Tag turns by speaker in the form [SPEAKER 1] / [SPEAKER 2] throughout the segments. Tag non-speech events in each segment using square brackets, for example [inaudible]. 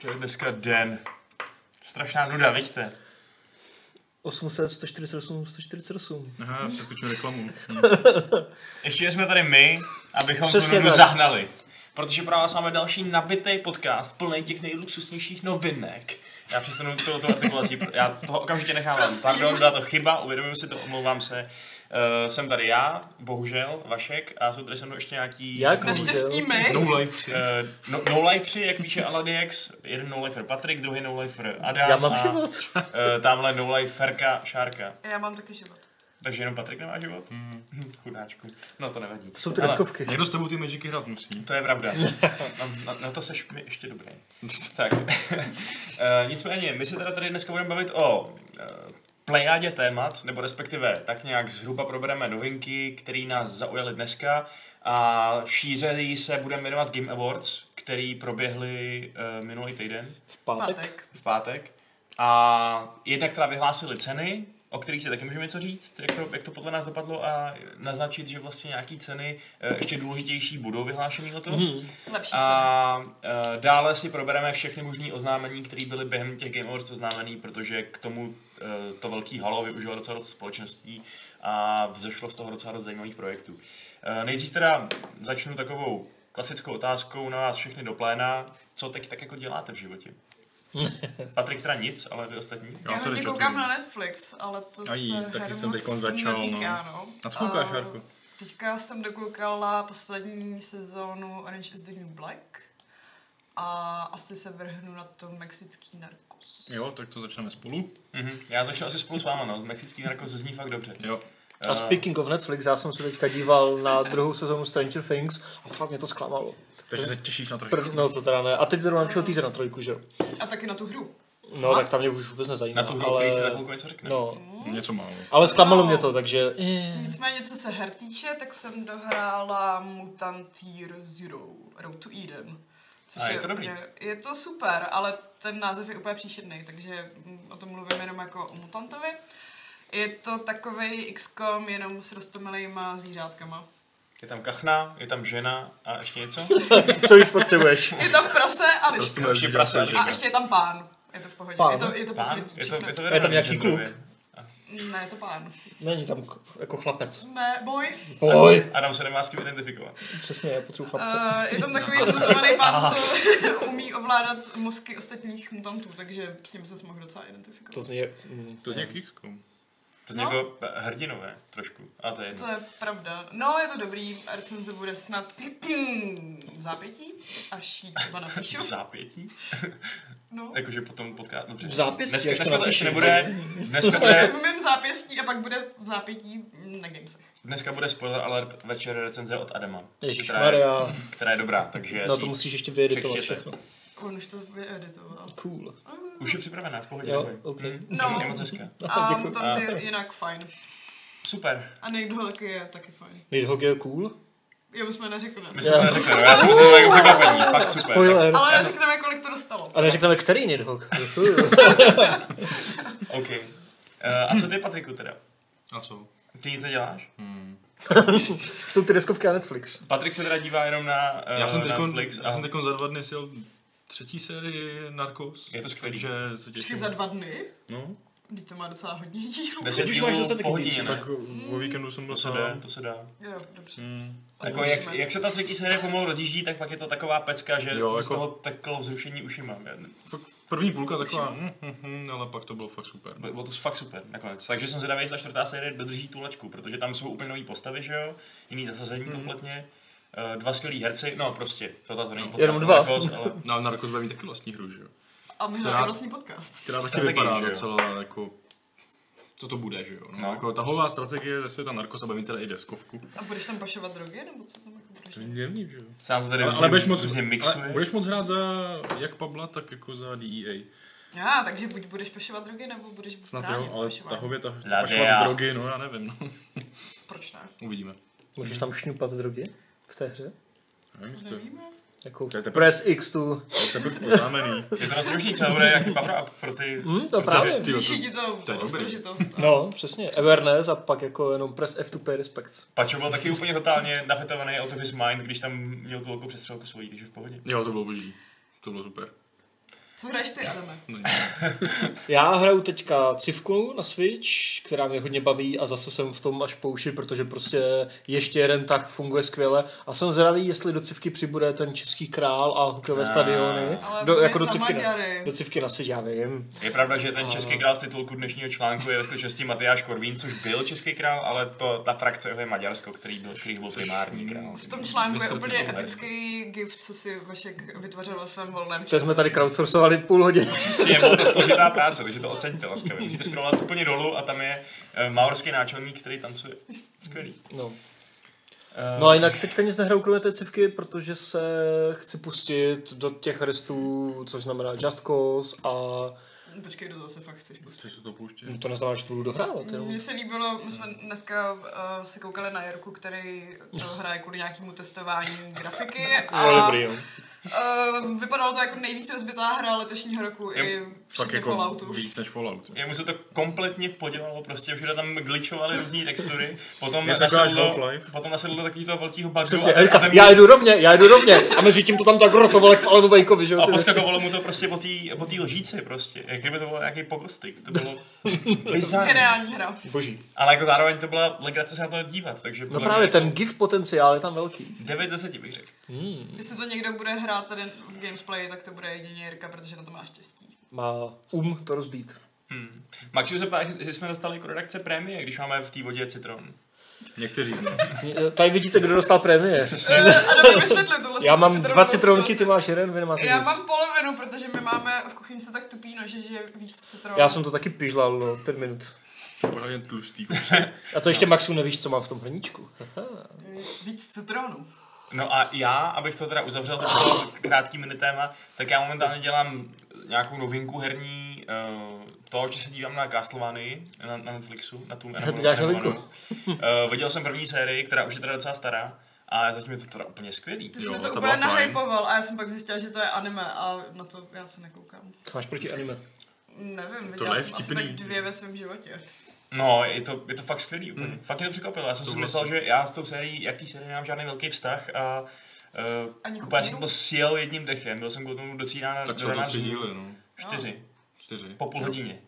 [SPEAKER 1] To je dneska den. Strašná nuda, vidíte?
[SPEAKER 2] 800, 148, 148.
[SPEAKER 3] Aha, přeskočil reklamu.
[SPEAKER 1] Ještě jsme tady my, abychom
[SPEAKER 2] Přesně
[SPEAKER 1] tu nudu
[SPEAKER 2] tak.
[SPEAKER 1] zahnali. Protože pro vás máme další nabitý podcast plný těch nejluxusnějších novinek. Já přestanu tu, tu artikulací, pr- já toho okamžitě nechám vám. Pardon, byla to chyba, uvědomuji si to, omlouvám se. Uh, jsem tady já, bohužel, Vašek, a jsou tady se mnou ještě nějaký...
[SPEAKER 2] Jak?
[SPEAKER 4] Naštěstí my.
[SPEAKER 3] No life.
[SPEAKER 1] Eh, no, no lifeři, jak píše Aladiex, jeden no lifer Patrik, druhý no lifer Adam.
[SPEAKER 2] Já mám
[SPEAKER 1] a,
[SPEAKER 2] život.
[SPEAKER 1] Uh, tamhle no liferka Šárka.
[SPEAKER 4] Já mám taky život.
[SPEAKER 1] Takže jenom Patrik nemá život? Mm. [laughs] Chudáčku. No to nevadí.
[SPEAKER 2] To jsou ty
[SPEAKER 1] Ale
[SPEAKER 2] deskovky.
[SPEAKER 3] Někdo s tebou ty magicy hrát musí.
[SPEAKER 1] To je [laughs] pravda. Na, na, na to seš mi ještě [laughs] dobrý. tak. Eh, nicméně, my se teda tady dneska budeme bavit o eh, plejádě témat, nebo respektive tak nějak zhruba probereme novinky, které nás zaujaly dneska a šířeji se budeme věnovat Game Awards, který proběhly eh, minulý týden
[SPEAKER 2] V pátek.
[SPEAKER 4] Pátek.
[SPEAKER 1] v pátek. A jednak teda vyhlásili ceny, o kterých si taky můžeme něco říct, jak to, jak to podle nás dopadlo a naznačit, že vlastně nějaký ceny eh, ještě důležitější budou vyhlášený letos. Mm.
[SPEAKER 4] Lepší cena.
[SPEAKER 1] A eh, dále si probereme všechny možné oznámení, které byly během těch Game Awards oznámený, protože k tomu eh, to velký halo využilo docela dost společností a vzešlo z toho docela dost zajímavých projektů. Eh, Nejdřív teda začnu takovou klasickou otázkou na vás všechny do pléna. Co teď tak jako děláte v životě? Patrik teda nic, ale vy ostatní?
[SPEAKER 4] Já
[SPEAKER 3] tady
[SPEAKER 4] hodně
[SPEAKER 3] četl.
[SPEAKER 4] koukám na Netflix, ale to
[SPEAKER 3] Ají,
[SPEAKER 4] se
[SPEAKER 3] taky
[SPEAKER 4] her
[SPEAKER 3] jsem
[SPEAKER 4] moc
[SPEAKER 3] teďkon začal, no.
[SPEAKER 4] netýká, no.
[SPEAKER 3] Na co koukáš,
[SPEAKER 4] A
[SPEAKER 3] Harku?
[SPEAKER 4] Teďka jsem dokoukala poslední sezónu Orange is the New Black a asi se vrhnu na to mexický narkos.
[SPEAKER 3] Jo, tak to začneme spolu.
[SPEAKER 1] Mhm. Já začnu asi spolu s váma, no. Mexický narkos zní fakt dobře. E,
[SPEAKER 3] Jo.
[SPEAKER 2] A speaking of Netflix, já jsem se teďka díval na druhou sezonu Stranger Things a fakt mě to zklamalo.
[SPEAKER 3] Takže se těšíš na trh.
[SPEAKER 2] Prv, no to teda ne. A teď zrovna vyšel teaser na trojku, že jo?
[SPEAKER 4] A taky na tu hru.
[SPEAKER 2] No tak tam mě už vůbec nezajímá.
[SPEAKER 1] Na tu hru, ale...
[SPEAKER 2] ale...
[SPEAKER 1] který si za chvilku něco řekne.
[SPEAKER 2] No,
[SPEAKER 3] Něco málo.
[SPEAKER 2] ale zklamalo mě to, takže... eh.
[SPEAKER 4] Nicméně, co se her týče, tak jsem dohrála Mutant Year Zero, Road to Eden. Což
[SPEAKER 1] A je to dobrý.
[SPEAKER 4] Je, je to super, ale ten název je úplně příšerný, takže mm, o tom mluvím jenom jako o mutantovi. Je to takový XCOM jenom s rostomilejma zvířátkama.
[SPEAKER 1] Je tam kachna, je tam žena a ještě něco?
[SPEAKER 2] Co už potřebuješ?
[SPEAKER 4] Je tam prase a liška.
[SPEAKER 3] Rostomilé
[SPEAKER 1] Ještě prase.
[SPEAKER 3] zvířátko,
[SPEAKER 4] A ještě je tam pán. Je to v pohodě.
[SPEAKER 2] Pán?
[SPEAKER 4] Je to, je No, to
[SPEAKER 1] Pán?
[SPEAKER 4] pokrytý
[SPEAKER 1] Je to, je
[SPEAKER 4] všechno.
[SPEAKER 1] to
[SPEAKER 2] je tam nějaký
[SPEAKER 1] vyrovnaný
[SPEAKER 2] kluk?
[SPEAKER 1] genderově.
[SPEAKER 4] Ne, je to pán.
[SPEAKER 2] Není tam k- jako chlapec.
[SPEAKER 4] Ne, boj.
[SPEAKER 2] Oj,
[SPEAKER 1] Adam se nemá s kým identifikovat.
[SPEAKER 2] přesně, já potřebuji chlapce.
[SPEAKER 4] Uh, je tam takový
[SPEAKER 1] [laughs]
[SPEAKER 4] zmutovaný pán, co [laughs] umí ovládat mozky ostatních mutantů, takže s ním se mohl docela identifikovat.
[SPEAKER 2] To zní... jak- mm.
[SPEAKER 3] To je nějaký XCOM.
[SPEAKER 1] To je
[SPEAKER 4] No.
[SPEAKER 1] jako hrdinové trošku. A to je jedno.
[SPEAKER 4] To je pravda. No, je to dobrý, recenze bude snad [clears throat] v zápětí, až ji třeba napíšu.
[SPEAKER 1] V zápětí?
[SPEAKER 4] No. [laughs]
[SPEAKER 1] Jakože potom potká... Dobře.
[SPEAKER 2] V zápěstí,
[SPEAKER 1] Dneska,
[SPEAKER 2] až to
[SPEAKER 1] dneska to ještě
[SPEAKER 2] napíšeš.
[SPEAKER 1] nebude. Dneska,
[SPEAKER 2] [laughs]
[SPEAKER 1] to je,
[SPEAKER 4] V mém zápěstí a pak bude v zápětí na Gamesech.
[SPEAKER 1] dneska bude spoiler alert večer recenze od Adama. která, je,
[SPEAKER 2] Maria.
[SPEAKER 1] která je dobrá, takže
[SPEAKER 2] No
[SPEAKER 1] si
[SPEAKER 2] to
[SPEAKER 1] ji
[SPEAKER 2] musíš ještě vyeditovat
[SPEAKER 1] přečtěte.
[SPEAKER 2] všechno.
[SPEAKER 4] On už to vyeditoval.
[SPEAKER 2] Cool.
[SPEAKER 1] Už je připravená, v pohodě.
[SPEAKER 2] Jo,
[SPEAKER 1] neboj.
[SPEAKER 2] ok.
[SPEAKER 1] Hm, [laughs]
[SPEAKER 4] No.
[SPEAKER 1] Je moc hezká.
[SPEAKER 2] [laughs]
[SPEAKER 4] A
[SPEAKER 2] Děkuji.
[SPEAKER 4] to je jinak fajn.
[SPEAKER 1] Super.
[SPEAKER 4] A Nate Dogg je taky fajn.
[SPEAKER 2] Nate Hogg je cool.
[SPEAKER 4] Jo, my jsme neřekli
[SPEAKER 1] My
[SPEAKER 4] nás.
[SPEAKER 1] jsme to neřekli, no, já jsem si jako překvapení. Fakt super.
[SPEAKER 2] Spoiler.
[SPEAKER 4] Ale neřekneme, kolik to dostalo.
[SPEAKER 2] A neřekneme, který Nate Hogg. [laughs]
[SPEAKER 1] OK. Eh, a co ty, Patriku, teda?
[SPEAKER 3] A co?
[SPEAKER 1] Ty nic neděláš?
[SPEAKER 2] Jsou ty deskovky na Netflix.
[SPEAKER 1] Patrik se teda dívá jenom na eh,
[SPEAKER 3] Já jsem teď
[SPEAKER 1] Netflix.
[SPEAKER 3] já jsem teďkon za dva dny sjel třetí sérii Narcos.
[SPEAKER 1] Je to skvělý.
[SPEAKER 3] Takže se těším.
[SPEAKER 4] Počkej, za dva dny?
[SPEAKER 1] No,
[SPEAKER 4] Teď to má docela hodně dílů.
[SPEAKER 1] Deset
[SPEAKER 2] Teď už
[SPEAKER 1] dílů
[SPEAKER 2] máš dostatek
[SPEAKER 1] po hodině, ne?
[SPEAKER 2] indicií,
[SPEAKER 3] Tak Jako, o víkendu jsem byl
[SPEAKER 1] jako To se dá,
[SPEAKER 3] sám.
[SPEAKER 1] to se dá.
[SPEAKER 4] Jo, dobře.
[SPEAKER 1] Jako jak, jak, se ta třetí série pomalu rozjíždí, tak pak je to taková pecka, že
[SPEAKER 3] Jo,
[SPEAKER 1] jo, jako... z
[SPEAKER 3] jako-
[SPEAKER 1] toho takhle vzrušení už mám.
[SPEAKER 3] Fakt první půlka taková, hm, hm, hm, ale pak to bylo fakt super.
[SPEAKER 1] Bylo to fakt super nakonec. Takže jsem zvědavý, jestli ta čtvrtá série dodrží tu lačku, protože tam jsou úplně nový postavy, že jo? Jiný zasazení
[SPEAKER 2] Mhm.
[SPEAKER 1] kompletně. Eh, Dva skvělí herci, no prostě, to tato není podcast,
[SPEAKER 2] Jenom dva.
[SPEAKER 1] Narcos, ale
[SPEAKER 3] Na No, Narcos bude mít taky vlastní hru, že jo?
[SPEAKER 4] A my
[SPEAKER 3] Která-
[SPEAKER 4] máme vlastní podcast.
[SPEAKER 3] Která taky
[SPEAKER 1] Strategii,
[SPEAKER 3] vypadá
[SPEAKER 1] že jo?
[SPEAKER 3] docela jako co to bude, že jo? No,
[SPEAKER 1] No.
[SPEAKER 3] no. Jako tahová strategie ze světa narkosa, baví teda i deskovku.
[SPEAKER 4] A budeš tam pašovat drogy, nebo co tam jako budeš?
[SPEAKER 3] Divný, že jo?
[SPEAKER 1] se nám to tady
[SPEAKER 3] Ale,
[SPEAKER 1] různě-
[SPEAKER 3] ale budeš, moc,
[SPEAKER 1] různě mixuje.
[SPEAKER 3] ale budeš moc hrát za jak Pabla, tak jako za DEA.
[SPEAKER 4] Já, takže buď budeš pašovat drogy, nebo budeš
[SPEAKER 3] Snad
[SPEAKER 4] bránit
[SPEAKER 3] jo, ale
[SPEAKER 4] pašování.
[SPEAKER 3] tahově ta,
[SPEAKER 1] La DEA.
[SPEAKER 3] pašovat drogy, no já nevím, no. [laughs]
[SPEAKER 4] Proč ne?
[SPEAKER 3] Uvidíme.
[SPEAKER 2] Můžeš tam šňupat drogy v té hře?
[SPEAKER 3] Nevím, jestli Prostě to je-
[SPEAKER 4] Nevíme.
[SPEAKER 2] Jako
[SPEAKER 3] To je teprve-
[SPEAKER 2] press X tu.
[SPEAKER 3] to je teprve oznámený.
[SPEAKER 1] Je to rozbrožný, třeba bude nějaký power up pro ty...
[SPEAKER 2] Hm, to
[SPEAKER 3] To
[SPEAKER 2] právě.
[SPEAKER 3] je- ty jo,
[SPEAKER 4] Zvýší ti to,
[SPEAKER 3] to je
[SPEAKER 4] to
[SPEAKER 3] dobrý.
[SPEAKER 4] složitost.
[SPEAKER 2] No, přesně. Everness a pak jako jenom press F to pay respects.
[SPEAKER 1] Pačo byl taky úplně totálně nafetovaný out of his mind, když tam měl tu velkou přestřelku svojí, takže v pohodě.
[SPEAKER 3] Jo, to bylo boží. To bylo super.
[SPEAKER 4] Co hraješ ty, Adame?
[SPEAKER 3] No,
[SPEAKER 2] Já hraju teďka civku na Switch, která mě hodně baví a zase jsem v tom až po uši, protože prostě ještě jeden tak funguje skvěle. A jsem zvědavý, jestli do civky přibude ten český král a hokejové
[SPEAKER 1] Ah.
[SPEAKER 2] stadiony.
[SPEAKER 4] Ale
[SPEAKER 2] Do,
[SPEAKER 4] byli
[SPEAKER 2] jako do
[SPEAKER 4] za
[SPEAKER 2] civky, na,
[SPEAKER 4] Maďary.
[SPEAKER 2] do civky na Switch, já vím.
[SPEAKER 1] Je pravda, že ten český král z titulku dnešního článku je ve skutečnosti Matyáš Korvín, což byl český král, ale to, ta frakce jeho je Maďarsko, který byl, který byl primární král.
[SPEAKER 4] V tom článku je
[SPEAKER 3] Mistr
[SPEAKER 4] úplně
[SPEAKER 3] Titulek.
[SPEAKER 4] epický gif, co si Vašek vytvořil ve svém volném
[SPEAKER 2] To
[SPEAKER 4] čase.
[SPEAKER 2] jsme tady crowdsourcovali půl hodiny.
[SPEAKER 1] Přesně, bylo
[SPEAKER 4] [laughs]
[SPEAKER 1] to složitá práce, takže to oceňte laskavě. Můžete scrollovat úplně dolů a tam je eh, maorský náčelník, který tancuje. Skvělý.
[SPEAKER 2] No.
[SPEAKER 1] Eh,
[SPEAKER 2] no a jinak teďka nic nehraju kromě té civky, protože se chci pustit do těch restů, což znamená Just Cause a
[SPEAKER 4] Počkej, do toho se fakt chceš pustit.
[SPEAKER 3] se to pouští.
[SPEAKER 2] no to neznamená, že to budu dohrávat. Jenom.
[SPEAKER 1] No,
[SPEAKER 4] Mně se líbilo, my jsme dneska uh, se koukali na Jirku, který to hraje kvůli nějakému testování grafiky a
[SPEAKER 2] No, dobrý, jo.
[SPEAKER 4] uh, vypadalo to jako nejvíc rozbitá hra letošního roku
[SPEAKER 1] Jo,
[SPEAKER 4] i
[SPEAKER 3] Fakt
[SPEAKER 4] včetně jako
[SPEAKER 3] jako
[SPEAKER 4] Falloutu.
[SPEAKER 3] víc než Fallout.
[SPEAKER 1] Jemu se to kompletně podělalo, prostě všude tam glitchovaly různé textury, potom
[SPEAKER 3] Já jsem koukal až
[SPEAKER 1] nasedlo,
[SPEAKER 3] Half-Life.
[SPEAKER 1] potom nasedlo takového velkého bugu
[SPEAKER 2] Přesně,
[SPEAKER 1] a,
[SPEAKER 2] a
[SPEAKER 1] ten- a,
[SPEAKER 2] říká,
[SPEAKER 1] ten-
[SPEAKER 2] já jdu rovně, já jdu rovně. A mezi tím to tam tak rotovalo jak v Alanu Vejkovi, že jo?
[SPEAKER 1] a
[SPEAKER 2] ty věci.
[SPEAKER 1] poskakovalo mu to prostě po té po tý lžíci prostě, jak kdyby to bylo nějaký pokostik, to
[SPEAKER 4] [laughs]
[SPEAKER 1] bylo bizarní.
[SPEAKER 4] Geniální hra.
[SPEAKER 2] Boží.
[SPEAKER 1] Ale jako zároveň to byla legrace se na to dívat, takže
[SPEAKER 2] No
[SPEAKER 1] podle
[SPEAKER 2] právě
[SPEAKER 1] mě
[SPEAKER 2] ten GIF potenciál je tam velký.
[SPEAKER 1] 9 z 10 bych řekl.
[SPEAKER 3] Hmm.
[SPEAKER 4] Jestli to někdo bude hrát tady v Gamesplay, tak to bude jedině Jirka, protože na to má štěstí.
[SPEAKER 2] Má um to rozbít.
[SPEAKER 1] Hmm. Maxu se ptá, jestli jsme dostali jako redakce prémie, když máme v té vodě citron.
[SPEAKER 3] Někteří z nás.
[SPEAKER 4] [laughs]
[SPEAKER 2] Eh, Tady vidíte, kdo dostal prémie.
[SPEAKER 4] Eh, Adam, vysvětli tuhle
[SPEAKER 2] Já mám
[SPEAKER 4] citronovou
[SPEAKER 2] dva citronky, ty
[SPEAKER 4] situaci.
[SPEAKER 2] máš jeden, vy nemáte
[SPEAKER 4] Já
[SPEAKER 2] nic.
[SPEAKER 4] mám polovinu, protože my máme v kuchyňce tak tupý nože, že je víc citronů.
[SPEAKER 2] Já jsem to taky pižlal, no, pět minut.
[SPEAKER 3] Pořád jen tlustý.
[SPEAKER 2] A to ještě Maxu nevíš, co má v tom hrníčku.
[SPEAKER 4] Eh, Víc citronů.
[SPEAKER 1] No a já, abych to teda uzavřel, to bylo
[SPEAKER 2] [gasps]
[SPEAKER 1] krátký minitéma, tak já momentálně dělám nějakou novinku herní, uh, to, že se dívám na Castlevania na, na Netflixu, na tu animovanou-
[SPEAKER 2] děláš
[SPEAKER 1] animovanou.
[SPEAKER 2] novinku?
[SPEAKER 1] Eh, viděl jsem první sérii, která už je teda docela stará, a zatím je to teda úplně skvělý.
[SPEAKER 4] Ty jsi
[SPEAKER 3] Jo,
[SPEAKER 4] mi to
[SPEAKER 3] to
[SPEAKER 4] úplně
[SPEAKER 3] byla fajn.
[SPEAKER 4] nahypoval a já jsem pak zjistila, že to je anime a na to já se nekoukám.
[SPEAKER 2] Co máš proti anime?
[SPEAKER 4] Nevím, viděla
[SPEAKER 3] Tohle je
[SPEAKER 4] jsem asi tak
[SPEAKER 3] vtipný.
[SPEAKER 4] dvě ve svém životě.
[SPEAKER 1] No, je to, je to fakt skvělý úplně. Mm. Fakt mě to překvapilo. Já jsem
[SPEAKER 3] Hmm. To
[SPEAKER 1] si
[SPEAKER 3] bylo
[SPEAKER 1] myslel, že já s tou sérií, jak té série nemám žádný velký vztah a
[SPEAKER 4] Ani
[SPEAKER 1] uh, úplně
[SPEAKER 4] chutí?
[SPEAKER 1] jsem to sjel jedním dechem. Byl jsem k tomu do třína
[SPEAKER 3] Tak jsou to tři díly, no.
[SPEAKER 1] Čtyři.
[SPEAKER 3] Čtyři.
[SPEAKER 1] Po půl hodině.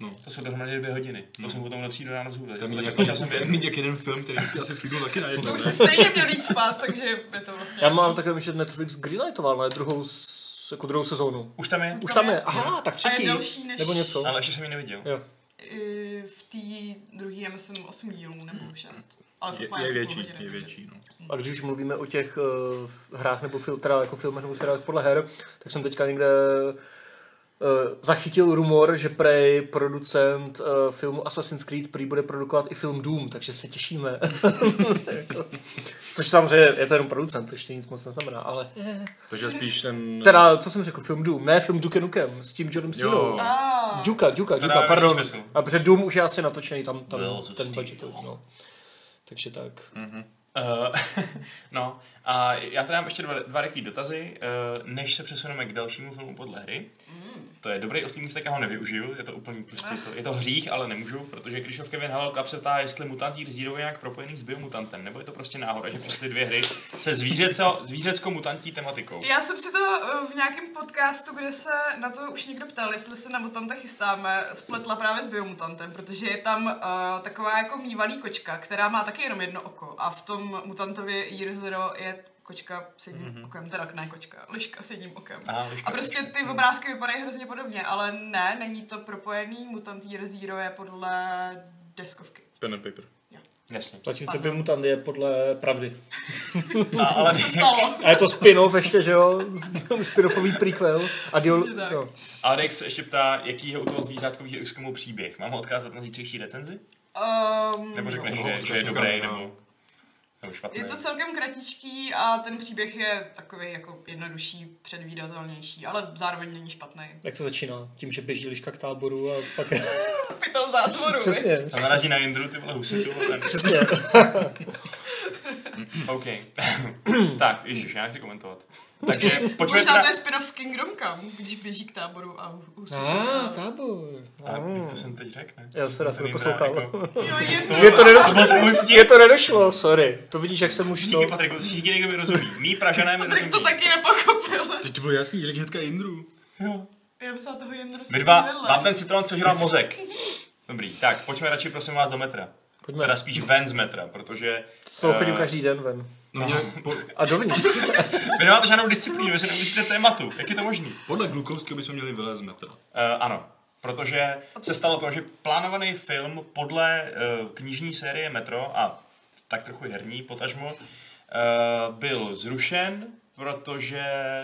[SPEAKER 3] No.
[SPEAKER 1] To jsou dohromady dvě hodiny. Byl jsem k tomu do tří do rána zhůdat.
[SPEAKER 3] Tam je
[SPEAKER 1] Začal jsem
[SPEAKER 3] [laughs]
[SPEAKER 1] během-
[SPEAKER 3] nějaký jeden film, který si asi sklidl taky na
[SPEAKER 4] To
[SPEAKER 3] jedno.
[SPEAKER 4] už si stejně měl jít spát, takže je to vlastně...
[SPEAKER 2] Já mám takovým, že Netflix greenlightoval, ne? Druhou, s- jako druhou sezónu.
[SPEAKER 1] Už tam je,
[SPEAKER 2] Už tam je. Aha, tak
[SPEAKER 4] A
[SPEAKER 2] třetí.
[SPEAKER 4] je delší než...
[SPEAKER 2] Nebo něco.
[SPEAKER 1] ale ještě jsem ji neviděl.
[SPEAKER 2] Jo.
[SPEAKER 4] I v té druhé, já myslím, 8 dílů nebo 6. Ale fakt
[SPEAKER 3] Je,
[SPEAKER 4] má
[SPEAKER 3] je
[SPEAKER 4] asi půl
[SPEAKER 3] větší,
[SPEAKER 4] hodiny,
[SPEAKER 3] je
[SPEAKER 4] takže-
[SPEAKER 3] větší, no.
[SPEAKER 2] A když už mluvíme o těch uh, hrách nebo fil, teda jako filmech nebo seriálech podle her, tak jsem teďka někde uh, zachytil rumor, že Prey, producent uh, filmu Assassin's Creed, prý bude produkovat i film Doom, takže se těšíme. [laughs] Jako. Což samozřejmě je to jenom producent, to ještě nic moc neznamená, ale...
[SPEAKER 3] Takže spíš ten...
[SPEAKER 4] No.
[SPEAKER 2] Teda, co jsem řekl, film Doom, ne film Duke Nukem, s tím Johnem Cenou.
[SPEAKER 3] Jo.
[SPEAKER 4] Ah,
[SPEAKER 2] Duka, Duka,
[SPEAKER 1] To
[SPEAKER 2] Duka,
[SPEAKER 1] dává
[SPEAKER 2] pardon.
[SPEAKER 1] větší smysl.
[SPEAKER 2] A protože Doom už je asi natočený, tam, tam
[SPEAKER 1] Will of
[SPEAKER 2] ten
[SPEAKER 1] Steel.
[SPEAKER 2] budget, no. Takže tak.
[SPEAKER 1] Eh, [laughs] no, a já tady mám ještě dva, dva rychlý dotazy, eh, než se přesuneme k dalšímu filmu podle hry.
[SPEAKER 4] Mm.
[SPEAKER 1] To je dobrý oslý můstek, já ho nevyužiju, je to úplně prostě,
[SPEAKER 4] Ah.
[SPEAKER 1] to, je to hřích, ale nemůžu, protože Krišov Kevin Halel Cup se ptá, jestli Mutant Year Zero je nějak propojený s biomutantem, nebo je to prostě náhoda, že přes ty dvě hry se zvířeco, zvířecko-mutantí tematikou.
[SPEAKER 4] já jsem si to eh, v nějakém podcastu, kde se na to už někdo ptal, jestli se na mutanta chystáme, spletla právě s biomutantem, protože je tam eh, taková jako mývalý kočka, která má taky jenom jedno oko a v tom mutantově Year Zero je kočka s jedním
[SPEAKER 3] Mhm.
[SPEAKER 4] mm-hmm. okem, teda ne kočka, liška s jedním okem.
[SPEAKER 1] Aha, liška,
[SPEAKER 4] a prostě
[SPEAKER 1] liška.
[SPEAKER 3] mhm.
[SPEAKER 4] ty obrázky vypadají hrozně podobně, ale ne, není to propojený, Mutant Year Zero je podle
[SPEAKER 3] [laughs]
[SPEAKER 4] deskovky.
[SPEAKER 3] Pen and paper.
[SPEAKER 1] Jasně.
[SPEAKER 2] Zatímco by mutant je podle pravdy.
[SPEAKER 1] A, ale
[SPEAKER 4] Co stalo?
[SPEAKER 2] A je to spin-off ještě, že jo? [laughs] Spin-offový prequel. A Dio...
[SPEAKER 4] Přesně tak.
[SPEAKER 2] No.
[SPEAKER 1] [laughs] Alex se ještě ptá, jaký je u toho zvířátkového exkomu příběh. Mám ho odkázat na zítřejší recenzi?
[SPEAKER 4] Um,
[SPEAKER 1] Nebo řekneš,
[SPEAKER 3] No,
[SPEAKER 1] že,
[SPEAKER 3] to
[SPEAKER 1] že je
[SPEAKER 3] jsem
[SPEAKER 1] dobrý,
[SPEAKER 3] koukal, no.
[SPEAKER 1] nebo, nebo špatný?
[SPEAKER 4] Je to celkem kratičký a ten příběh je takový jako jednodušší, předvídatelnější, ale zároveň není špatný.
[SPEAKER 2] Jak to začíná? Tím, že běží liška k táboru a pak...
[SPEAKER 4] Pytel No, zázvoru.
[SPEAKER 2] Přesně.
[SPEAKER 1] Tam narazí na Indru, ty vole husitu. a ten-
[SPEAKER 2] Přesně.
[SPEAKER 1] OK. [coughs] tak, ježiš, já nechci komentovat. Takže pojďme
[SPEAKER 4] Možná
[SPEAKER 1] teda...
[SPEAKER 4] to je spin-off s Kingdom Come, když běží k táboru a husí.
[SPEAKER 2] A, tábor.
[SPEAKER 1] A, vždyť to jsem teď řekl, ne?
[SPEAKER 2] Jo, sorry, já jsem
[SPEAKER 1] Ten Indra
[SPEAKER 2] neposlouchal.
[SPEAKER 1] jako-
[SPEAKER 4] Jo, je to.
[SPEAKER 2] Je to,
[SPEAKER 1] To byl
[SPEAKER 2] nedošlo,
[SPEAKER 1] ten můj vtip.
[SPEAKER 2] je to nedošlo, sorry. To vidíš, jak jsem už to...
[SPEAKER 1] Díky, Patriku, to si nikdy někdo mi rozumí. Mí pražané mi
[SPEAKER 4] Patrik
[SPEAKER 1] rozumí.
[SPEAKER 4] to taky nepochopil.
[SPEAKER 3] Teď to bylo jasný, řekl hnedka Indru.
[SPEAKER 1] Jo.
[SPEAKER 4] Já myslela toho Jendru
[SPEAKER 1] Vy dva, vám ten citron sežral mozek. Dobrý, tak pojďme radši prosím vás do metra.
[SPEAKER 2] Pojďme.
[SPEAKER 1] Teda spíš ven z metra, protože...
[SPEAKER 2] Co
[SPEAKER 1] eh,
[SPEAKER 2] chodím každý den ven.
[SPEAKER 3] No, mě, po,
[SPEAKER 2] A dovnitř.
[SPEAKER 1] Vy nemáte žádnou disciplínu, vy se nemusíte tématu. Jak je to možný?
[SPEAKER 3] podle Glukovského bychom měli vylézt z metra.
[SPEAKER 1] Eh, ano, protože se stalo to, že plánovaný film podle eh, knižní série Metro a tak trochu i herní potažmo eh, byl zrušen, protože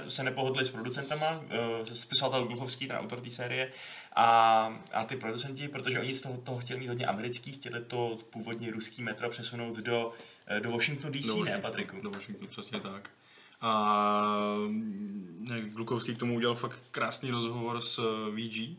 [SPEAKER 1] se nepohodli s producentama, eh, spisovatel Gluchovský, ten autor té série, a, a ty producenti, protože oni z toho, toho chtěli mít hodně americký, chtěli to původně ruský metro přesunout do, eh, do Washington DC,
[SPEAKER 3] Do
[SPEAKER 1] ne
[SPEAKER 3] Washingtonu,
[SPEAKER 1] Patriku?
[SPEAKER 3] Do Washingtonu, přesně tak. A mm, ne, Glukovský k tomu udělal fakt krásný rozhovor s eh, VG,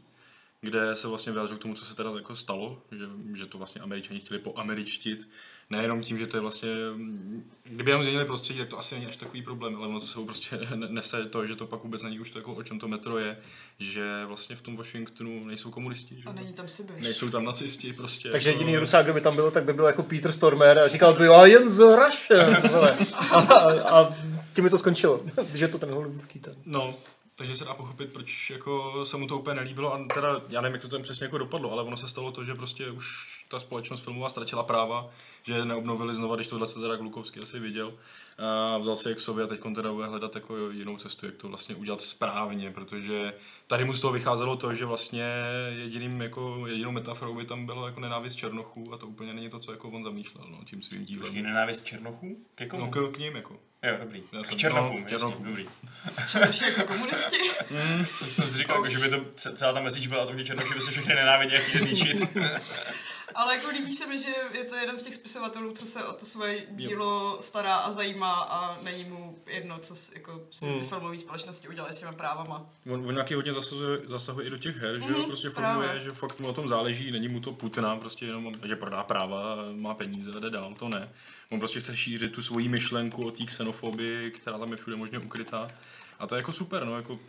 [SPEAKER 3] kde se vlastně vyjádřil k tomu, co se teda jako stalo, že, že to vlastně američani chtěli poameričtit, nejenom tím, že to je vlastně, mm, kdyby jenom změnili prostředí, tak to asi není až takový problém, ale ono to sebou prostě [laughs] ne- nese to, že to pak vůbec není už to jako o čem to metro je, že vlastně v tom Washingtonu nejsou komunisti, že?
[SPEAKER 4] A není tam Sibir.
[SPEAKER 3] nejsou tam nacisti prostě.
[SPEAKER 2] Takže
[SPEAKER 3] jako-
[SPEAKER 2] jediný rusák, kdo by tam byl, tak by byl jako Peter Stormer a říkal by, I am the Russian, vole. A, a, a tím by to skončilo, [laughs] že to ten hollywoodský ten.
[SPEAKER 3] No, takže se dá pochopit, proč jako se mu to úplně nelíbilo a teda já nevím, jak to tam přesně jako dopadlo, ale ono se stalo to, že prostě už ta společnost filmová ztratila práva, že je neobnovili znova, když tohle se teda Glukovský asi viděl a vzal si je k sobě a teď teda bude hledat jako jinou cestu, jak to vlastně udělat správně, protože tady mu z toho vycházelo to, že vlastně jediným jako jedinou metaforou by tam bylo jako nenávist Černochů a to úplně není to, co jako on zamýšlel no, tím svým
[SPEAKER 1] Počkej,
[SPEAKER 3] dílem.
[SPEAKER 1] nenávist Černochů? Ke komu?
[SPEAKER 3] No, k, k ním jako.
[SPEAKER 1] Jo, dobrý.
[SPEAKER 3] Já
[SPEAKER 1] K
[SPEAKER 3] jsem-
[SPEAKER 1] Černochům,
[SPEAKER 3] no,
[SPEAKER 1] jasně,
[SPEAKER 3] Černochům.
[SPEAKER 1] dobrý.
[SPEAKER 4] Černoši jako komunisti.
[SPEAKER 1] jsem si říkal, jako, že by to ce- celá ta message byla o tom, že Černoši by se všechny nenáviděli a chtěli zničit.
[SPEAKER 4] Ale jako líbí se mi, že je to jeden z těch spisovatelů, co se o to svoje dílo stará a zajímá a není mu jedno, co s- jako, si ty filmové společnosti udělají s těma právama.
[SPEAKER 3] On, on nějaký hodně zasazuje, zasahuje i do těch her, že jo? Prostě formuje,
[SPEAKER 4] právě.
[SPEAKER 3] že fakt mu o tom záleží, není mu to putná, prostě jenom, že prodá práva, má peníze a jde dál, to ne. On prostě chce šířit tu svoji myšlenku o té xenofobii, která tam je všude možně ukrytá. A to je jako super, no, jako,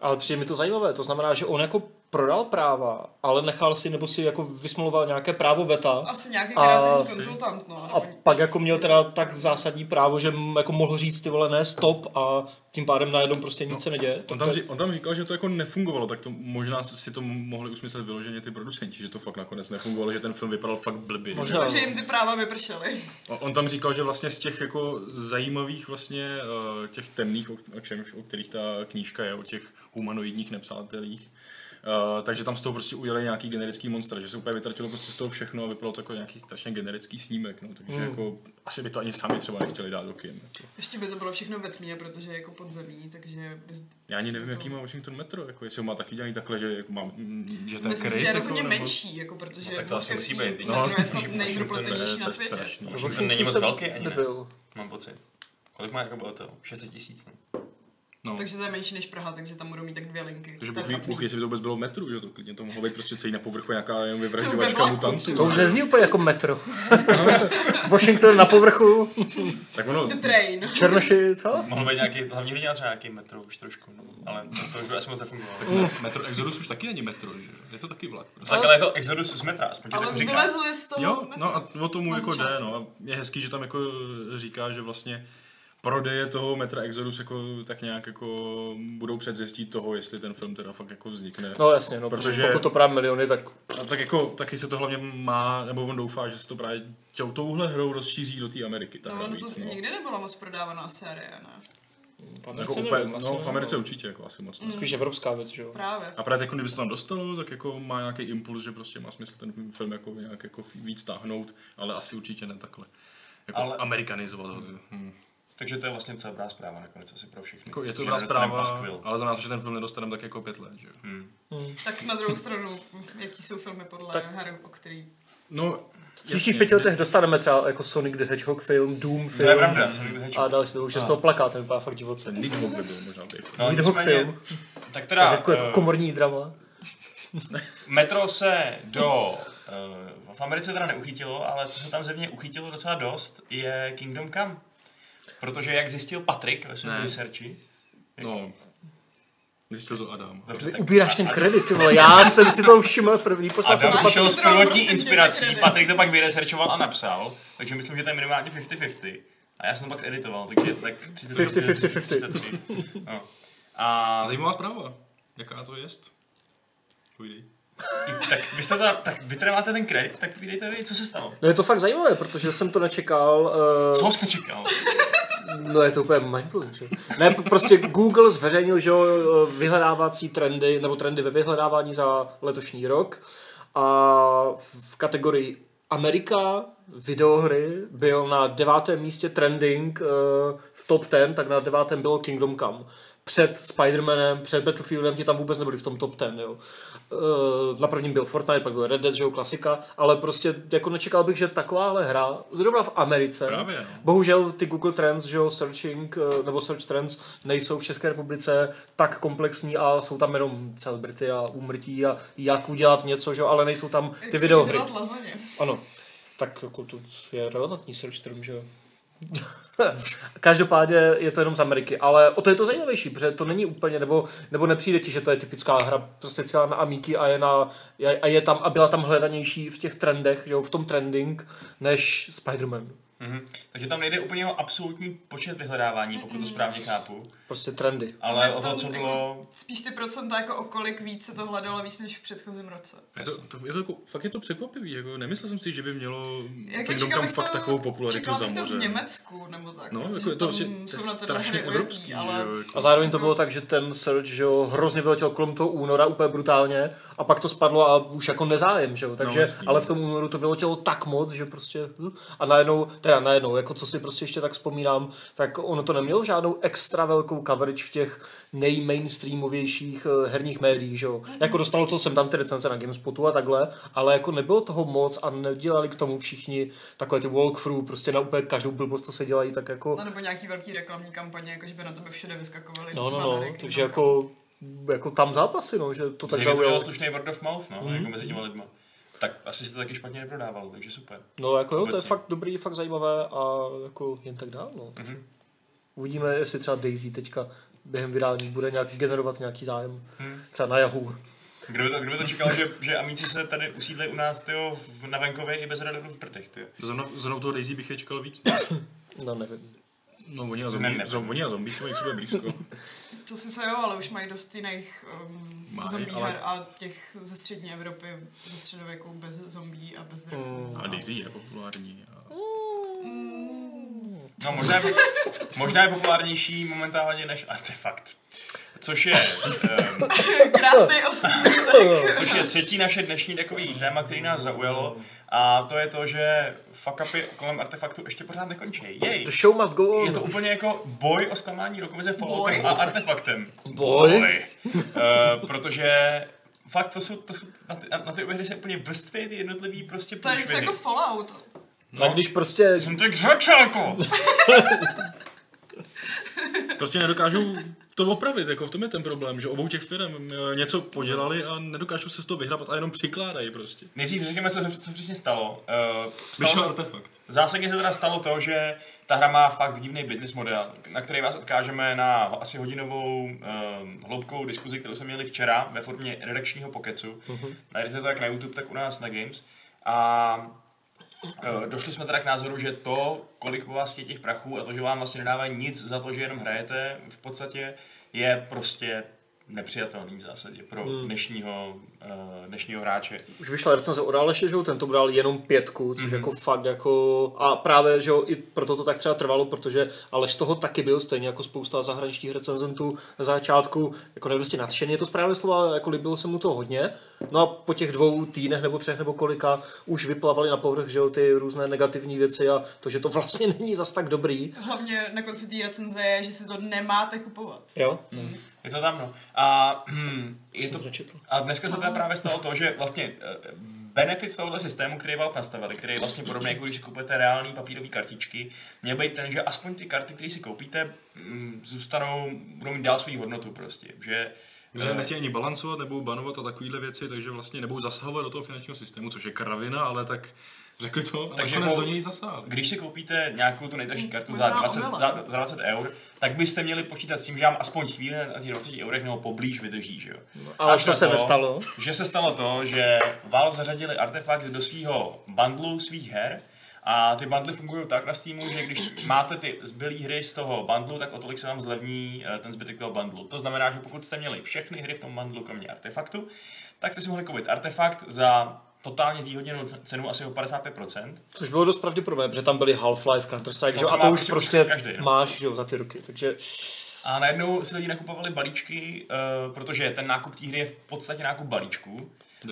[SPEAKER 2] Ale přijde mi to zajímavé, to znamená, že on jako prodal práva, ale nechal si nebo si jako vysmlouval nějaké právo veta
[SPEAKER 4] Asi nějaký
[SPEAKER 2] A
[SPEAKER 4] kreativní
[SPEAKER 2] asi.
[SPEAKER 4] konzultant, no.
[SPEAKER 2] a
[SPEAKER 4] nebo-
[SPEAKER 2] pak jako měl teda tak zásadní právo, že m- jako mohl říct ty vole ne stop a tím pádem najednou prostě
[SPEAKER 1] No,
[SPEAKER 2] nic se neděje.
[SPEAKER 3] on, tam, ři- on tam říkal, že to jako nefungovalo, tak to možná si to mohli usmyslet vyloženě ty producenti, že to fakt nakonec nefungovalo, že ten film vypadal fakt blbě.
[SPEAKER 2] Možná.
[SPEAKER 3] že-
[SPEAKER 4] Protože jim ty práva vypršely.
[SPEAKER 3] On, on tam říkal, že vlastně z těch jako zajímavých vlastně eh, těch temných, o, o, čem, o kterých ta knížka je, o těch humanoidních nepřátelích, eh, takže tam z toho prostě udělali nějaký generický monstra, že se úplně vytratilo prostě z toho všechno a vypadalo to jako nějaký strašně generický snímek, no, takže
[SPEAKER 4] Hmm.
[SPEAKER 3] mm. jako asi by to ani sami třeba nechtěli dát do kin. Jako.
[SPEAKER 4] Ještě by to bylo všechno ve tmě, protože je jako podzemí, takže bys...
[SPEAKER 3] Já ani nevím, jaký má Washington metro, jako jestli ho má taky dělaný takhle, že jako má, mm, že ten
[SPEAKER 4] Myslím si,
[SPEAKER 3] kryt,
[SPEAKER 4] že je
[SPEAKER 3] jako,
[SPEAKER 4] rozhodně
[SPEAKER 3] nebo-
[SPEAKER 4] menší, jako protože
[SPEAKER 1] No tak to asi musí být,
[SPEAKER 4] no,
[SPEAKER 3] No,
[SPEAKER 4] je snad
[SPEAKER 3] [laughs] Washington
[SPEAKER 4] nejdruplatenější
[SPEAKER 3] je-
[SPEAKER 4] na
[SPEAKER 3] to je
[SPEAKER 4] světě. No.
[SPEAKER 3] strašný.
[SPEAKER 1] Washington není moc
[SPEAKER 2] jsem
[SPEAKER 1] velký ani, ne?
[SPEAKER 2] Nebyl.
[SPEAKER 1] Mám pocit. Kolik má jako bylo to? 600 tisíc, no.
[SPEAKER 3] No.
[SPEAKER 4] Takže to je menší než Praha, takže tam budou mít tak dvě linky.
[SPEAKER 3] Takže
[SPEAKER 4] To je
[SPEAKER 3] Bůh ví,
[SPEAKER 4] trapný.
[SPEAKER 3] Bůh ví, jestli by to vůbec bylo v metru, že jo, to klidně to mohlo být prostě celý na povrchu nějaká jenom
[SPEAKER 4] Ve
[SPEAKER 3] vyvražďovačka
[SPEAKER 4] vlaku.
[SPEAKER 3] mutantů.
[SPEAKER 2] To už nezní úplně jako metro. [laughs] Washington na povrchu,
[SPEAKER 3] Tak ono,
[SPEAKER 4] The train.
[SPEAKER 2] Černoši, co?
[SPEAKER 1] Mohl být nějaký, hlavně lidi třeba nějaký metro už trošku, no. ale to už by asi moc nefungovalo.
[SPEAKER 3] metro Exodus už taky není metro, že jo? Je to taky vlak. Prostě.
[SPEAKER 1] Tak ale je to Exodus z metra, aspoň ti
[SPEAKER 4] Ale
[SPEAKER 1] tak říká.
[SPEAKER 4] vylezli z toho
[SPEAKER 3] Jo,
[SPEAKER 4] metra.
[SPEAKER 3] no a o tomu
[SPEAKER 4] Na
[SPEAKER 3] jako jde,
[SPEAKER 4] začátku.
[SPEAKER 3] no. A je hezký, že tam jako říká, že vlastně prodeje toho metra Exodus jako tak nějak jako budou předzvěstí toho, jestli ten film teda fakt jako vznikne.
[SPEAKER 2] No jasně, no, protože
[SPEAKER 3] Protože-
[SPEAKER 2] pokud to právě miliony, tak
[SPEAKER 3] A tak jako taky se to hlavně má, nebo on doufá, že se to právě tě, touhle hrou rozšíří do té Ameriky. Tak
[SPEAKER 4] No, ono to
[SPEAKER 3] navíc, no.
[SPEAKER 4] nikdy nebyla moc prodávaná série, ne?
[SPEAKER 2] v
[SPEAKER 3] Jako
[SPEAKER 2] Americe
[SPEAKER 3] úplně,
[SPEAKER 2] nevím,
[SPEAKER 1] vlastně
[SPEAKER 3] no, v Americe určitě jako asi moc. ne.
[SPEAKER 2] Spíš evropská věc, že jo?
[SPEAKER 4] Právě.
[SPEAKER 3] A právě jako kdyby se tam dostalo, tak jako má nějaký impuls, že prostě má smysl ten film jako nějak jako víc táhnout, ale asi určitě ne takhle. Jako ale...
[SPEAKER 1] Ale-
[SPEAKER 3] amerikanizovat ho. Hmm.
[SPEAKER 1] Takže to je vlastně celá dobrá zpráva nakonec asi pro všechny.
[SPEAKER 3] Jako je to
[SPEAKER 1] Že prostě
[SPEAKER 3] dobrá
[SPEAKER 1] nedostaneme
[SPEAKER 3] zpráva,
[SPEAKER 1] paskvil.
[SPEAKER 3] ale znamená to, že ten film nedostaneme tak jako pět let, že jo.
[SPEAKER 4] Tak na druhou stranu, jaký jsou filmy podle
[SPEAKER 2] Tak-
[SPEAKER 4] tak... her, o který...
[SPEAKER 3] No,
[SPEAKER 2] V příštích pěti letech dostaneme třeba jako Sonic the Hedgehog film, Doom
[SPEAKER 1] To je
[SPEAKER 2] film
[SPEAKER 1] pravda, jsem Hedgehog.
[SPEAKER 2] a další, to už je z toho plakát, ten vypadá fakt divoce.
[SPEAKER 3] Ten Nidhogg by byl možná být.
[SPEAKER 1] No,
[SPEAKER 2] Hedgehog
[SPEAKER 1] nicméně,
[SPEAKER 2] film,
[SPEAKER 1] Tak
[SPEAKER 2] tak
[SPEAKER 1] teda,
[SPEAKER 2] jako, jako
[SPEAKER 1] eh,
[SPEAKER 2] komorní drama.
[SPEAKER 1] Metro se do... eh, V Americe teda neuchytilo, ale co se tam země uchytilo docela dost, je Kingdom Come. Protože jak zjistil Patrik ve svém
[SPEAKER 3] Ne.
[SPEAKER 1] researchi,
[SPEAKER 3] No, zjistil to Adam.
[SPEAKER 1] dobře,
[SPEAKER 2] Ty
[SPEAKER 1] tak-
[SPEAKER 2] ubíráš ten
[SPEAKER 1] Ad-
[SPEAKER 2] kredit, ty vole, já jsem si to všiml první, poslal jsem to
[SPEAKER 1] Adam
[SPEAKER 4] Patrik.
[SPEAKER 1] šel s
[SPEAKER 4] Patrik,
[SPEAKER 1] původní
[SPEAKER 4] prosím tě,
[SPEAKER 1] inspirací,
[SPEAKER 4] kredit.
[SPEAKER 1] Patrik to pak vyresearchoval a napsal, takže myslím, že to je minimálně 50-50. A já jsem to pak zeditoval, takže tak
[SPEAKER 2] 50-50-50.
[SPEAKER 1] 33. No. A
[SPEAKER 3] Zajímavá zpráva. Jaká to jest? Půjdej.
[SPEAKER 1] Tak vy, jste ta, tak vy teda máte ten kredit, tak povídejte vy, co se stalo.
[SPEAKER 2] No je to fakt zajímavé, protože jsem to nečekal. eh,
[SPEAKER 1] Co jste čekal?
[SPEAKER 2] No je to úplně mindblowing, že? Ne, p- prostě Google zveřejnil, že jo, vyhledávací trendy, nebo trendy ve vyhledávání za letošní rok a v kategorii Amerika, videohry, byl na devátém místě trending eh, v top 10, tak na devátém bylo Kingdom Come. Před Spider-Manem, před Battlefieldem ti tam vůbec nebyli v tom top 10, jo. Eh, Na prvním byl Fortnite, pak byl Red Dead, že jo, klasika, ale prostě jako nečekal bych, že takováhle hra, zrovna v Americe,
[SPEAKER 3] Právě, no.
[SPEAKER 2] Bohužel ty Google Trends, že jo, searching, eh, nebo search trends nejsou v České republice tak komplexní a jsou tam jenom celebrity a úmrtí a jak udělat něco, že jo, ale nejsou tam ty videohry.
[SPEAKER 4] Jak si lasagne.
[SPEAKER 2] Ano. Tak jako to je relevantní search term, že jo. [laughs] Každopádně je to jenom z Ameriky, ale o to je to zajímavější, protože to není úplně, nebo, nebo nepřijde ti, že to je typická hra prostě celá na Amíky a je, na, je- a je tam a byla tam hledanější v těch trendech, že jo, v tom trending, než Spider-Man.
[SPEAKER 1] Mhm. Takže tam nejde úplně o absolutní počet vyhledávání, pokud to správně chápu,
[SPEAKER 2] Prostě trendy.
[SPEAKER 1] ale
[SPEAKER 4] To-
[SPEAKER 1] o to,
[SPEAKER 4] to-
[SPEAKER 1] co
[SPEAKER 4] jako-
[SPEAKER 1] bylo...
[SPEAKER 4] Spíš ty procenta, jako o kolik víc se to hledalo víc než v předchozím roce.
[SPEAKER 3] Je to, to, je to jako, fakt je to překvapivý, jako nemyslel jsem si, že by mělo
[SPEAKER 4] Jak
[SPEAKER 3] Kingdom Come fakt takovou popularitu
[SPEAKER 4] čekala
[SPEAKER 3] za
[SPEAKER 4] bych to v
[SPEAKER 3] moře.
[SPEAKER 4] Německu, nebo tak.
[SPEAKER 3] No,
[SPEAKER 4] protože
[SPEAKER 3] jako je to,
[SPEAKER 4] tam
[SPEAKER 3] prostě- to
[SPEAKER 4] jsou na
[SPEAKER 3] je
[SPEAKER 4] to
[SPEAKER 3] strašně
[SPEAKER 4] hry ujetý,
[SPEAKER 3] evropský,
[SPEAKER 4] ale...
[SPEAKER 3] že jo, jako.
[SPEAKER 2] A zároveň to bylo tak, že ten search že jo, hrozně vyletěl kolem toho února úplně brutálně a pak to spadlo a už jako nezájem, že jo. Takže,
[SPEAKER 3] jasný.
[SPEAKER 2] no, ale v tom únoru to vyletělo tak moc, že prostě hm. a najednou, teda najednou, jako co si prostě ještě tak vzpomínám, tak ono to nemělo žádnou extra velkou coverage v těch nejmainstreamovějších eh, herních médiích, že jo. Jako dostalo to sem tam ty recenze na GameSpotu a takhle, ale jako nebylo toho moc a nedělali k tomu všichni takové ty walkthrough, prostě na úplně každou blbost, co se dělají, tak jako...
[SPEAKER 4] A No, nebo nějaký velký reklamní kampaně, jakože by na tebe všude vyskakovaly.
[SPEAKER 2] No, no, no,
[SPEAKER 4] bannery Kingdom
[SPEAKER 2] takže
[SPEAKER 4] Come.
[SPEAKER 2] jako, jako tam zápasy, no, že to tak
[SPEAKER 1] Tak to bylo
[SPEAKER 2] zaujalo.
[SPEAKER 1] slušný word of mouth, no, jako mezi těma lidma. Tak asi se to taky špatně neprodávalo, takže super.
[SPEAKER 2] No, jako jo, to je
[SPEAKER 1] obecně.
[SPEAKER 2] fakt dobrý, fakt zajímavé a jako jen tak dál, no. Takže
[SPEAKER 1] Mhm.
[SPEAKER 2] uvidíme, jestli třeba Daisy teďka během vydání bude nějak generovat nějaký zájem,
[SPEAKER 1] Mhm.
[SPEAKER 2] třeba na Yahoo.
[SPEAKER 1] Kdo by to, kdo by to čekal, že, že amíci se tady usídli u nás, tyjo, v- na venkově i bez radoru v prdech, tyjo.
[SPEAKER 3] Zrovna, zrovna toho Daisy bych je čekal víc.
[SPEAKER 2] No, nevím.
[SPEAKER 3] No, oni a
[SPEAKER 1] zombie-
[SPEAKER 3] zombie,
[SPEAKER 1] zo-
[SPEAKER 3] oni a zombie jsou jak sebe blízko.
[SPEAKER 4] To si se jo, ale už mají dost jiných um,
[SPEAKER 3] Mají,
[SPEAKER 4] zombie
[SPEAKER 3] ale-
[SPEAKER 4] her a těch ze střední Evropy, ze středověku bez zombí a bez draků.
[SPEAKER 3] A Daisy je populární. A...
[SPEAKER 4] Mm.
[SPEAKER 1] No, možná je, možná je populárnější momentálně než artefakt. Což je, ehm,
[SPEAKER 4] [laughs] Krásný oslý
[SPEAKER 1] což je třetí naše dnešní takový téma, který nás zaujalo. A to je to, že fuck upy kolem artefaktu ještě pořád nekončí. Jej!
[SPEAKER 2] The show must go on.
[SPEAKER 1] Je to úplně jako boj o zklamání roku mezi Falloutem a artefaktem.
[SPEAKER 2] Boj.
[SPEAKER 1] Uh, protože fakt to jsou, to jsou na, ty, na ty obě hry se úplně vrství ty jednotlivý prostě
[SPEAKER 4] To je něco
[SPEAKER 1] průšvihy.
[SPEAKER 4] jako Fallout.
[SPEAKER 2] A když prostě
[SPEAKER 1] Jsem tak začálko!
[SPEAKER 3] Prostě nedokážou to opravit, jako v tom je ten problém, že obou těch firm eh, něco podělali a nedokážou se z toho vyhrabat a jenom přikládají prostě.
[SPEAKER 1] Nejdřív řekněme, co, co přesně stalo. Uh,
[SPEAKER 3] Vyšel
[SPEAKER 1] stalo
[SPEAKER 3] artefakt.
[SPEAKER 1] zásadně se teda stalo to, že ta hra má fakt divný business model, na který vás odkážeme na ho- asi hodinovou um, hloubkou diskuzi, kterou jsme měli včera ve formě redakčního pokecu. Uh-huh. Najdete to jak na YouTube, tak u nás na Games. A Eh, Došli jsme teda k názoru, že to, kolik po vás je těch prachů a to, že vám vlastně nedávají nic za to, že jenom hrajete, v podstatě je prostě nepřijatelný v zásadě pro dnešního, eh, dnešního hráče.
[SPEAKER 2] už vyšla recenze o Ráleše, že jo, ten to bral jenom pětku,
[SPEAKER 1] Mhm.
[SPEAKER 2] což mm-hmm. jako fakt jako, a právě, že jo, i proto to tak třeba trvalo, protože Aleš z toho taky byl, stejně jako spousta zahraničních recenzentů na začátku, jako nevím, si nadšený je to správné slovo, ale jako líbilo se mu to hodně. No a po těch dvou týdnech nebo třech nebo kolika už vyplavaly na povrch, že jo, ty různé negativní věci a to, že to vlastně [laughs] není zas tak dobrý.
[SPEAKER 4] Hlavně na konci té recenze je, že si to nemáte kupovat.
[SPEAKER 2] Jo?
[SPEAKER 1] Je to tam, no. A, hm, je
[SPEAKER 2] Jsem
[SPEAKER 1] to,
[SPEAKER 2] to nečetl.
[SPEAKER 1] a dneska se teda právě stalo to, že vlastně eh, benefit tohoto systému, který Valve nastavili, který je vlastně podobný, jako když si kupujete reální papírové kartičky, měl být ten, že aspoň ty karty, které si koupíte, hm, zůstanou, budou mít dál svou hodnotu prostě. Že
[SPEAKER 3] Že
[SPEAKER 1] eh,
[SPEAKER 3] nechtějí ani balancovat, nebo banovat a takovéhle věci, takže vlastně nebo zasahovat do toho finančního systému, což je kravina, ale tak řekli to
[SPEAKER 1] Takže
[SPEAKER 3] a takže nakonec
[SPEAKER 1] jako-
[SPEAKER 3] do něj zasáhli.
[SPEAKER 1] Když si koupíte nějakou tu nejdražší kartu za
[SPEAKER 4] Možná
[SPEAKER 1] 20,
[SPEAKER 4] omylem.
[SPEAKER 1] za, za 20 eur, tak byste měli počítat s tím, že vám aspoň chvíli na těch 20 eurech nebo poblíž vydrží, že jo?
[SPEAKER 2] No, ale
[SPEAKER 1] Až
[SPEAKER 2] co
[SPEAKER 1] na
[SPEAKER 2] se
[SPEAKER 1] to,
[SPEAKER 2] nestalo?
[SPEAKER 1] Že se stalo to, že Valve zařadili artefakt do svého bundlu svých her A ty bundly fungují tak na Steamu, že když máte ty zbylé hry z toho bundlu, tak o tolik se vám zlevní eh, ten zbytek toho bundlu. To znamená, že pokud jste měli všechny hry v tom bundlu, kromě artefaktu, tak jste si mohli koupit artefakt za totálně výhodněnou cenu asi o 55%.
[SPEAKER 2] Což bylo dost pravděpodobné, protože tam byly Half-Life, Counter-Strike, že? jo,
[SPEAKER 1] co
[SPEAKER 2] a
[SPEAKER 1] má
[SPEAKER 2] to už
[SPEAKER 1] prostě
[SPEAKER 2] prostě
[SPEAKER 1] každý, no.
[SPEAKER 2] máš že? jo, za ty roky. Takže
[SPEAKER 1] A najednou si lidi nakupovali balíčky, eh, protože ten nákup té hry je v podstatě nákup balíčků.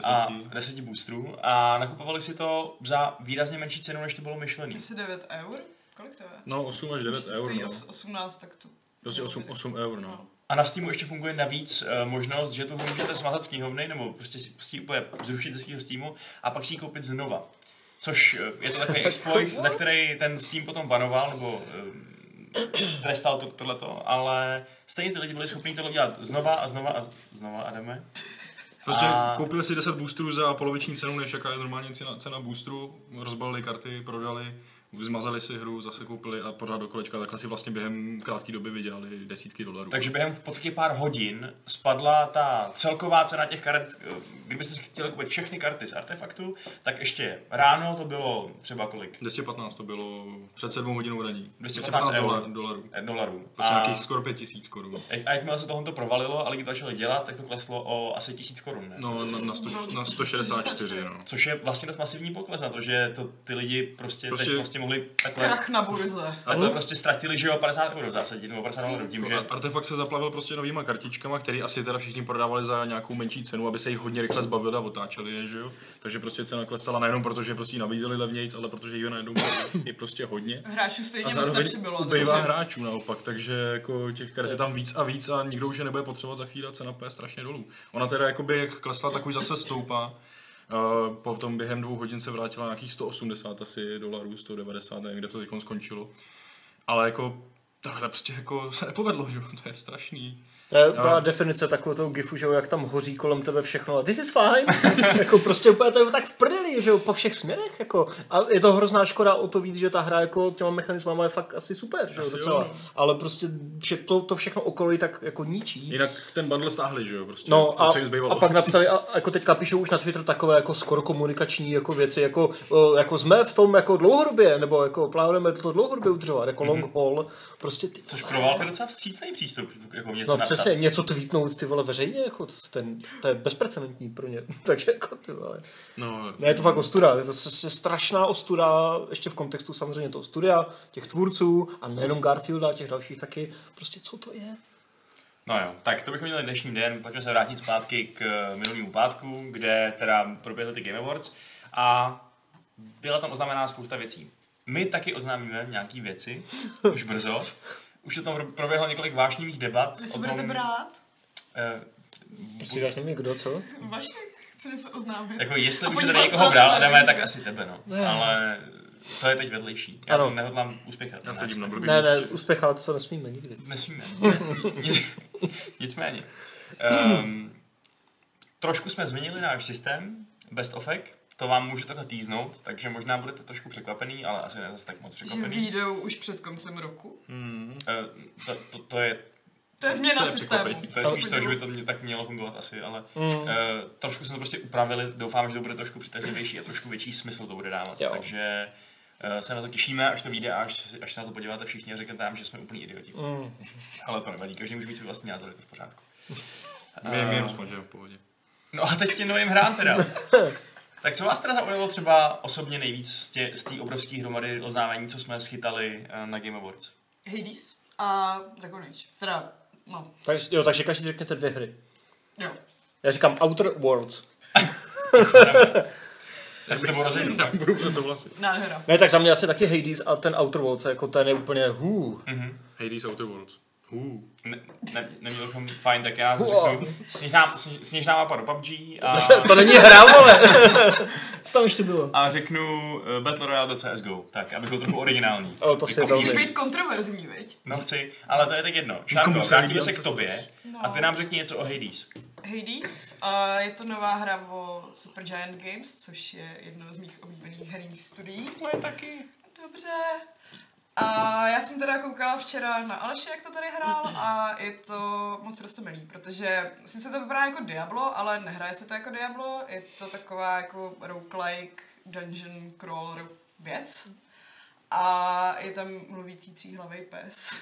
[SPEAKER 1] A
[SPEAKER 3] Deseti.
[SPEAKER 1] deseti boostrů a nakupovali si to za výrazně menší cenu, než to bylo myšlené.
[SPEAKER 4] Asi 9 eur? Kolik to je?
[SPEAKER 3] No 8 až 9
[SPEAKER 4] Když to
[SPEAKER 3] eur,
[SPEAKER 4] stojí
[SPEAKER 3] no.
[SPEAKER 4] os- 18, tak to...
[SPEAKER 3] Prostě 8, 8 eur, no.
[SPEAKER 1] A na Steamu ještě funguje navíc e, možnost, že tu hru můžete smazat z knihovny, nebo prostě si prostě úplně zrušit ze svého Steamu a pak si ji koupit znova. Což e, je to takový exploit, za který ten Steam potom banoval, nebo e, trestal to, tohleto, ale stejně ty lidi byli schopni tohle dělat znova a znova a z- znova, Adame.
[SPEAKER 3] Prostě
[SPEAKER 1] A-
[SPEAKER 3] a... koupili si 10 boostrů za poloviční cenu, než jaká je normální cena, cena boostrů, rozbalili karty, prodali, zmazali si hru, zase koupili a pořád do kolečka, takhle si vlastně během krátké doby vydělali desítky dolarů.
[SPEAKER 1] Takže během v podstatě pár hodin spadla ta celková cena těch karet. eh, Kdybyste si chtěli koupit všechny karty z artefaktu, tak ještě ráno to bylo třeba kolik?
[SPEAKER 3] 215 to bylo před 7 hodinou raní.
[SPEAKER 1] 215
[SPEAKER 3] dolar-
[SPEAKER 1] eur.
[SPEAKER 3] dolarů.
[SPEAKER 1] eh, dolarů.
[SPEAKER 3] Prostě nějakých skoro 5000 korun.
[SPEAKER 1] A jakmile se tohoto provalilo a lidi to začali dělat, tak to kleslo o asi tisíc korun, ne?
[SPEAKER 3] No, na, na, sto, na 164, no.
[SPEAKER 1] Což je vlastně dost masivní pokles na to, že to ty lidi prostě, prostě... teď
[SPEAKER 3] Prostě-
[SPEAKER 1] vlastně mohli takhle...
[SPEAKER 4] Krach na burze.
[SPEAKER 1] A to prostě ztratili, že jo, 50 euro v zásadě, nebo 50 euro tím, že...
[SPEAKER 3] Jako A- Artefakt se zaplavil prostě novýma kartičkama, které asi teda všichni prodávali za nějakou menší cenu, aby se jich hodně rychle zbavili a otáčeli je, že jo? Takže prostě cena klesala nejenom proto, že prostě ji nabízeli levnějc, ale protože jich najednou bylo i prostě hodně.
[SPEAKER 4] Hráčů
[SPEAKER 3] A
[SPEAKER 4] stejně moc
[SPEAKER 3] zároveň
[SPEAKER 4] nepřibylo.
[SPEAKER 3] ubývá
[SPEAKER 4] takže-
[SPEAKER 3] hráčů naopak, takže jako těch karet je tam víc a víc a nikdo už je nebude potřebovat za chvíli a cena půjde strašně dolů. Ona teda jakoby jak klesla, tak už zase stoupá. Uh, potom během dvou hodin se vrátila nějakých 180 asi dolarů, 190, nevím, kde to teď skončilo. Ale jako tohle prostě jako [laughs] se nepovedlo, že jo, to je strašný.
[SPEAKER 2] to je no. definice takového toho gifu, že jo, jak tam hoří kolem tebe všechno. A this is fine. [laughs] jako prostě úplně to je tak v prdeli, že jo, po všech směrech. Jako. A je to hrozná škoda o to víc, že ta hra jako těma mechanismama je fakt asi super, že jo,
[SPEAKER 3] Asi jo,
[SPEAKER 2] docela.
[SPEAKER 3] no.
[SPEAKER 2] Ale prostě, že to, to všechno okolí tak jako ničí.
[SPEAKER 3] Jinak ten bundle stáhli, že jo, prostě,
[SPEAKER 2] No
[SPEAKER 3] co,
[SPEAKER 2] a,
[SPEAKER 3] co jim zbývalo.
[SPEAKER 2] a pak napsali, a, jako teďka píšou už na Twitter takové jako skoro komunikační jako věci, jako, o, jako jsme v tom jako dlouhodobě, nebo jako plánujeme to dlouhodobě udržovat, jako
[SPEAKER 3] Mhm.
[SPEAKER 2] long haul, prostě ty,
[SPEAKER 1] Což pro Valve je docela vstřícný přístup, jako něco
[SPEAKER 2] no
[SPEAKER 1] napsat.
[SPEAKER 2] přesně, něco tweetnout ty vole veřejně, jako to, ten, to je bezprecedentní pro ně, [laughs] takže jako ty vole.
[SPEAKER 3] No,
[SPEAKER 2] Ne, je to fakt ostuda, je to s- s- strašná ostuda, ještě v kontextu samozřejmě toho studia, těch tvůrců a nejenom Garfielda, těch dalších taky, prostě co to je?
[SPEAKER 1] No jo, tak to bychom měli dnešní den, pojďme se vrátit zpátky k eh, minulému pátku, kde teda proběhly ty Game Awards a byla tam oznámená spousta věcí. My taky oznámíme nějaké věci, už brzo. Už o tom pro- proběhlo několik vášnivých debat.
[SPEAKER 4] Vy si
[SPEAKER 1] o
[SPEAKER 4] budete
[SPEAKER 1] tom,
[SPEAKER 4] brát?
[SPEAKER 1] eh,
[SPEAKER 2] Prostě dáš nevím kdo, co?
[SPEAKER 4] Vašek chce něco oznámit.
[SPEAKER 1] Jako jestli
[SPEAKER 4] A
[SPEAKER 1] bych si tady
[SPEAKER 4] podíval se
[SPEAKER 1] někoho
[SPEAKER 4] na
[SPEAKER 1] bral,
[SPEAKER 4] tebe,
[SPEAKER 1] Adame,
[SPEAKER 4] tak-
[SPEAKER 1] tak asi tebe, no. Ale to je teď vedlejší. Já
[SPEAKER 2] Ano.
[SPEAKER 1] to nehodlám uspěchat.
[SPEAKER 3] já sedím na blbý
[SPEAKER 2] Ne, ne,
[SPEAKER 3] místě.
[SPEAKER 2] uspěchat to nesmíme nikdy.
[SPEAKER 1] Nesmíme. Nic- [laughs] Nicméně. Um, trošku jsme změnili náš systém, best ofek, to vám můžu takhle týznout, takže možná budete trošku překvapený, ale asi ne zase tak moc
[SPEAKER 4] Že
[SPEAKER 1] překvapený.
[SPEAKER 4] výjdou už před koncem roku.
[SPEAKER 2] Hmm.
[SPEAKER 1] Eh, to, to, to, je,
[SPEAKER 4] To je změna
[SPEAKER 3] Hm. To Mm. je
[SPEAKER 4] systému.
[SPEAKER 3] překvapení.
[SPEAKER 1] to je spíš to, že by to mě, tak mělo fungovat asi, ale uh, trošku jsme to prostě upravili, doufám, že to bude trošku přitažlivější a trošku větší smysl to bude dávat,
[SPEAKER 2] Jo.
[SPEAKER 1] takže eh, se na to těšíme, až to vyjde a až, si- až se na to podíváte všichni a řeknete nám, že jsme úplní idioti.
[SPEAKER 3] Mm.
[SPEAKER 1] Ale to nevadí, každý může mít svůj vlastní názor, je to v pořádku. Eh,
[SPEAKER 3] My my jenom jsme, že jo, v pohodě.
[SPEAKER 1] No a teď těm novým hrám
[SPEAKER 3] [laughs]
[SPEAKER 1] teda. tak co vás teda zaujalo třeba osobně nejvíc z tě- z té obrovské hromady oznámení, co jsme schytali eh, na Game Awards?
[SPEAKER 4] Hades a Dragon Age. Teda, no,
[SPEAKER 2] Takže, jo, takže každý řeknete dvě hry.
[SPEAKER 4] jo.
[SPEAKER 2] Já říkám Outer Worlds.
[SPEAKER 1] Já se tebou rozjedu.
[SPEAKER 3] Já budu před souhlasit.
[SPEAKER 4] Nádhera.
[SPEAKER 2] Ne, tak za mě asi taky Hades a ten Outer Worlds, jako ten je úplně hů.
[SPEAKER 3] Hades Outer Worlds. Hů.
[SPEAKER 1] Ne, ne, neměl bychom fajn, tak já
[SPEAKER 2] Hua.
[SPEAKER 1] řeknu sněžná, sně- sněžná mapa do PUBG a,
[SPEAKER 2] [laughs] To není hra, [laughs] vole. Co tam ještě bylo?
[SPEAKER 1] a řeknu eh, Battle Royale do CSGO, tak abych byl trochu originální.
[SPEAKER 2] O, to si je
[SPEAKER 1] Jako-
[SPEAKER 4] Chceš
[SPEAKER 2] velmi-
[SPEAKER 4] být kontroverzní, viď?
[SPEAKER 1] No chci, ale to je tak jedno.
[SPEAKER 3] Nikomu
[SPEAKER 1] Šárko,
[SPEAKER 3] se
[SPEAKER 1] vrátíme
[SPEAKER 3] nelíbí
[SPEAKER 1] se k
[SPEAKER 3] Ancestors.
[SPEAKER 1] tobě a ty
[SPEAKER 4] No.
[SPEAKER 1] nám řekni něco o Hades.
[SPEAKER 4] Hades, a je to nová hra o Supergiant Games, což je jedno z mých oblíbených herních studií.
[SPEAKER 1] Moje taky.
[SPEAKER 4] Dobře. A já jsem teda koukala včera na Aleše, jak to tady hrál a je to moc roztomilý, protože sice to vypadá jako Diablo, ale nehraje se to jako Diablo, je to taková jako roguelike dungeon crawler věc. A je tam mluvící tříhlavý pes.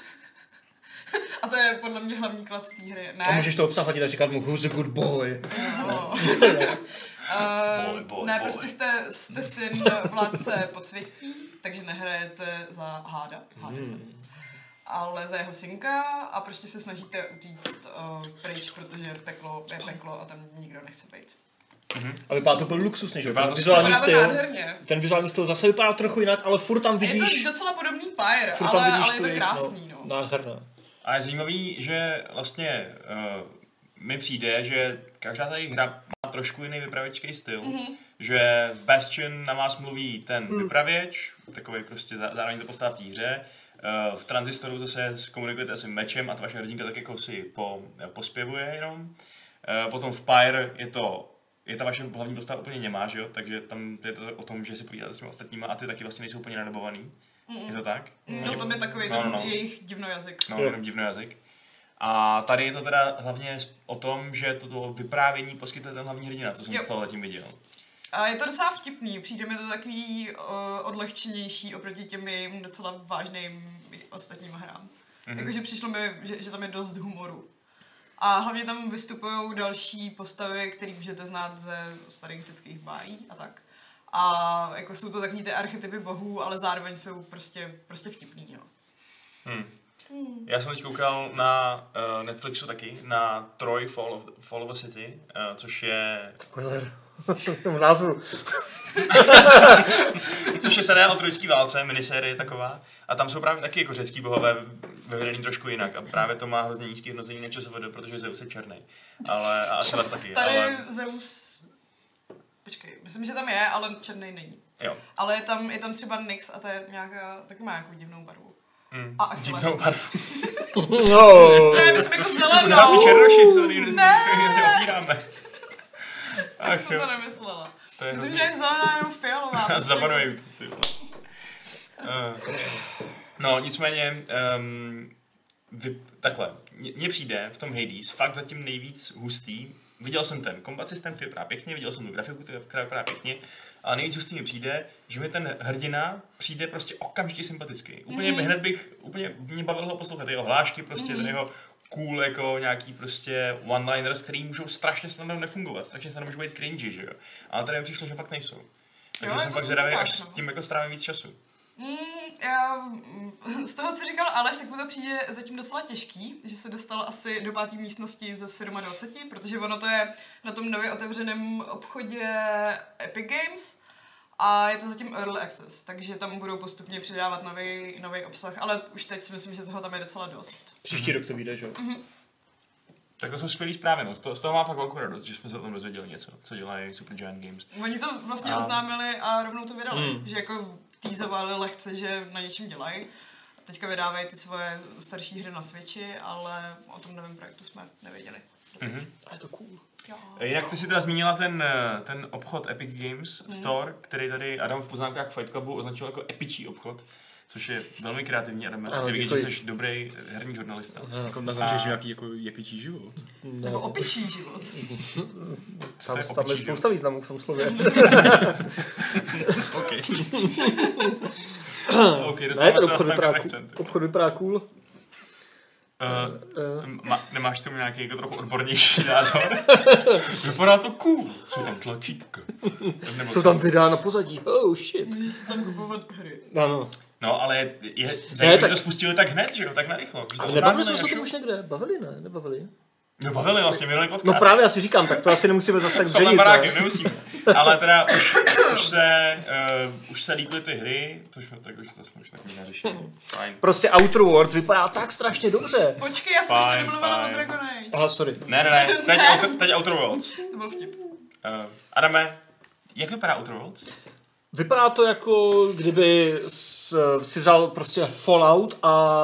[SPEAKER 4] [laughs] a to je podle mě hlavní klad té hry. Ne?
[SPEAKER 2] A můžeš to obsahovat a říkat mu, who's a good boy.
[SPEAKER 4] No.
[SPEAKER 1] Boj, boj,
[SPEAKER 4] ne,
[SPEAKER 1] boj.
[SPEAKER 4] prostě jste, jste syn vládce podsvětí, takže nehrajete za háda,
[SPEAKER 2] Hmm.
[SPEAKER 4] háda se. Ale za jeho synka a prostě se snažíte utíct uh, pryč, protože peklo je peklo a tam nikdo nechce být.
[SPEAKER 2] A vypadá to úplně luxusně, že jo?
[SPEAKER 1] Vypadá
[SPEAKER 2] Ten
[SPEAKER 1] to
[SPEAKER 2] vizuální
[SPEAKER 4] Právě
[SPEAKER 2] styl.
[SPEAKER 4] nádherně.
[SPEAKER 2] Ten vizuální styl zase vypadá trochu jinak, ale furt tam
[SPEAKER 4] Je
[SPEAKER 2] vidíš,
[SPEAKER 4] to docela podobný Pyre,
[SPEAKER 2] furt tam
[SPEAKER 4] ale,
[SPEAKER 2] vidíš
[SPEAKER 4] ale je
[SPEAKER 2] tu
[SPEAKER 4] to
[SPEAKER 2] jejich,
[SPEAKER 4] krásný, no.
[SPEAKER 2] Nádherná.
[SPEAKER 1] A je zajímavý, že vlastně uh, mi přijde, že každá ta jejich hra má trošku jiný vypravěčký styl. Mm-hmm. Že v Bastion na vás mluví ten mm. vypravěč, takový prostě zá- zároveň to postává v té hře. Eh, V Transistoru zase komunikujete asi mečem a ta vaše hrdinka tak jako si po, pospěvuje jenom. Eh, Potom v Pyre je to je ta vaše hlavní postava úplně němá, že jo? Takže tam je to o tom, že si povídáte s těmi ostatníma a ty taky vlastně nejsou úplně nadobovaný. Je to tak?
[SPEAKER 4] No to je takový
[SPEAKER 1] No,
[SPEAKER 4] ten
[SPEAKER 1] no, no.
[SPEAKER 4] jejich divnojazyk.
[SPEAKER 1] No,
[SPEAKER 2] Jo.
[SPEAKER 1] jenom divnojazyk. A tady je to teda hlavně o tom, že toto vyprávění poskytuje ten hlavní hrdina, co jsem
[SPEAKER 4] Jo.
[SPEAKER 1] z toho zatím viděl.
[SPEAKER 4] A je to docela vtipný, přijde mi to takový uh, odlehčenější oproti těm jejím docela vážným ostatním hrám. Mm-hmm. Jakože přišlo mi, že, že tam je dost humoru. A hlavně tam vystupují další postavy, které můžete znát ze starých řeckých bájí a tak. A jako jsou to takový ty archetypy bohů, ale zároveň jsou prostě, prostě vtipný, no.
[SPEAKER 1] Já jsem teď koukal na uh, Netflixu taky, na Troy Fall of, Fall of a City, uh, což
[SPEAKER 4] [laughs]
[SPEAKER 1] je
[SPEAKER 2] Spoiler. [laughs] v názvu.
[SPEAKER 1] což je seriál o trojský válce, minisérie taková. A tam jsou právě taky jako řecký bohové vyvedený trošku jinak. A právě to má hrozně nízký hodnocení na ČSVD, protože Zeus je černý. Ale a Asilat taky.
[SPEAKER 4] Tady
[SPEAKER 1] Ale,
[SPEAKER 4] Zeus... Počkej, myslím, že tam je, ale černý není.
[SPEAKER 1] jo.
[SPEAKER 4] Ale je tam, je tam třeba Nyx a ta je nějaká, taky má nějakou divnou barvu.
[SPEAKER 1] Mm.
[SPEAKER 4] A Achilles.
[SPEAKER 1] Divnou barvu.
[SPEAKER 2] No.
[SPEAKER 4] Právě myslím jako zelenou.
[SPEAKER 1] Hráci černoši, se tady
[SPEAKER 4] ne.
[SPEAKER 1] dneska opíráme.
[SPEAKER 4] Tak jsem
[SPEAKER 1] jo.
[SPEAKER 4] to nemyslela.
[SPEAKER 1] To je
[SPEAKER 4] Myslím,
[SPEAKER 1] hrozný.
[SPEAKER 4] že je zelená nebo
[SPEAKER 1] [laughs]
[SPEAKER 4] fialová.
[SPEAKER 1] A
[SPEAKER 4] prostě
[SPEAKER 1] zabanují
[SPEAKER 4] jako-
[SPEAKER 1] to, ty vole. Eh, No, nicméně, um, vy, takhle, mně mně přijde v tom Hades fakt zatím nejvíc hustý. Viděl jsem ten kombat systém, který vypadá pěkně, viděl jsem tu grafiku, která která vypadá pěkně, ale nejvíc hustý mi přijde, že mi ten hrdina přijde prostě okamžitě sympatický. Úplně
[SPEAKER 4] Mhm.
[SPEAKER 1] mm-hmm. hned bych, úplně mě bavilo ho poslouchat, jeho hlášky, prostě mm-hmm. ten jeho cool jako nějaký prostě one-liners, který můžou strašně snadno nefungovat, strašně snadno můžou být cringy, že jo. Ale tady mi přišlo, že fakt nejsou. Takže
[SPEAKER 4] je
[SPEAKER 1] jsem
[SPEAKER 4] to
[SPEAKER 1] pak zvědavý,
[SPEAKER 4] super
[SPEAKER 1] až s
[SPEAKER 4] fakt, no.
[SPEAKER 1] tím jako strávím víc času.
[SPEAKER 4] Mm, já, mm, z toho, co říkal Aleš, tak mu to přijde zatím docela těžký, že se dostal asi do páté místnosti ze 27, protože ono to je na tom nově otevřeném obchodě Epic Games a je to zatím Early Access, takže tam budou postupně přidávat nový, nový obsah, ale už teď si myslím, že toho tam je docela dost.
[SPEAKER 2] Příští rok to vyjde, že jo?
[SPEAKER 4] Mhm.
[SPEAKER 1] Tak to jsou skvělý zprávy, no. Z toho, z toho mám fakt velkou radost, že jsme se o tom dozvěděli něco, co dělají Supergiant Games.
[SPEAKER 4] Oni to vlastně
[SPEAKER 1] A-
[SPEAKER 4] a... oznámili a rovnou to vydali, mm. že jako týzovali lehce, že na něčem dělají. A Teďka vydávají ty svoje starší hry na Switchi, ale o tom novém projektu jsme nevěděli.
[SPEAKER 2] A je to cool.
[SPEAKER 1] E, Jinak ty si teda zmínila ten, eh, ten obchod Epic Games Store, který tady Adam v poznámkách Fight Clubu označil jako epičí obchod, což je velmi kreativní, Adam.
[SPEAKER 2] Ano,
[SPEAKER 1] Je vidět, že
[SPEAKER 2] děkuji.
[SPEAKER 1] jsi dobrý herní žurnalista.
[SPEAKER 3] Jako naznačuješ nějaký jako jepičí život.
[SPEAKER 4] No. Nebo opičí život.
[SPEAKER 1] Co to
[SPEAKER 2] Tam,
[SPEAKER 1] je
[SPEAKER 2] tam je
[SPEAKER 1] opičí
[SPEAKER 2] spousta významů v tom [laughs] slově.
[SPEAKER 1] OK. [laughs] OK,
[SPEAKER 2] ne,
[SPEAKER 1] dostáváme
[SPEAKER 2] ten
[SPEAKER 1] se na
[SPEAKER 2] obchod
[SPEAKER 1] stánka
[SPEAKER 2] vypadá, jako- cool.
[SPEAKER 1] akcent.
[SPEAKER 2] obchod vypadá cool.
[SPEAKER 1] Eh,
[SPEAKER 2] Eh,
[SPEAKER 1] Ma, nemáš k tomu nějaký jako trochu odbornější [laughs]
[SPEAKER 2] [laughs]
[SPEAKER 1] názor? Vypadá to cool. Jsou tam tlačítka. Nebo co?
[SPEAKER 2] jsou tam videa na pozadí. Oh shit.
[SPEAKER 4] Můžeš si tam kupovat hry.
[SPEAKER 2] Ano.
[SPEAKER 1] No, ale je, je zajímavé,
[SPEAKER 2] tak-
[SPEAKER 1] že to spustili tak hned, že jo, tak narychlo. Že to
[SPEAKER 2] Ale
[SPEAKER 1] oznámili
[SPEAKER 2] nebavili jsme se o
[SPEAKER 1] až
[SPEAKER 2] tom
[SPEAKER 1] jo.
[SPEAKER 2] už někde. Bavili, ne? Nebavili?
[SPEAKER 1] No, bavili vlastně minulý podcast.
[SPEAKER 2] No právě, no. asi říkám, tak [laughs] to asi nemusíme zase tak
[SPEAKER 1] S Tomem
[SPEAKER 2] zředit.
[SPEAKER 1] Barákem, nemusíme. Ale teda už, už se, uh, už se líbily ty hry, což jsme, tak už to jsme už takový neřešili. Fajn.
[SPEAKER 2] Prostě Outer Worlds vypadá tak strašně dobře.
[SPEAKER 4] Počkej, já jsem
[SPEAKER 1] Fajn,
[SPEAKER 4] ještě nemluvila o
[SPEAKER 1] fajn.
[SPEAKER 4] Dragon Age.
[SPEAKER 2] Aha, sorry.
[SPEAKER 1] Ne, ne, ne, teď, Outer- teď Outer Worlds. Uh,
[SPEAKER 4] To byl vtip.
[SPEAKER 1] Adame, jak vypadá Outer Worlds?
[SPEAKER 2] Vypadá to jako, kdyby s- si vzal prostě Fallout a,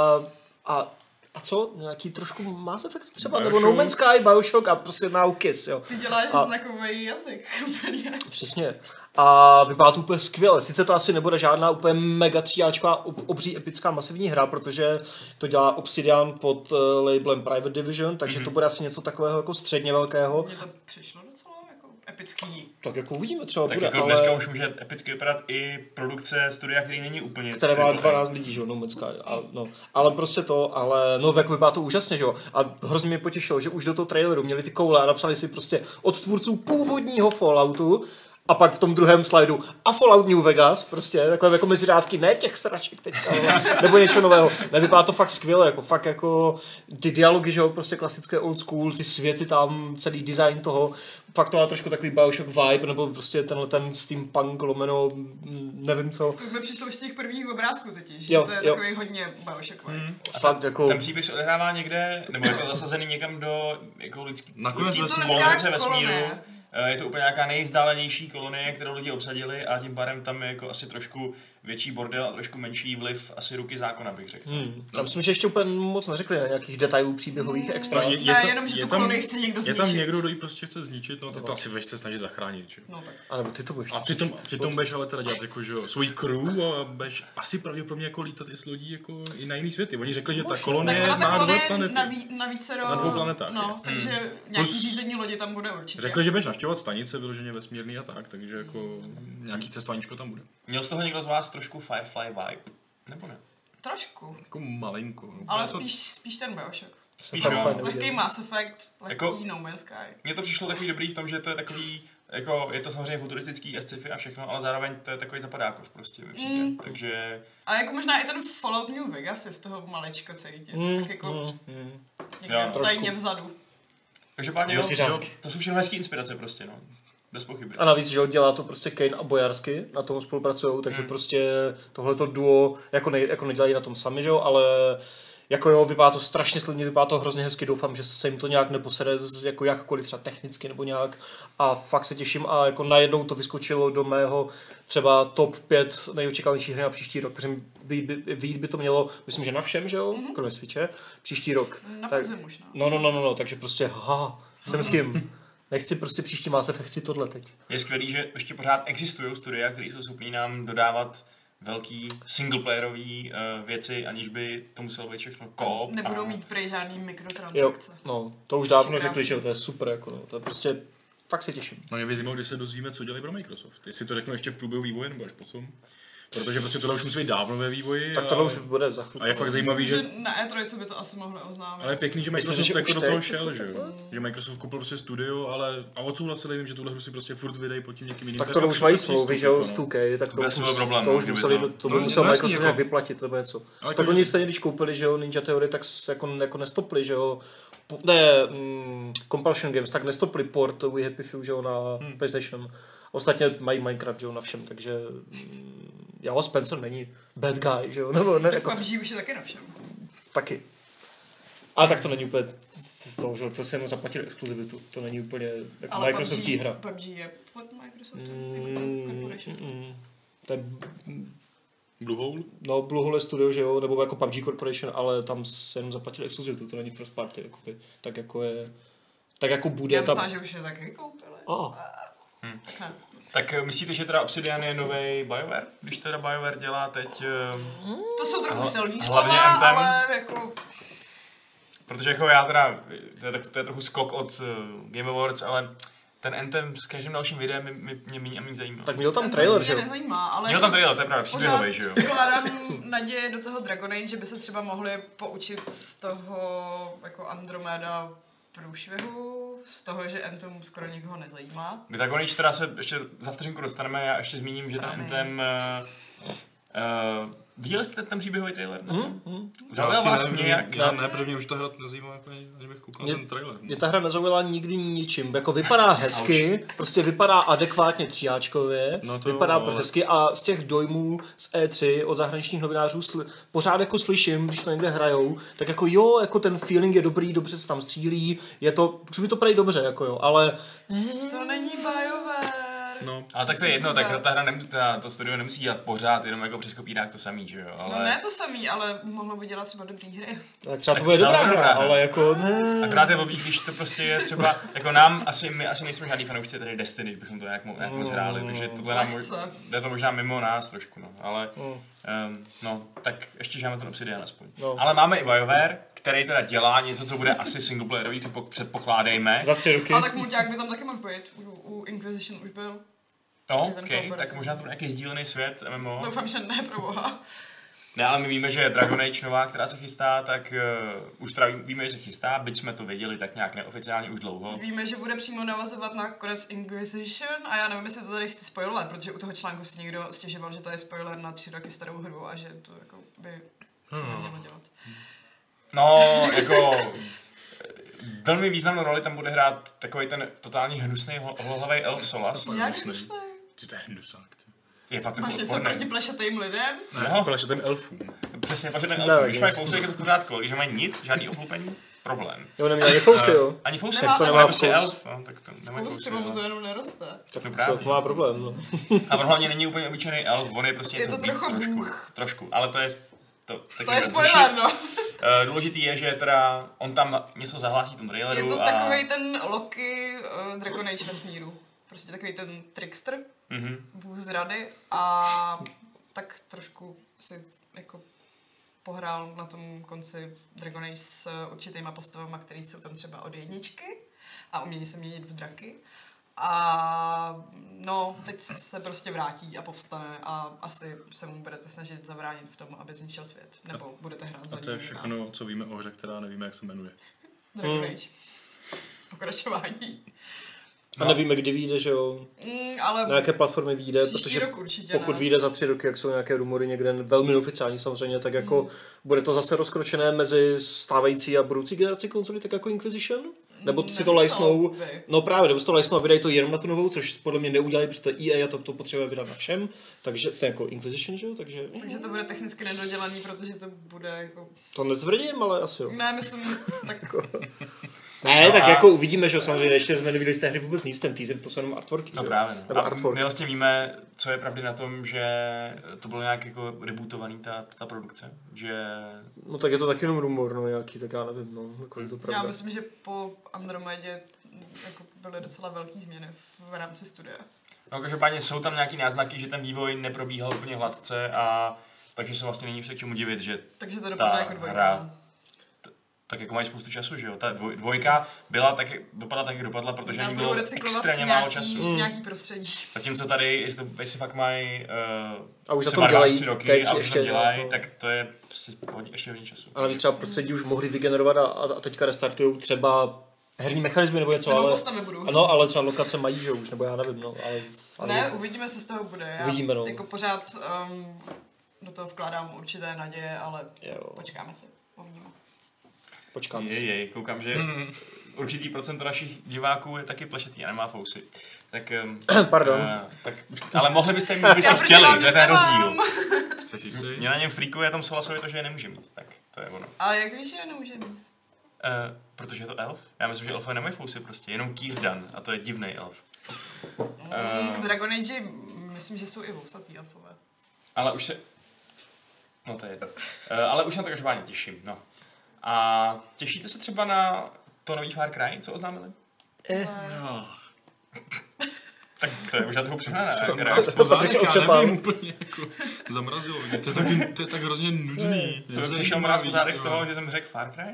[SPEAKER 2] a, a co? Nějaký trošku Mass Effect třeba? Bioshock. Nebo No
[SPEAKER 1] Bioshock.
[SPEAKER 2] Man's Sky, Bioshock a prostě now Kiss, jo.
[SPEAKER 4] Ty děláš
[SPEAKER 2] A-
[SPEAKER 4] a... znakový jazyk. úplně.
[SPEAKER 2] Přesně. A vypadá to úplně skvěle. Sice to asi nebude žádná úplně mega tříáčková ob- obří epická masivní hra, protože to dělá Obsidian pod uh,
[SPEAKER 1] Mhm.
[SPEAKER 2] labelem Private Division, takže mm-hmm. to bude asi něco takového jako středně velkého.
[SPEAKER 4] Mně to přišlo docela jako epický.
[SPEAKER 2] Tak jako uvidíme, třeba
[SPEAKER 1] Tak
[SPEAKER 2] bude,
[SPEAKER 1] jako
[SPEAKER 2] ale...
[SPEAKER 1] dneska už může epicky vypadat i produkce studia, který není úplně... jako
[SPEAKER 2] které má
[SPEAKER 1] triple A.
[SPEAKER 2] 12 lidí, že jo, no, mecka, a, no. Ale prostě to, ale no, jako vypadá to úžasně, že jo. A hrozně mě potěšilo, že už do toho traileru měli ty koule a napsali si prostě od tvůrců původního Falloutu, a pak v tom druhém slajdu a Fallout New Vegas, prostě takové jako mezirádky, ne těch sraček teďka, ale, nebo něco nového. Ne, vypadá to fakt skvěle, jako fakt jako ty dialogy, že jo, prostě klasické old school, ty světy tam, celý design toho, fakt to má trošku takový Bioshock vibe, nebo prostě tenhle ten steampunk lomeno, mm, nevím co.
[SPEAKER 4] To mi přišlo už z těch prvních obrázků totiž,
[SPEAKER 2] Jo,
[SPEAKER 4] že to je
[SPEAKER 2] jo.
[SPEAKER 4] takový hodně Bioshock mm.
[SPEAKER 2] Fakt jako...
[SPEAKER 1] Ten příběh se odehrává někde, nebo je to zasazený někam do jako lidský,
[SPEAKER 3] Nakonec
[SPEAKER 1] lidský
[SPEAKER 3] vesmíru.
[SPEAKER 1] kolonice
[SPEAKER 4] Koloniální
[SPEAKER 1] vesmíru.
[SPEAKER 4] kolonie.
[SPEAKER 1] Eh, Je to úplně nějaká nejvzdálenější kolonie, kterou lidi obsadili a tím barem tam je jako asi trošku větší bordel a trošku menší vliv asi ruky zákona, bych řekl.
[SPEAKER 2] Hmm. Já myslím, že ještě úplně moc neřekli ne? nějakých detailů příběhových extra.
[SPEAKER 3] No, je,
[SPEAKER 4] Ne, jenom, že tu kolonii chce někdo
[SPEAKER 3] Je tam
[SPEAKER 4] zničit.
[SPEAKER 3] někdo, kdo ji prostě chce zničit, no to, to asi budeš se snažit zachránit, že? jo.
[SPEAKER 4] No tak.
[SPEAKER 2] A nebo ty to budeš.
[SPEAKER 3] A přitom, přitom budeš ale teda dělat jako, že jo, svůj crew a budeš asi pravděpodobně jako lítat i s lodí jako i na jiný světy. Oni řekli, že ta
[SPEAKER 4] Tak
[SPEAKER 3] kolonie
[SPEAKER 4] ona ta
[SPEAKER 3] má dvě
[SPEAKER 4] kolonie je
[SPEAKER 3] planety.
[SPEAKER 4] na, ví, na vícero...
[SPEAKER 3] Na dvou planetách Hmm.
[SPEAKER 4] No, takže nějaký
[SPEAKER 3] Plus-
[SPEAKER 4] řízení lodi tam bude určitě.
[SPEAKER 3] Řekli, že budeš navštěvovat stanice vyloženě vesmírný a tak, takže jako nějaký cestováníčko tam bude.
[SPEAKER 1] Měl z toho někdo z vás trošku Firefly vibe? Nebo ne?
[SPEAKER 4] Trošku,
[SPEAKER 3] Jako malinko. no.
[SPEAKER 4] ale
[SPEAKER 3] Bylo to-
[SPEAKER 4] spíš, spíš ten Bioshock.
[SPEAKER 1] Spíš
[SPEAKER 2] Firefly
[SPEAKER 1] jo.
[SPEAKER 2] neviděl.
[SPEAKER 4] Lehký Mass Effect, lehký
[SPEAKER 1] Jako-
[SPEAKER 4] No Man's Sky.
[SPEAKER 1] Mně to přišlo takový dobrý v tom, že to je takový, jako je to samozřejmě futuristický a sci-fi a všechno, ale zároveň to je takový zapadákov prostě mi přijde.
[SPEAKER 4] Mm.
[SPEAKER 1] Takže
[SPEAKER 4] A jako možná i ten Fallout New Vegas je z toho malečko cítit.
[SPEAKER 2] Mm,
[SPEAKER 4] tak jako
[SPEAKER 2] mm, mm.
[SPEAKER 4] někde
[SPEAKER 1] Jo.
[SPEAKER 4] tajně
[SPEAKER 2] Trošku.
[SPEAKER 4] vzadu.
[SPEAKER 1] Každopádně jo, jo,
[SPEAKER 2] Mesiřánsky.
[SPEAKER 1] to jsou všechno hezký inspirace prostě, no. Bez pochyby.
[SPEAKER 2] A navíc, že jo, dělá to prostě Kane a Bojarsky, na tom spolupracují, takže
[SPEAKER 1] Hmm.
[SPEAKER 2] prostě tohleto duo, jako, nej, jako nedělají na tom sami, že jo, ale jako jo, vypadá to strašně slibně, vypadá to hrozně hezky, doufám, že se jim to nějak neposede, z- jako jakkoliv třeba technicky nebo nějak a fakt se těším a jako najednou to vyskočilo do mého třeba top 5 nejočekávanější hry na příští rok, protože vyjít by, vyjít by to mělo, myslím, že na všem, že jo, kromě Switche, příští rok.
[SPEAKER 4] Mhm. Na
[SPEAKER 2] Tak-
[SPEAKER 4] podzim už, no.
[SPEAKER 2] No, no, no, no, no, takže prostě, ha, jsem s
[SPEAKER 4] [laughs]
[SPEAKER 2] tím. Nechci prostě příští Mass Effect, chci tohle teď.
[SPEAKER 1] Je skvělý, že ještě pořád existují studia, které jsou schopný nám dodávat velký singleplayerové uh, věci, aniž by to muselo být všechno
[SPEAKER 3] No,
[SPEAKER 1] koop.
[SPEAKER 4] Nebudou
[SPEAKER 1] a-
[SPEAKER 4] mít prej žádný mikrotransakce.
[SPEAKER 2] Jo, no, to už dávno
[SPEAKER 4] Krásný.
[SPEAKER 2] řekli, že jo, to je super, jako no, to je prostě, fakt se těším.
[SPEAKER 3] No mě by zajímalo, kdy se dozvíme, co dělají pro Microsoft. Jestli to řeknu ještě v průběhu vývoje nebo až potom. Protože prostě tohle už musí být dávno ve vývoji.
[SPEAKER 2] Tak
[SPEAKER 3] a-
[SPEAKER 2] tohle už bude za no. chvíli.
[SPEAKER 3] A je fakt zajímavý,
[SPEAKER 4] Že
[SPEAKER 3] že...
[SPEAKER 4] na E3 by to asi mohli oznámit.
[SPEAKER 3] Ale je pěkný, že Microsoft
[SPEAKER 2] Myslíte, že
[SPEAKER 3] jako
[SPEAKER 2] už
[SPEAKER 3] do
[SPEAKER 2] teď?
[SPEAKER 3] toho šel, že jo? Že Microsoft koupil prostě studio, ale a odsouhlasili jim, že tuhle hru si prostě furt vydají pod tím někým jiným.
[SPEAKER 2] Tak
[SPEAKER 3] je
[SPEAKER 2] to
[SPEAKER 3] fakt
[SPEAKER 2] už mají
[SPEAKER 3] super
[SPEAKER 2] smlouvy,
[SPEAKER 3] přístup,
[SPEAKER 2] že jo,
[SPEAKER 3] no.
[SPEAKER 2] s 2K, tak to,
[SPEAKER 1] by
[SPEAKER 2] už,
[SPEAKER 1] asi byl problém,
[SPEAKER 2] to
[SPEAKER 1] no,
[SPEAKER 2] už
[SPEAKER 1] kdyby
[SPEAKER 2] museli,
[SPEAKER 1] to-
[SPEAKER 2] to, to
[SPEAKER 3] No,
[SPEAKER 2] musel
[SPEAKER 3] jasně,
[SPEAKER 2] Microsoft
[SPEAKER 3] jako-
[SPEAKER 2] nějak vyplatit nebo něco.
[SPEAKER 3] Ale
[SPEAKER 2] Ale tak
[SPEAKER 3] každý-
[SPEAKER 2] oni stejně, když koupili, že jo, Ninja Theory, tak s- jako, jako nestopli, že jo, po- ne, mm, Compulsion Games, tak nestopli port We Happy Few, že jo, na
[SPEAKER 3] Hmm.
[SPEAKER 2] PlayStation. Ostatně mají Minecraft, že jo, na všem, takže mm, jo, Spencer není bad guy, že jo, [laughs] nebo
[SPEAKER 3] [laughs]
[SPEAKER 2] ne,
[SPEAKER 4] Tak
[SPEAKER 2] jako,
[SPEAKER 4] PUBG už je taky na všem.
[SPEAKER 2] Taky. Ale tak to není úplně, to, že, to si jenom zaplatili exkluzivitu, to není úplně jako
[SPEAKER 4] Ale
[SPEAKER 2] Microsoftí
[SPEAKER 4] PUBG,
[SPEAKER 2] hra.
[SPEAKER 4] PUBG je pod Microsoftem, jako ta
[SPEAKER 2] Mm,
[SPEAKER 4] corporation.
[SPEAKER 2] mm, to je,
[SPEAKER 3] Blue Hole?
[SPEAKER 2] no, Bluehole Studio, že jo, nebo jako PUBG Corporation, ale tam se jenom zaplatili exkluzivitu, to není first party, jakoby. tak jako je, tak jako bude
[SPEAKER 4] Já
[SPEAKER 2] tam.
[SPEAKER 4] myslela, že už je taky koupili.
[SPEAKER 2] A,
[SPEAKER 4] Tak ne.
[SPEAKER 1] Tak eh, myslíte, že teda Obsidian je nový BioWare? Když teda BioWare dělá teď... eh,
[SPEAKER 4] To jsou trochu
[SPEAKER 1] Hla-
[SPEAKER 4] silný
[SPEAKER 1] hlavně
[SPEAKER 4] slova,
[SPEAKER 1] Anthem.
[SPEAKER 4] ale jako
[SPEAKER 1] protože jako já teda... To je, tak, to je trochu skok od eh, Game Awards, ale ten Anthem s každým dalším videem mi- mi- mě méně a méně zajímá.
[SPEAKER 2] tak měl tam
[SPEAKER 4] to
[SPEAKER 2] trailer,
[SPEAKER 4] mě
[SPEAKER 2] že jo.
[SPEAKER 4] nezajímá, ale
[SPEAKER 1] Měl
[SPEAKER 4] jako
[SPEAKER 1] tam trailer, to je právě
[SPEAKER 4] pořád
[SPEAKER 1] příběhový, že
[SPEAKER 4] [laughs]
[SPEAKER 1] jo?
[SPEAKER 4] vkládám naděje do toho Dragon Age, že by se třeba mohli poučit z toho jako Andromeda průšvihu, z toho, že Anthem skoro nikoho nezajímá.
[SPEAKER 1] My tak on již teda se ještě za vteřinku dostaneme, já ještě zmíním, že ten
[SPEAKER 4] Amen.
[SPEAKER 1] Anthem... Uh, uh, viděli jste ten příběhový trailer? Mm, mm.
[SPEAKER 3] Já
[SPEAKER 1] Zaujal
[SPEAKER 3] si
[SPEAKER 1] vás
[SPEAKER 3] Mhm, nevím, že-
[SPEAKER 1] nějak?
[SPEAKER 3] Já ne, protože mě už ta hra nezajímá, jako ani, ani bych koukal na
[SPEAKER 2] Mě-
[SPEAKER 3] ten trailer. no.
[SPEAKER 2] Mě ta hra nezaujala nikdy ničím. Jako vypadá hezky, prostě vypadá adekvátně tříáčkově,
[SPEAKER 3] No
[SPEAKER 2] no
[SPEAKER 3] to jo,
[SPEAKER 2] vypadá
[SPEAKER 3] no,
[SPEAKER 2] no,
[SPEAKER 3] ale-
[SPEAKER 2] hezky a z těch dojmů z E3 od zahraničních novinářů sl- pořád jako slyším, když to někde hrajou, tak jako jo, jako ten feeling je dobrý, dobře se tam střílí, je to, mi to prej dobře, jako jo, ale
[SPEAKER 4] To není BioWare.
[SPEAKER 3] No,
[SPEAKER 1] A tak to je jedno, tak
[SPEAKER 4] Vůbec.
[SPEAKER 1] ta hra nemusí, ta, to studio nemusí dělat pořád, jenom jako přes kopírák to samý, že jo,
[SPEAKER 4] No
[SPEAKER 1] ale...
[SPEAKER 4] ne to samý, ale mohlo by dělat třeba dobrý hry.
[SPEAKER 2] tak třeba
[SPEAKER 1] Tak
[SPEAKER 2] to bude
[SPEAKER 1] třeba
[SPEAKER 2] dobrá
[SPEAKER 1] bude
[SPEAKER 2] hra,
[SPEAKER 1] dobrá hra.
[SPEAKER 2] ale jako ne.
[SPEAKER 1] Akorát je blbý, když to prostě je třeba, jako nám, asi, my asi nejsme žádný fanoušci tady Destiny, že bychom to nějak, mo- nějak moc hráli, takže tohle nám
[SPEAKER 4] Lehce.
[SPEAKER 1] mož, jde to možná mimo nás trošku, no, ale,
[SPEAKER 2] Mm.
[SPEAKER 1] um, no, tak ještě žáme ten Obsidian aspoň.
[SPEAKER 2] No.
[SPEAKER 1] Ale máme i BioWare, který teda dělá něco, co bude asi singleplayerový, co pok- předpokládejme.
[SPEAKER 5] Za tři roky.
[SPEAKER 4] A tak Mulťák by tam taky mohl být. U, u Inquisition už byl.
[SPEAKER 1] No,
[SPEAKER 4] ten No.
[SPEAKER 1] okay, tak
[SPEAKER 4] kooperativní.
[SPEAKER 1] možná to bude nějaký sdílený svět MMO.
[SPEAKER 4] Doufám, že ne, pro boha.
[SPEAKER 1] Ne, ale my víme, že Dragon Age nová, která se chystá, tak uh, už teda víme, že se chystá, byť jsme to věděli tak nějak neoficiálně už dlouho.
[SPEAKER 4] Víme, že bude přímo navazovat na konec Inquisition a já nevím, jestli to tady chci spoilovat, protože u toho článku si někdo stěžoval, že to je spoiler na tři roky starou hru a že to jako by se nemělo dělat.
[SPEAKER 1] No, jako eh, velmi významnou roli tam bude hrát takový ten totální hnusný hlohavý elf Solas.
[SPEAKER 3] Fakt
[SPEAKER 4] Jak
[SPEAKER 3] hnusný.
[SPEAKER 4] hnusný.
[SPEAKER 3] Ty to je hnusák, ty.
[SPEAKER 1] Je fakt
[SPEAKER 4] Máš
[SPEAKER 1] jako
[SPEAKER 4] něco
[SPEAKER 1] odporný.
[SPEAKER 4] proti plešatým lidem?
[SPEAKER 1] No.
[SPEAKER 3] Ne, protože ten elfům.
[SPEAKER 1] Přesně, pak je ten
[SPEAKER 2] Ne,
[SPEAKER 1] elf, když
[SPEAKER 2] No, nic.
[SPEAKER 1] mají fousy, tak je to v pořádku, ale když mají nic, žádný ochlupení, problém.
[SPEAKER 2] Jo, neměl ani fousy, jo.
[SPEAKER 1] Ani fousy,
[SPEAKER 4] Nemá-
[SPEAKER 1] to
[SPEAKER 4] to
[SPEAKER 2] nemá
[SPEAKER 1] nemá prostě
[SPEAKER 2] fous.
[SPEAKER 1] elf, no, tak to nemá
[SPEAKER 4] Plus
[SPEAKER 1] fousy.
[SPEAKER 4] třeba mu to
[SPEAKER 1] no.
[SPEAKER 4] jenom neroste.
[SPEAKER 1] To
[SPEAKER 2] To
[SPEAKER 1] právě.
[SPEAKER 2] má problém, no.
[SPEAKER 1] A on hlavně není úplně obyčejný elf, on je prostě
[SPEAKER 4] Je
[SPEAKER 1] něco
[SPEAKER 4] to
[SPEAKER 1] víc
[SPEAKER 4] trochu
[SPEAKER 1] trošku,
[SPEAKER 4] bůh.
[SPEAKER 1] trošku, ale to je to, taky
[SPEAKER 4] To je
[SPEAKER 1] dobře.
[SPEAKER 4] spoiler, no.
[SPEAKER 1] Eh, důležitý je, že teda on tam něco zahlásí v tom traileru
[SPEAKER 4] Je to
[SPEAKER 1] a...
[SPEAKER 4] takový ten Loki uh, Dragon Age vesmíru. Prostě takový ten trickster,
[SPEAKER 1] Mhm.
[SPEAKER 4] bůh zrady a tak trošku si jako pohrál na tom konci Dragon Age s určitýma postavama, které jsou tam třeba od jedničky a umějí se měnit v draky. A no, teď se prostě vrátí a povstane a asi se mu budete snažit zabránit v tom, aby zničil svět. Nebo budete hrát za
[SPEAKER 3] A to je
[SPEAKER 4] ní na
[SPEAKER 3] všechno, No. co víme o hře, která nevíme, jak se jmenuje.
[SPEAKER 4] Dragon Age. Pokračování.
[SPEAKER 2] A nevíme, kdy vyjde, že jo.
[SPEAKER 4] Mm, ale
[SPEAKER 2] Na No, jaké platformy vyjde,
[SPEAKER 4] příští
[SPEAKER 2] protože
[SPEAKER 4] rok určitě
[SPEAKER 2] pokud
[SPEAKER 4] ne.
[SPEAKER 2] vyjde za tři roky, jak jsou nějaké rumory někde velmi neoficiální samozřejmě, tak jako bude to zase rozkročené mezi stávající a budoucí generaci konzolí, tak jako Inquisition? Nebo si to
[SPEAKER 4] Nemuselo
[SPEAKER 2] lajsnou,
[SPEAKER 4] by.
[SPEAKER 2] no právě, nebo si to lajsnou a vydají to jenom na tu novou, což podle mě neudělají, protože to je EA a to, to potřebuje vydat na všem, takže stejně jako Inquisition, že jo, takže
[SPEAKER 4] Takže to bude technicky nedodělaný, protože to bude jako...
[SPEAKER 2] to netvrdím, ale asi jo. Jako [laughs]
[SPEAKER 4] Ne, myslím, tak...
[SPEAKER 2] Ne,
[SPEAKER 1] No
[SPEAKER 2] tak
[SPEAKER 1] a-
[SPEAKER 2] jako uvidíme, že jo, samozřejmě, ještě jsme neviděli z té hry vůbec nic, ten teaser, to jsou jenom artworky,
[SPEAKER 1] No
[SPEAKER 2] že jo?
[SPEAKER 1] právě.
[SPEAKER 2] nebo
[SPEAKER 1] No. A
[SPEAKER 2] artwork.
[SPEAKER 1] my vlastně víme, co je pravdy na tom, že to bylo nějak jako rebootovaný ta, ta produkce, že
[SPEAKER 2] No tak je to taky jenom rumor, no nějaký, tak já nevím, no, nakolik to
[SPEAKER 4] Já
[SPEAKER 2] pravda.
[SPEAKER 4] myslím, že po Andromedě jako byly docela velký změny v, v rámci studia.
[SPEAKER 1] no každopádně jsou tam nějaký náznaky, že ten vývoj neprobíhal úplně hladce a takže se vlastně není už se k čemu divit, že
[SPEAKER 4] Takže to dopadlo
[SPEAKER 1] Ta
[SPEAKER 4] jako dvojka.
[SPEAKER 1] hra- tak jako mají spoustu času, že jo. Ta dvoj, dvojka byla tak, dopadla tak, jak dopadla, protože
[SPEAKER 4] Já
[SPEAKER 1] jim
[SPEAKER 4] budou
[SPEAKER 1] bylo
[SPEAKER 4] recyklovat
[SPEAKER 1] extrémně
[SPEAKER 4] nějaký,
[SPEAKER 1] málo času.
[SPEAKER 2] Hmm.
[SPEAKER 4] nějaký prostředí.
[SPEAKER 1] Zatímco tady, jestli, jestli fakt mají uh,
[SPEAKER 2] A už na
[SPEAKER 1] třeba
[SPEAKER 2] tom
[SPEAKER 1] dva až
[SPEAKER 2] dělají
[SPEAKER 1] tři roky
[SPEAKER 2] teď
[SPEAKER 1] a už
[SPEAKER 2] ještě,
[SPEAKER 1] to dělají,
[SPEAKER 2] no.
[SPEAKER 1] tak to je prostě hodně, ještě hodně času.
[SPEAKER 2] A navíc třeba prostředí už mohli vygenerovat a, a teďka restartují třeba herní mechanismy nebo něco,
[SPEAKER 4] Nebo
[SPEAKER 2] ale...
[SPEAKER 4] postavy budou.
[SPEAKER 2] Ano, ale třeba lokace mají, že už, nebo já nevím, no, ale... ale
[SPEAKER 4] Ne, uvidíme, co z toho bude. Já
[SPEAKER 2] Uvidíme, no.
[SPEAKER 4] Jako pořád um, do toho vkládám určité naděje, ale
[SPEAKER 2] Jo,
[SPEAKER 4] počkáme si. Uvidíme.
[SPEAKER 2] počkám.
[SPEAKER 1] Jej, jej, koukám, že
[SPEAKER 4] Hmm.
[SPEAKER 1] určitý procento našich diváků je taky plešetý a nemá fousy. Tak, ehm,
[SPEAKER 2] [coughs] Pardon.
[SPEAKER 1] eh, tak, ale mohli byste mít, kdybyste
[SPEAKER 4] Já proti vám
[SPEAKER 1] chtěli, to je
[SPEAKER 4] nic
[SPEAKER 1] ten
[SPEAKER 4] nemám.
[SPEAKER 1] rozdíl.
[SPEAKER 3] Jsi jistý?
[SPEAKER 1] Mě na něm frikuje tam Solasovi to, že je nemůže mít, tak to je ono.
[SPEAKER 4] Ale jak víš, že je nemůžeme.
[SPEAKER 1] Eh, protože je to elf? Já myslím, že elfové nemají fousy prostě, jenom Kýrdan a to je divný elf.
[SPEAKER 4] Mm,
[SPEAKER 1] Eh.
[SPEAKER 4] v Dragon Age myslím, že jsou i vousatý elfové.
[SPEAKER 1] Ale už se... No to je jedno. Eh, ale už na to každopádně těším, no. A těšíte se třeba na to nový Far Cry, co oznámili?
[SPEAKER 3] No.
[SPEAKER 1] Tak to je už na trochu přehnané. ne?
[SPEAKER 2] Patrik se otřepal.
[SPEAKER 3] nevím, úplně jako zamrazilo. mě. To je, taky, to je tak hrozně nudný.
[SPEAKER 1] To
[SPEAKER 3] Něco
[SPEAKER 1] mi přišel
[SPEAKER 3] zajímá
[SPEAKER 1] mráz po
[SPEAKER 3] víc,
[SPEAKER 1] zádech z
[SPEAKER 3] jo.
[SPEAKER 1] toho, že jsem řekl Far Cry?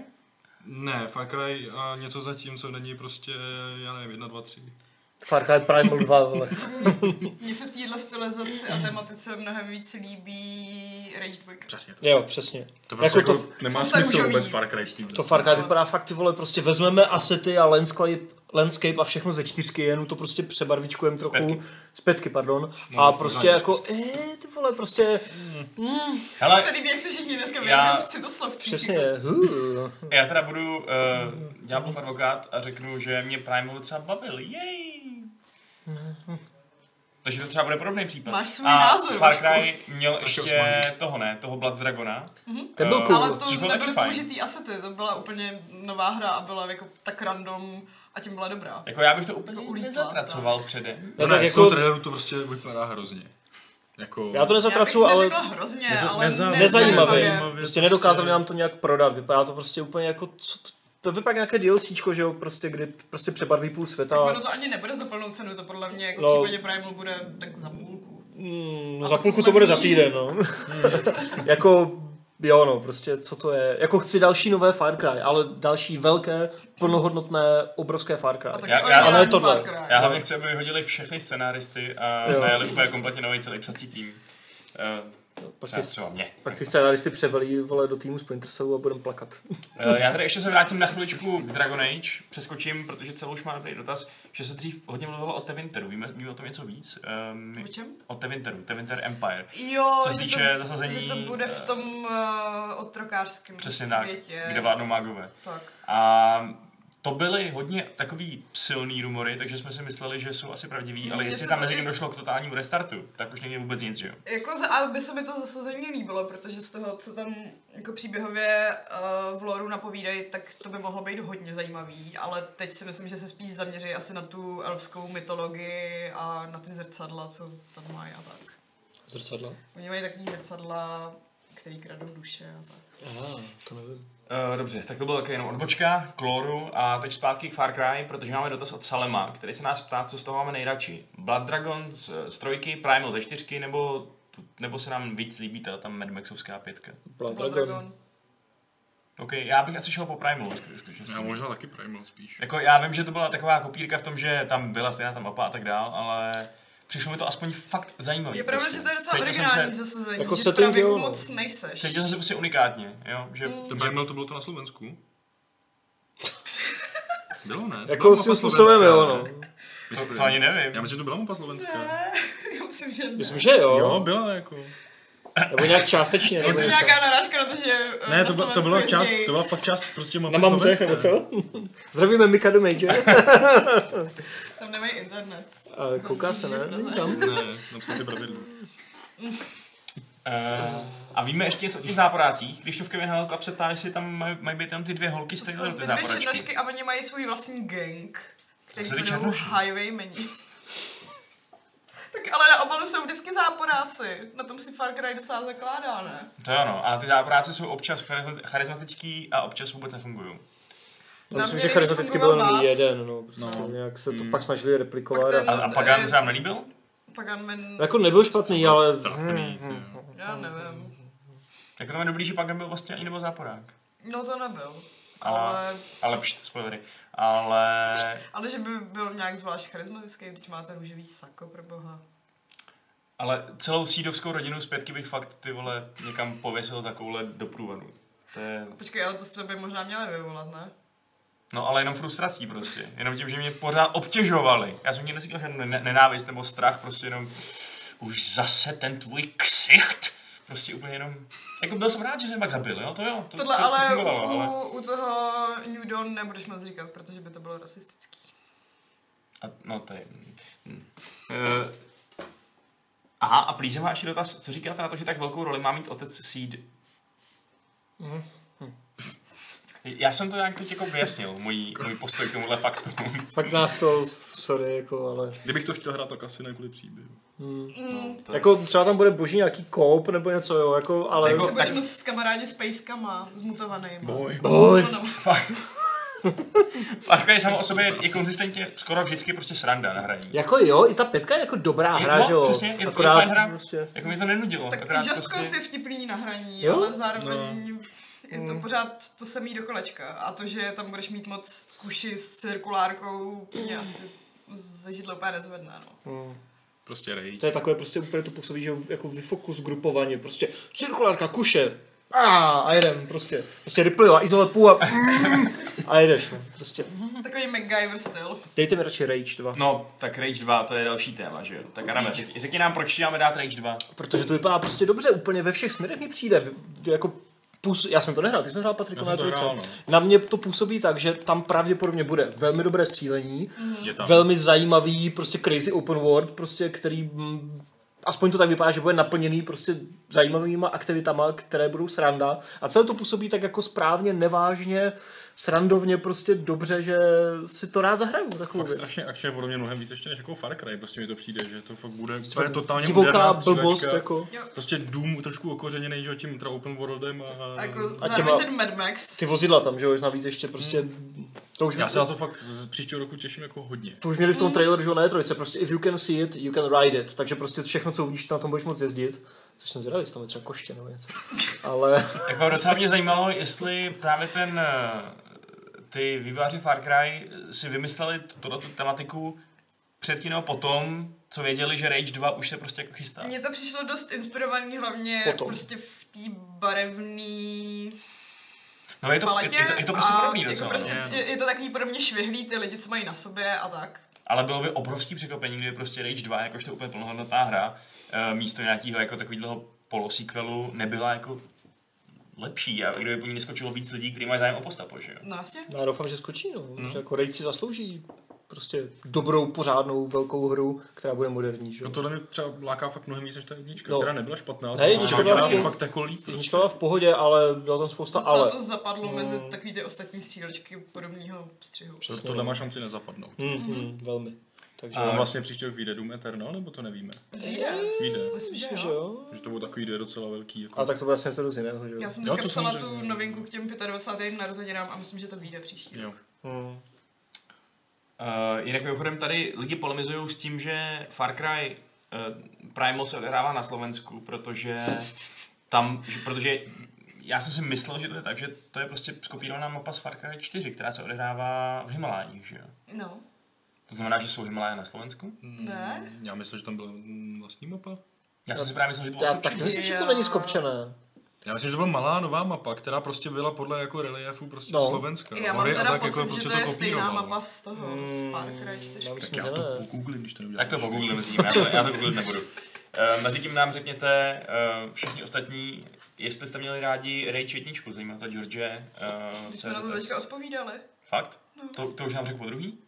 [SPEAKER 3] Ne, Far Cry a něco zatím, co není prostě, já nevím, jedna, dva, tři.
[SPEAKER 2] Far Cry Primal 2, vole.
[SPEAKER 4] Mně se v téhle stylizaci a tematice mnohem víc líbí Rage 2.
[SPEAKER 3] Přesně.
[SPEAKER 2] [laughs] Jo, přesně.
[SPEAKER 3] To prostě
[SPEAKER 2] Jako
[SPEAKER 3] jako,
[SPEAKER 2] to-
[SPEAKER 3] nemá
[SPEAKER 4] Spousta
[SPEAKER 3] smysl
[SPEAKER 4] růžových.
[SPEAKER 3] vůbec Far Cry v
[SPEAKER 2] To
[SPEAKER 3] té
[SPEAKER 2] Far Cry vypadá fakt, ty vole, prostě vezmeme asety a landscape, landscape a všechno ze čtyřky, jenom to prostě přebarvičkujeme trochu.
[SPEAKER 1] pětky.
[SPEAKER 2] Z pětky, pardon. a prostě jako, eh, ty vole, prostě,
[SPEAKER 1] Hele,
[SPEAKER 4] Mně se líbí, jak se všichni dneska
[SPEAKER 1] Já-
[SPEAKER 4] vyjádřují v citoslovcích.
[SPEAKER 2] přesně, hů.
[SPEAKER 1] Já teda budu uh, Ďáblův advokát a řeknu, že mě Primal docela bavil. Jej! Takže to třeba bude podobný případ.
[SPEAKER 4] Máš svůj
[SPEAKER 1] a
[SPEAKER 4] názor,
[SPEAKER 1] Far
[SPEAKER 4] Vašku.
[SPEAKER 1] Cry měl ještě
[SPEAKER 3] osmažu.
[SPEAKER 1] toho ne, toho Blood Dragona.
[SPEAKER 2] Ten byl
[SPEAKER 1] Eh,
[SPEAKER 2] cool.
[SPEAKER 1] Což
[SPEAKER 4] Ale to
[SPEAKER 1] bylo taky
[SPEAKER 4] nebyly
[SPEAKER 1] fajn.
[SPEAKER 4] použitý asety, to byla úplně nová hra a byla jako tak random a tím byla dobrá.
[SPEAKER 1] Jako já bych to
[SPEAKER 4] Jako
[SPEAKER 1] úplně
[SPEAKER 4] ulítla,
[SPEAKER 1] nezatracoval předem.
[SPEAKER 2] Ne,
[SPEAKER 3] No,
[SPEAKER 2] tak
[SPEAKER 3] ne, jako...
[SPEAKER 2] jako,
[SPEAKER 3] traileru to prostě vypadá hrozně. Jako...
[SPEAKER 2] já to nezatracuju,
[SPEAKER 4] Já bych
[SPEAKER 2] ale
[SPEAKER 4] neřekla hrozně, ale
[SPEAKER 3] neza-
[SPEAKER 2] nezajímavý.
[SPEAKER 1] No.
[SPEAKER 4] nezajímavě.
[SPEAKER 2] Prostě nedokázali nám to nějak prodat, vypadá to prostě úplně jako, co to, to vypadá nějaké DLCčko, že jo, prostě, kdy prostě přebarví půl světa.
[SPEAKER 4] Ono to ani nebude za plnou cenu, to podle mě jako
[SPEAKER 2] No.
[SPEAKER 4] v případě Primal bude tak za půlku.
[SPEAKER 2] Mm,
[SPEAKER 4] A
[SPEAKER 2] za
[SPEAKER 4] to Hmm.
[SPEAKER 2] půlku to bude za
[SPEAKER 4] poslední.
[SPEAKER 2] týden, no. [laughs] jako Jo, no, prostě, co to je. Jako chci další nové Far Cry, ale další velké, plnohodnotné, obrovské Far Cry.
[SPEAKER 4] A tak
[SPEAKER 1] Já-
[SPEAKER 4] jako
[SPEAKER 1] já- ale no.
[SPEAKER 4] originální
[SPEAKER 2] tohle.
[SPEAKER 4] Far Cry.
[SPEAKER 1] Já hlavně chci, aby vyhodili všechny scenáristy a
[SPEAKER 2] Jo.
[SPEAKER 1] najeli úplně kompletně nový celý psací tým. Eh,
[SPEAKER 2] Pak
[SPEAKER 1] třeba-
[SPEAKER 2] ty-
[SPEAKER 1] třeba mě.
[SPEAKER 2] Pak ty scénaristy převelí, vole, do týmu Splinter Cellu a budem [laughs] plakat.
[SPEAKER 1] Eh, Já tady ještě se vrátím na chviličku k Dragon Age, přeskočím, protože celou už má dobrý dotaz, že se dřív hodně mluvilo o The Winteru, víme, víme o tom něco víc? Um,
[SPEAKER 4] O čem?
[SPEAKER 1] O The Winteru, The Winter Empire.
[SPEAKER 4] Jo,
[SPEAKER 1] Co se
[SPEAKER 4] že,
[SPEAKER 1] týče
[SPEAKER 4] to,
[SPEAKER 1] zasazení,
[SPEAKER 4] že to bude v
[SPEAKER 1] eh,
[SPEAKER 4] tom uh, otrokářském
[SPEAKER 1] Přesně tak,
[SPEAKER 4] světě.
[SPEAKER 1] kde vládnou mágové.
[SPEAKER 4] tak.
[SPEAKER 1] A to byly hodně takový silný rumory, takže jsme si mysleli, že jsou asi pravdiví,
[SPEAKER 4] Mm,
[SPEAKER 1] ale
[SPEAKER 4] mně
[SPEAKER 1] jestli
[SPEAKER 4] se
[SPEAKER 1] tam
[SPEAKER 4] to
[SPEAKER 1] mezi
[SPEAKER 4] i-
[SPEAKER 1] tím došlo k totálnímu restartu, tak už není vůbec nic, že jo?
[SPEAKER 4] Jako za, ale by se mi to zasazení líbilo, protože z toho, co tam jako příběhově uh, v loru napovídají, tak to by mohlo být hodně zajímavý, ale teď si myslím, že se spíš zaměří asi na tu elfskou mytologii a na ty zrcadla, co tam mají a tak.
[SPEAKER 2] Zrcadla?
[SPEAKER 4] Oni mají takový zrcadla, který kradou duše a tak.
[SPEAKER 2] Aha, to nevím.
[SPEAKER 1] Eh, Dobře, tak to byla také jenom odbočka k loru a teď zpátky k Far Cry, protože máme dotaz od Salema, který se nás ptá, co z toho máme nejradši. Blood Dragon z, z trojky, Primal ze čtyřky, nebo, nebo se nám víc líbí ta tam Mad Maxovská pětka.
[SPEAKER 2] Blood
[SPEAKER 4] Blood
[SPEAKER 2] Dragon.
[SPEAKER 4] Dragon.
[SPEAKER 1] OK, já bych asi šel po Primalu, sk- skutečnosti.
[SPEAKER 3] Já možná taky Primal spíš.
[SPEAKER 1] Jako já vím, že to byla taková kopírka v tom, že tam byla stejná ta mapa a tak dál, ale přišlo mi to aspoň fakt prostě. zajímavé.
[SPEAKER 4] Je pravda, že to je docela originální zasazení,
[SPEAKER 2] Jako
[SPEAKER 4] jako že
[SPEAKER 2] setting,
[SPEAKER 4] právě
[SPEAKER 2] jo, no.
[SPEAKER 4] moc nejseš.
[SPEAKER 1] Cítil jsem se prostě unikátně, jo, že
[SPEAKER 4] Mm.
[SPEAKER 3] Ten Primal to bylo to na Slovensku? [laughs] Bylo ne? To
[SPEAKER 2] Jako
[SPEAKER 3] byla
[SPEAKER 2] svým
[SPEAKER 3] mapa
[SPEAKER 2] způsobem,
[SPEAKER 3] slovenská,
[SPEAKER 2] jo, no.
[SPEAKER 3] ne?
[SPEAKER 1] to, to ani nevím.
[SPEAKER 3] Já myslím, že to byla mapa slovenská.
[SPEAKER 4] [laughs] Já myslím, že ne.
[SPEAKER 2] Myslím, že jo.
[SPEAKER 3] Jo, byla jako.
[SPEAKER 2] Nebo nějak částečně.
[SPEAKER 4] Je
[SPEAKER 2] nebo
[SPEAKER 4] to
[SPEAKER 2] něco.
[SPEAKER 4] nějaká narážka na to, že eh,
[SPEAKER 3] Ne,
[SPEAKER 4] na
[SPEAKER 3] to, byla,
[SPEAKER 4] Slovensku
[SPEAKER 3] to byla
[SPEAKER 4] jezdí-
[SPEAKER 3] část, to byla fakt část prostě mapy
[SPEAKER 2] Na mamutech nebo
[SPEAKER 3] Slovenska.
[SPEAKER 2] co? Zdravíme Mikado Major.
[SPEAKER 4] Tam nemají internet.
[SPEAKER 2] A kouká se, ne? Není tam.
[SPEAKER 3] Ne, napsal si pravidlo.
[SPEAKER 1] Eh, a víme ještě něco o těch záporácích. Krištof Kevin Helka se ptá, jestli tam maj- mají být tam ty dvě holky z
[SPEAKER 4] To
[SPEAKER 1] Taylor,
[SPEAKER 4] jsou
[SPEAKER 1] ty
[SPEAKER 4] ty dvě
[SPEAKER 1] záporáčky.
[SPEAKER 4] černošky a oni mají svůj vlastní gang, který
[SPEAKER 1] To
[SPEAKER 4] se
[SPEAKER 1] jsou ty
[SPEAKER 4] jmenují
[SPEAKER 1] černoši.
[SPEAKER 4] Highwaymeni. [laughs] tak ale na obalu jsou vždycky záporáci. Na tom si Far Cry docela zakládá, ne?
[SPEAKER 1] To jo, no. A ty záporáci jsou občas charizma- charizmatický a občas vůbec nefungují.
[SPEAKER 2] Já myslím, že
[SPEAKER 4] Nám
[SPEAKER 2] charizmaticky
[SPEAKER 4] fungoval
[SPEAKER 2] byl jenom
[SPEAKER 4] vás.
[SPEAKER 2] jeden, no. Prostě nějak se
[SPEAKER 1] Hmm.
[SPEAKER 2] to pak snažili replikovat.
[SPEAKER 4] Pak ten-
[SPEAKER 2] a-
[SPEAKER 1] A, a Pagan se vám nelíbil?
[SPEAKER 4] Paganmen,
[SPEAKER 2] Jako nebyl špatný, ale... Hmm,
[SPEAKER 3] Trapný, ty jo.
[SPEAKER 4] já nevím.
[SPEAKER 1] Jako tam je dobrý, že Pagan byl vlastně ani nebo záporák.
[SPEAKER 4] No to nebyl.
[SPEAKER 1] A-
[SPEAKER 4] Ale,
[SPEAKER 1] Ale pšt, spoilery. Ale,
[SPEAKER 4] ale že by byl nějak zvlášť charismatický, když máte růžový sako, pro boha.
[SPEAKER 1] ale celou sídovskou rodinu zpětky bych fakt ty vole někam pověsil za koule do průvodu. To je...
[SPEAKER 4] Počkej, ale to v tobě možná měli vyvolat, ne?
[SPEAKER 1] No ale jenom frustrací prostě. Jenom tím, že mě pořád obtěžovali. Já jsem mě nesíkal žádnou ne- nenávist nebo strach, prostě jenom už zase ten tvůj ksicht. Prostě úplně jenom, jako byl jsem rád, že jsem pak zabil, jo, to jo, to,
[SPEAKER 4] Tohle
[SPEAKER 1] to, to
[SPEAKER 4] ale
[SPEAKER 1] fungovalo,
[SPEAKER 4] u,
[SPEAKER 1] ale...
[SPEAKER 4] u toho New Dawn nebudeš moc říkat, protože by to bylo rasistický.
[SPEAKER 1] A, no to je... hm. Eh, aha, a Plíze má ještě dotaz, co říkáte na to, že tak velkou roli má mít otec Seed?
[SPEAKER 4] Mhm.
[SPEAKER 1] Já jsem to nějak teď jako vyjasnil, můj, můj postoj k tomuhle faktu.
[SPEAKER 2] Fakt nás to, sorry, jako, ale...
[SPEAKER 3] Kdybych to chtěl hrát, tak asi ne kvůli příběhu.
[SPEAKER 1] To-
[SPEAKER 2] Jako třeba tam bude boží nějaký koop nebo něco, jo, jako, ale...
[SPEAKER 1] Jako-
[SPEAKER 4] Se
[SPEAKER 1] tak-
[SPEAKER 4] budeme s kamarádi s pejskama, s mutovaným.
[SPEAKER 3] Boj.
[SPEAKER 2] Boj.
[SPEAKER 1] Far Cry samo o sobě je konzistentně skoro vždycky prostě sranda na hraní.
[SPEAKER 2] Jako jo, i ta pětka je jako dobrá
[SPEAKER 1] Je-
[SPEAKER 2] hra,
[SPEAKER 1] no,
[SPEAKER 2] že jo?
[SPEAKER 1] přesně, je- je
[SPEAKER 2] Akorát
[SPEAKER 1] fajn hra.
[SPEAKER 2] prostě...
[SPEAKER 1] Jako mi to nenudilo.
[SPEAKER 4] Tak i
[SPEAKER 1] akorát prostě- No.
[SPEAKER 4] Just Cause je vtipný na hraní,
[SPEAKER 2] Jo?
[SPEAKER 4] ale zároveň je
[SPEAKER 1] Mm.
[SPEAKER 4] to pořád to samý do kolečka. A to, že tam budeš mít moc kuši s cirkulárkou, mě
[SPEAKER 1] Mm.
[SPEAKER 4] asi ze židle úplně nezvedne, no.
[SPEAKER 3] Prostě
[SPEAKER 2] To
[SPEAKER 3] rage.
[SPEAKER 2] je takové prostě úplně to působí, že jako vyfokus grupovaně, prostě cirkulárka, kuše, a, a jedem, prostě, prostě riplio a izolepu a, [laughs] mm, a jedeš, no, prostě.
[SPEAKER 1] Mm.
[SPEAKER 4] Takový MacGyver styl.
[SPEAKER 2] Dejte mi radši Rage 2,
[SPEAKER 1] No, tak Rage 2, to je další téma, že jo? Tak Adame, řekni- řekni nám, proč ti máme dát Rage 2.
[SPEAKER 2] protože to vypadá prostě dobře, úplně ve všech směrech mi přijde, vy- jako půs... já jsem to nehrál, ty jsi to hrál Patrik
[SPEAKER 3] Já
[SPEAKER 2] na
[SPEAKER 3] jsem to
[SPEAKER 2] trojce.
[SPEAKER 3] hrál, no.
[SPEAKER 2] Na mě to působí tak, že tam pravděpodobně bude velmi dobré střílení,
[SPEAKER 3] Mhm. Je tam.
[SPEAKER 2] velmi zajímavý, prostě crazy open world, prostě, který mm, aspoň to tak vypadá, že bude naplněný prostě zajímavýma aktivitama, které budou sranda. A celé to působí tak jako správně, nevážně, srandovně, prostě dobře, že si to rád zahraju takovou
[SPEAKER 3] Fakt
[SPEAKER 2] věc.
[SPEAKER 3] Jako strašně akce je podle mě mnohem víc ještě než jako Far Cry, prostě mi to přijde, že to fakt bude, to je totálně
[SPEAKER 2] Divoká
[SPEAKER 3] moderná střílečka.
[SPEAKER 2] blbost, jako.
[SPEAKER 4] Jo.
[SPEAKER 3] Prostě Doom trošku okořeněný, že jo, tím
[SPEAKER 1] Mm.
[SPEAKER 3] teda open worldem a...
[SPEAKER 4] A jako
[SPEAKER 2] A
[SPEAKER 4] zároveň
[SPEAKER 2] těma-
[SPEAKER 4] ten Mad Max.
[SPEAKER 2] Ty vozidla tam, že jo, navíc ještě prostě To už
[SPEAKER 3] Mhm. Já se na to fakt z příštího roku těším jako hodně.
[SPEAKER 2] to už měli v tom traileru, že jo, na E3, prostě if you can see it, you can ride it, takže prostě všechno, co uvidíš, na tom budeš moc jezdit, což jsem zvědavý, jestli tam je třeba koště nebo něco, ale [laughs]
[SPEAKER 1] Jako docela mě zajímalo, jestli právě ten, eh, ty výváři Far Cry si vymysleli tuto tematiku předtím nebo potom, co věděli, že Rage 2 už se prostě jako chystá.
[SPEAKER 4] Mně to přišlo dost inspirovaný hlavně
[SPEAKER 2] Potom.
[SPEAKER 4] prostě v té barevný
[SPEAKER 1] No je to, je,
[SPEAKER 4] paletě.
[SPEAKER 1] je to, je to prostě
[SPEAKER 4] a
[SPEAKER 1] podobný
[SPEAKER 4] jako
[SPEAKER 1] docela.
[SPEAKER 4] prostě,
[SPEAKER 1] no.
[SPEAKER 4] je, je, to takový podobně švihlý, ty lidi, co mají na sobě a tak.
[SPEAKER 1] Ale bylo by obrovský překvapení, kdyby prostě Rage 2, jakožto úplně plnohodnotná hra, eh, místo nějakého jako takového polosequelu nebyla jako lepší a kdyby po ní neskočilo víc lidí, kteří mají zájem o postavu, že jo?
[SPEAKER 4] No jasně.
[SPEAKER 2] já doufám, že skočí, no,
[SPEAKER 3] Mm.
[SPEAKER 2] že jako Raid si zaslouží prostě dobrou, pořádnou, velkou hru, která bude moderní, že
[SPEAKER 3] No
[SPEAKER 2] jo.
[SPEAKER 3] tohle mě třeba láká fakt mnohem víc než ta jednička,
[SPEAKER 2] No.
[SPEAKER 3] no. která nebyla špatná, ale
[SPEAKER 2] Ne,
[SPEAKER 3] ta
[SPEAKER 2] jednička
[SPEAKER 3] druhá
[SPEAKER 2] byla
[SPEAKER 3] byla
[SPEAKER 2] taky-
[SPEAKER 3] fakt jako líp.
[SPEAKER 2] Jednička byla v pohodě, ale bylo tam spousta
[SPEAKER 1] No,
[SPEAKER 2] ale.
[SPEAKER 4] Ale... to zapadlo mezi
[SPEAKER 1] Mm.
[SPEAKER 4] takový ty ostatní střílečky podobného střihu.
[SPEAKER 3] Prostě
[SPEAKER 2] no.
[SPEAKER 3] tohle má šanci nezapadnout.
[SPEAKER 2] Hmm, hmm, velmi. Takže
[SPEAKER 1] A-
[SPEAKER 3] A vlastně příští rok vyjde Doom Eternal, nebo to nevíme?
[SPEAKER 4] Yeah.
[SPEAKER 3] Vyjde.
[SPEAKER 4] Myslím, že
[SPEAKER 2] myslím, že
[SPEAKER 4] jo.
[SPEAKER 2] jo.
[SPEAKER 3] Že to budou takový dvě docela velký. Jako...
[SPEAKER 2] A tak to bude asi něco dost jiného, že jo.
[SPEAKER 4] Já jsem
[SPEAKER 3] Jo,
[SPEAKER 4] teďka
[SPEAKER 3] to
[SPEAKER 4] psala tu
[SPEAKER 3] samozřejmě.
[SPEAKER 4] novinku k těm 25. narozeninám a myslím, že to vyjde příští.
[SPEAKER 3] Jo.
[SPEAKER 2] Hmm.
[SPEAKER 1] Uh, jinak mimochodem tady lidi polemizují s tím, že Far Cry uh, Primal se odehrává na Slovensku, protože tam, že, protože já jsem si myslel, že to je tak, že to je prostě skopírovaná mapa z Far Cry 4, která se odehrává v Himalájích, že jo?
[SPEAKER 4] No,
[SPEAKER 1] To znamená, že jsou Himaláje na Slovensku?
[SPEAKER 4] Hmm. ne?
[SPEAKER 3] Já myslím, že tam byla mm, vlastní mapa.
[SPEAKER 1] Já jsem si právě myslel, že to bylo
[SPEAKER 2] Já
[SPEAKER 1] skopčí-
[SPEAKER 2] taky myslím, že to není skopčené.
[SPEAKER 3] Já myslím, že to byla malá nová mapa, která prostě byla podle jako reliefu prostě
[SPEAKER 2] No.
[SPEAKER 3] no. Slovenska.
[SPEAKER 4] Já mám
[SPEAKER 3] Hory a
[SPEAKER 4] teda
[SPEAKER 3] tak, jako prostě
[SPEAKER 4] pocit, že to je stejná
[SPEAKER 3] kopírovalo.
[SPEAKER 4] mapa z toho,
[SPEAKER 2] Hmm,
[SPEAKER 4] z Far Cry 4.
[SPEAKER 2] Mhm. Já myslím,
[SPEAKER 3] Já
[SPEAKER 2] že
[SPEAKER 3] to
[SPEAKER 2] ne.
[SPEAKER 3] pogooglím, když to neudělám.
[SPEAKER 1] Tak to pogooglím s ním, já to, já to googlit nebudu. Uh, Mezitím nám řekněte uh, všichni ostatní, jestli jste měli rádi Rage 1, zajímá to George. Uh,
[SPEAKER 4] Když jsme na to teďka
[SPEAKER 2] [laughs]
[SPEAKER 4] No. odpovídali.
[SPEAKER 1] Fakt? To, to už nám řekl po druhý?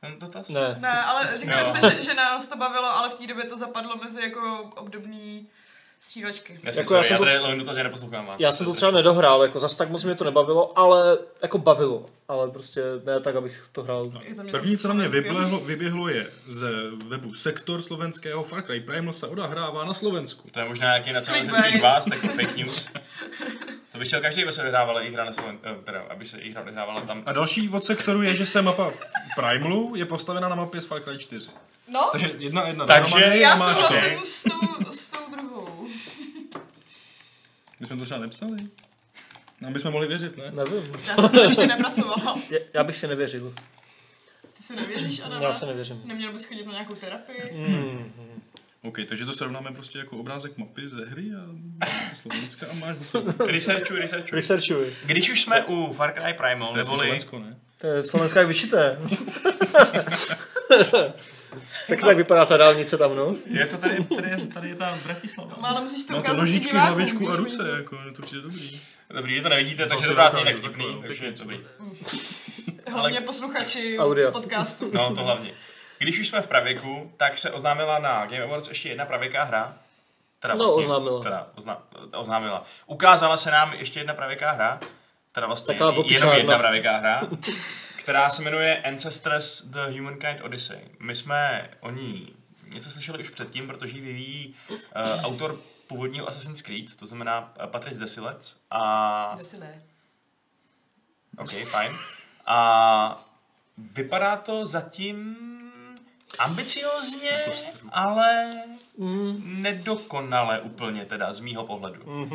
[SPEAKER 1] Ten dotaz?
[SPEAKER 2] Ne.
[SPEAKER 4] Ne, ale říkali
[SPEAKER 1] Jo.
[SPEAKER 4] jsme, že, že nás to bavilo, ale v té době to zapadlo mezi jako obdobný střílečky.
[SPEAKER 1] Já,
[SPEAKER 2] Jako
[SPEAKER 1] jako já,
[SPEAKER 2] já jsem
[SPEAKER 1] já
[SPEAKER 2] to-
[SPEAKER 1] tady to... dotaz, já neposlouchám vás.
[SPEAKER 2] Já jsem to třeba nedohrál, jako zas tak moc mě to nebavilo, ale jako bavilo. Ale prostě ne tak, abych to hrál.
[SPEAKER 4] Je tam něco
[SPEAKER 3] První, co na mě
[SPEAKER 4] slovenského.
[SPEAKER 3] vyběhlo, vyběhlo, je z webu Sektor slovenského Far Cry Primal se odehrává na Slovensku.
[SPEAKER 1] To je možná nějaký nacionalistický
[SPEAKER 4] Clickbait.
[SPEAKER 1] vás, tak fake
[SPEAKER 4] [laughs]
[SPEAKER 1] news. To bych chtěl každý, aby se vyhrávala i hra na Slovensku, teda, aby se i hra vyhrávala tam.
[SPEAKER 3] A další od sektoru je, že se mapa Primalu je postavena na mapě z Far Cry 4.
[SPEAKER 4] No,
[SPEAKER 3] Takže jedna jedna.
[SPEAKER 1] Takže-
[SPEAKER 3] dohromady
[SPEAKER 4] já
[SPEAKER 3] máš
[SPEAKER 4] souhlasím s tou, s tou druhou.
[SPEAKER 3] My jsme to třeba nepsali. Nám bychom mohli věřit, ne?
[SPEAKER 2] Nevím.
[SPEAKER 4] Já jsem
[SPEAKER 2] [laughs]
[SPEAKER 4] to ještě nepracovala.
[SPEAKER 2] Je- Já bych si nevěřil.
[SPEAKER 4] Ty si nevěříš, Adama?
[SPEAKER 2] Já se nevěřím. Hmm.
[SPEAKER 4] Neměl bys chodit na nějakou terapii?
[SPEAKER 3] OK, takže to srovnáme prostě jako obrázek mapy ze hry a Slovenska a máš
[SPEAKER 1] Researchu, researchu.
[SPEAKER 2] Researchuji.
[SPEAKER 1] Když už jsme u Far Cry Primal,
[SPEAKER 3] To je asi
[SPEAKER 1] neboli...
[SPEAKER 3] Slovensko, ne?
[SPEAKER 2] To je Slovenska je vyšité. [laughs] tak tak vypadá ta dálnice tam, no.
[SPEAKER 1] Je to tady, tady, je- tady je ta Bratislava.
[SPEAKER 4] No, ale musíš to
[SPEAKER 3] Má
[SPEAKER 4] ukázat
[SPEAKER 3] to
[SPEAKER 4] i
[SPEAKER 3] nožičky,
[SPEAKER 4] divákům,
[SPEAKER 3] hlavičku a
[SPEAKER 4] když mi
[SPEAKER 3] ruce,
[SPEAKER 4] to-
[SPEAKER 3] jako, mně to přijde dobrý.
[SPEAKER 1] Dobrý, že to nevidíte, takže
[SPEAKER 3] se
[SPEAKER 1] to vás
[SPEAKER 3] dokážu,
[SPEAKER 1] nějak
[SPEAKER 3] takhle,
[SPEAKER 1] vtipný,
[SPEAKER 3] jo,
[SPEAKER 1] takže
[SPEAKER 3] pěkně.
[SPEAKER 1] dobrý.
[SPEAKER 4] Hlavně posluchači
[SPEAKER 1] [laughs]
[SPEAKER 2] Audia.
[SPEAKER 4] podcastu.
[SPEAKER 1] No, to hlavně. Když už jsme v pravěku, tak se oznámila na Game Awards ještě jedna pravěká hra. Teda
[SPEAKER 2] No,
[SPEAKER 1] vlastně,
[SPEAKER 2] oznámila.
[SPEAKER 1] Teda ozna, oznámila. Ukázala se nám ještě jedna pravěká hra, teda vlastně
[SPEAKER 2] Taková
[SPEAKER 1] jenom
[SPEAKER 2] opičárna.
[SPEAKER 1] jedna pravěká hra, [laughs] která se jmenuje Ancestors The Humankind Odyssey. My jsme o ní něco slyšeli už předtím, protože ji vyvíjí eh, autor původního Assassin's Creed, to znamená eh, Patrice Desilec a
[SPEAKER 4] Kde si ne?
[SPEAKER 1] OK, fajn. A vypadá to zatím ambiciozně, ale nedokonale úplně teda z mýho pohledu.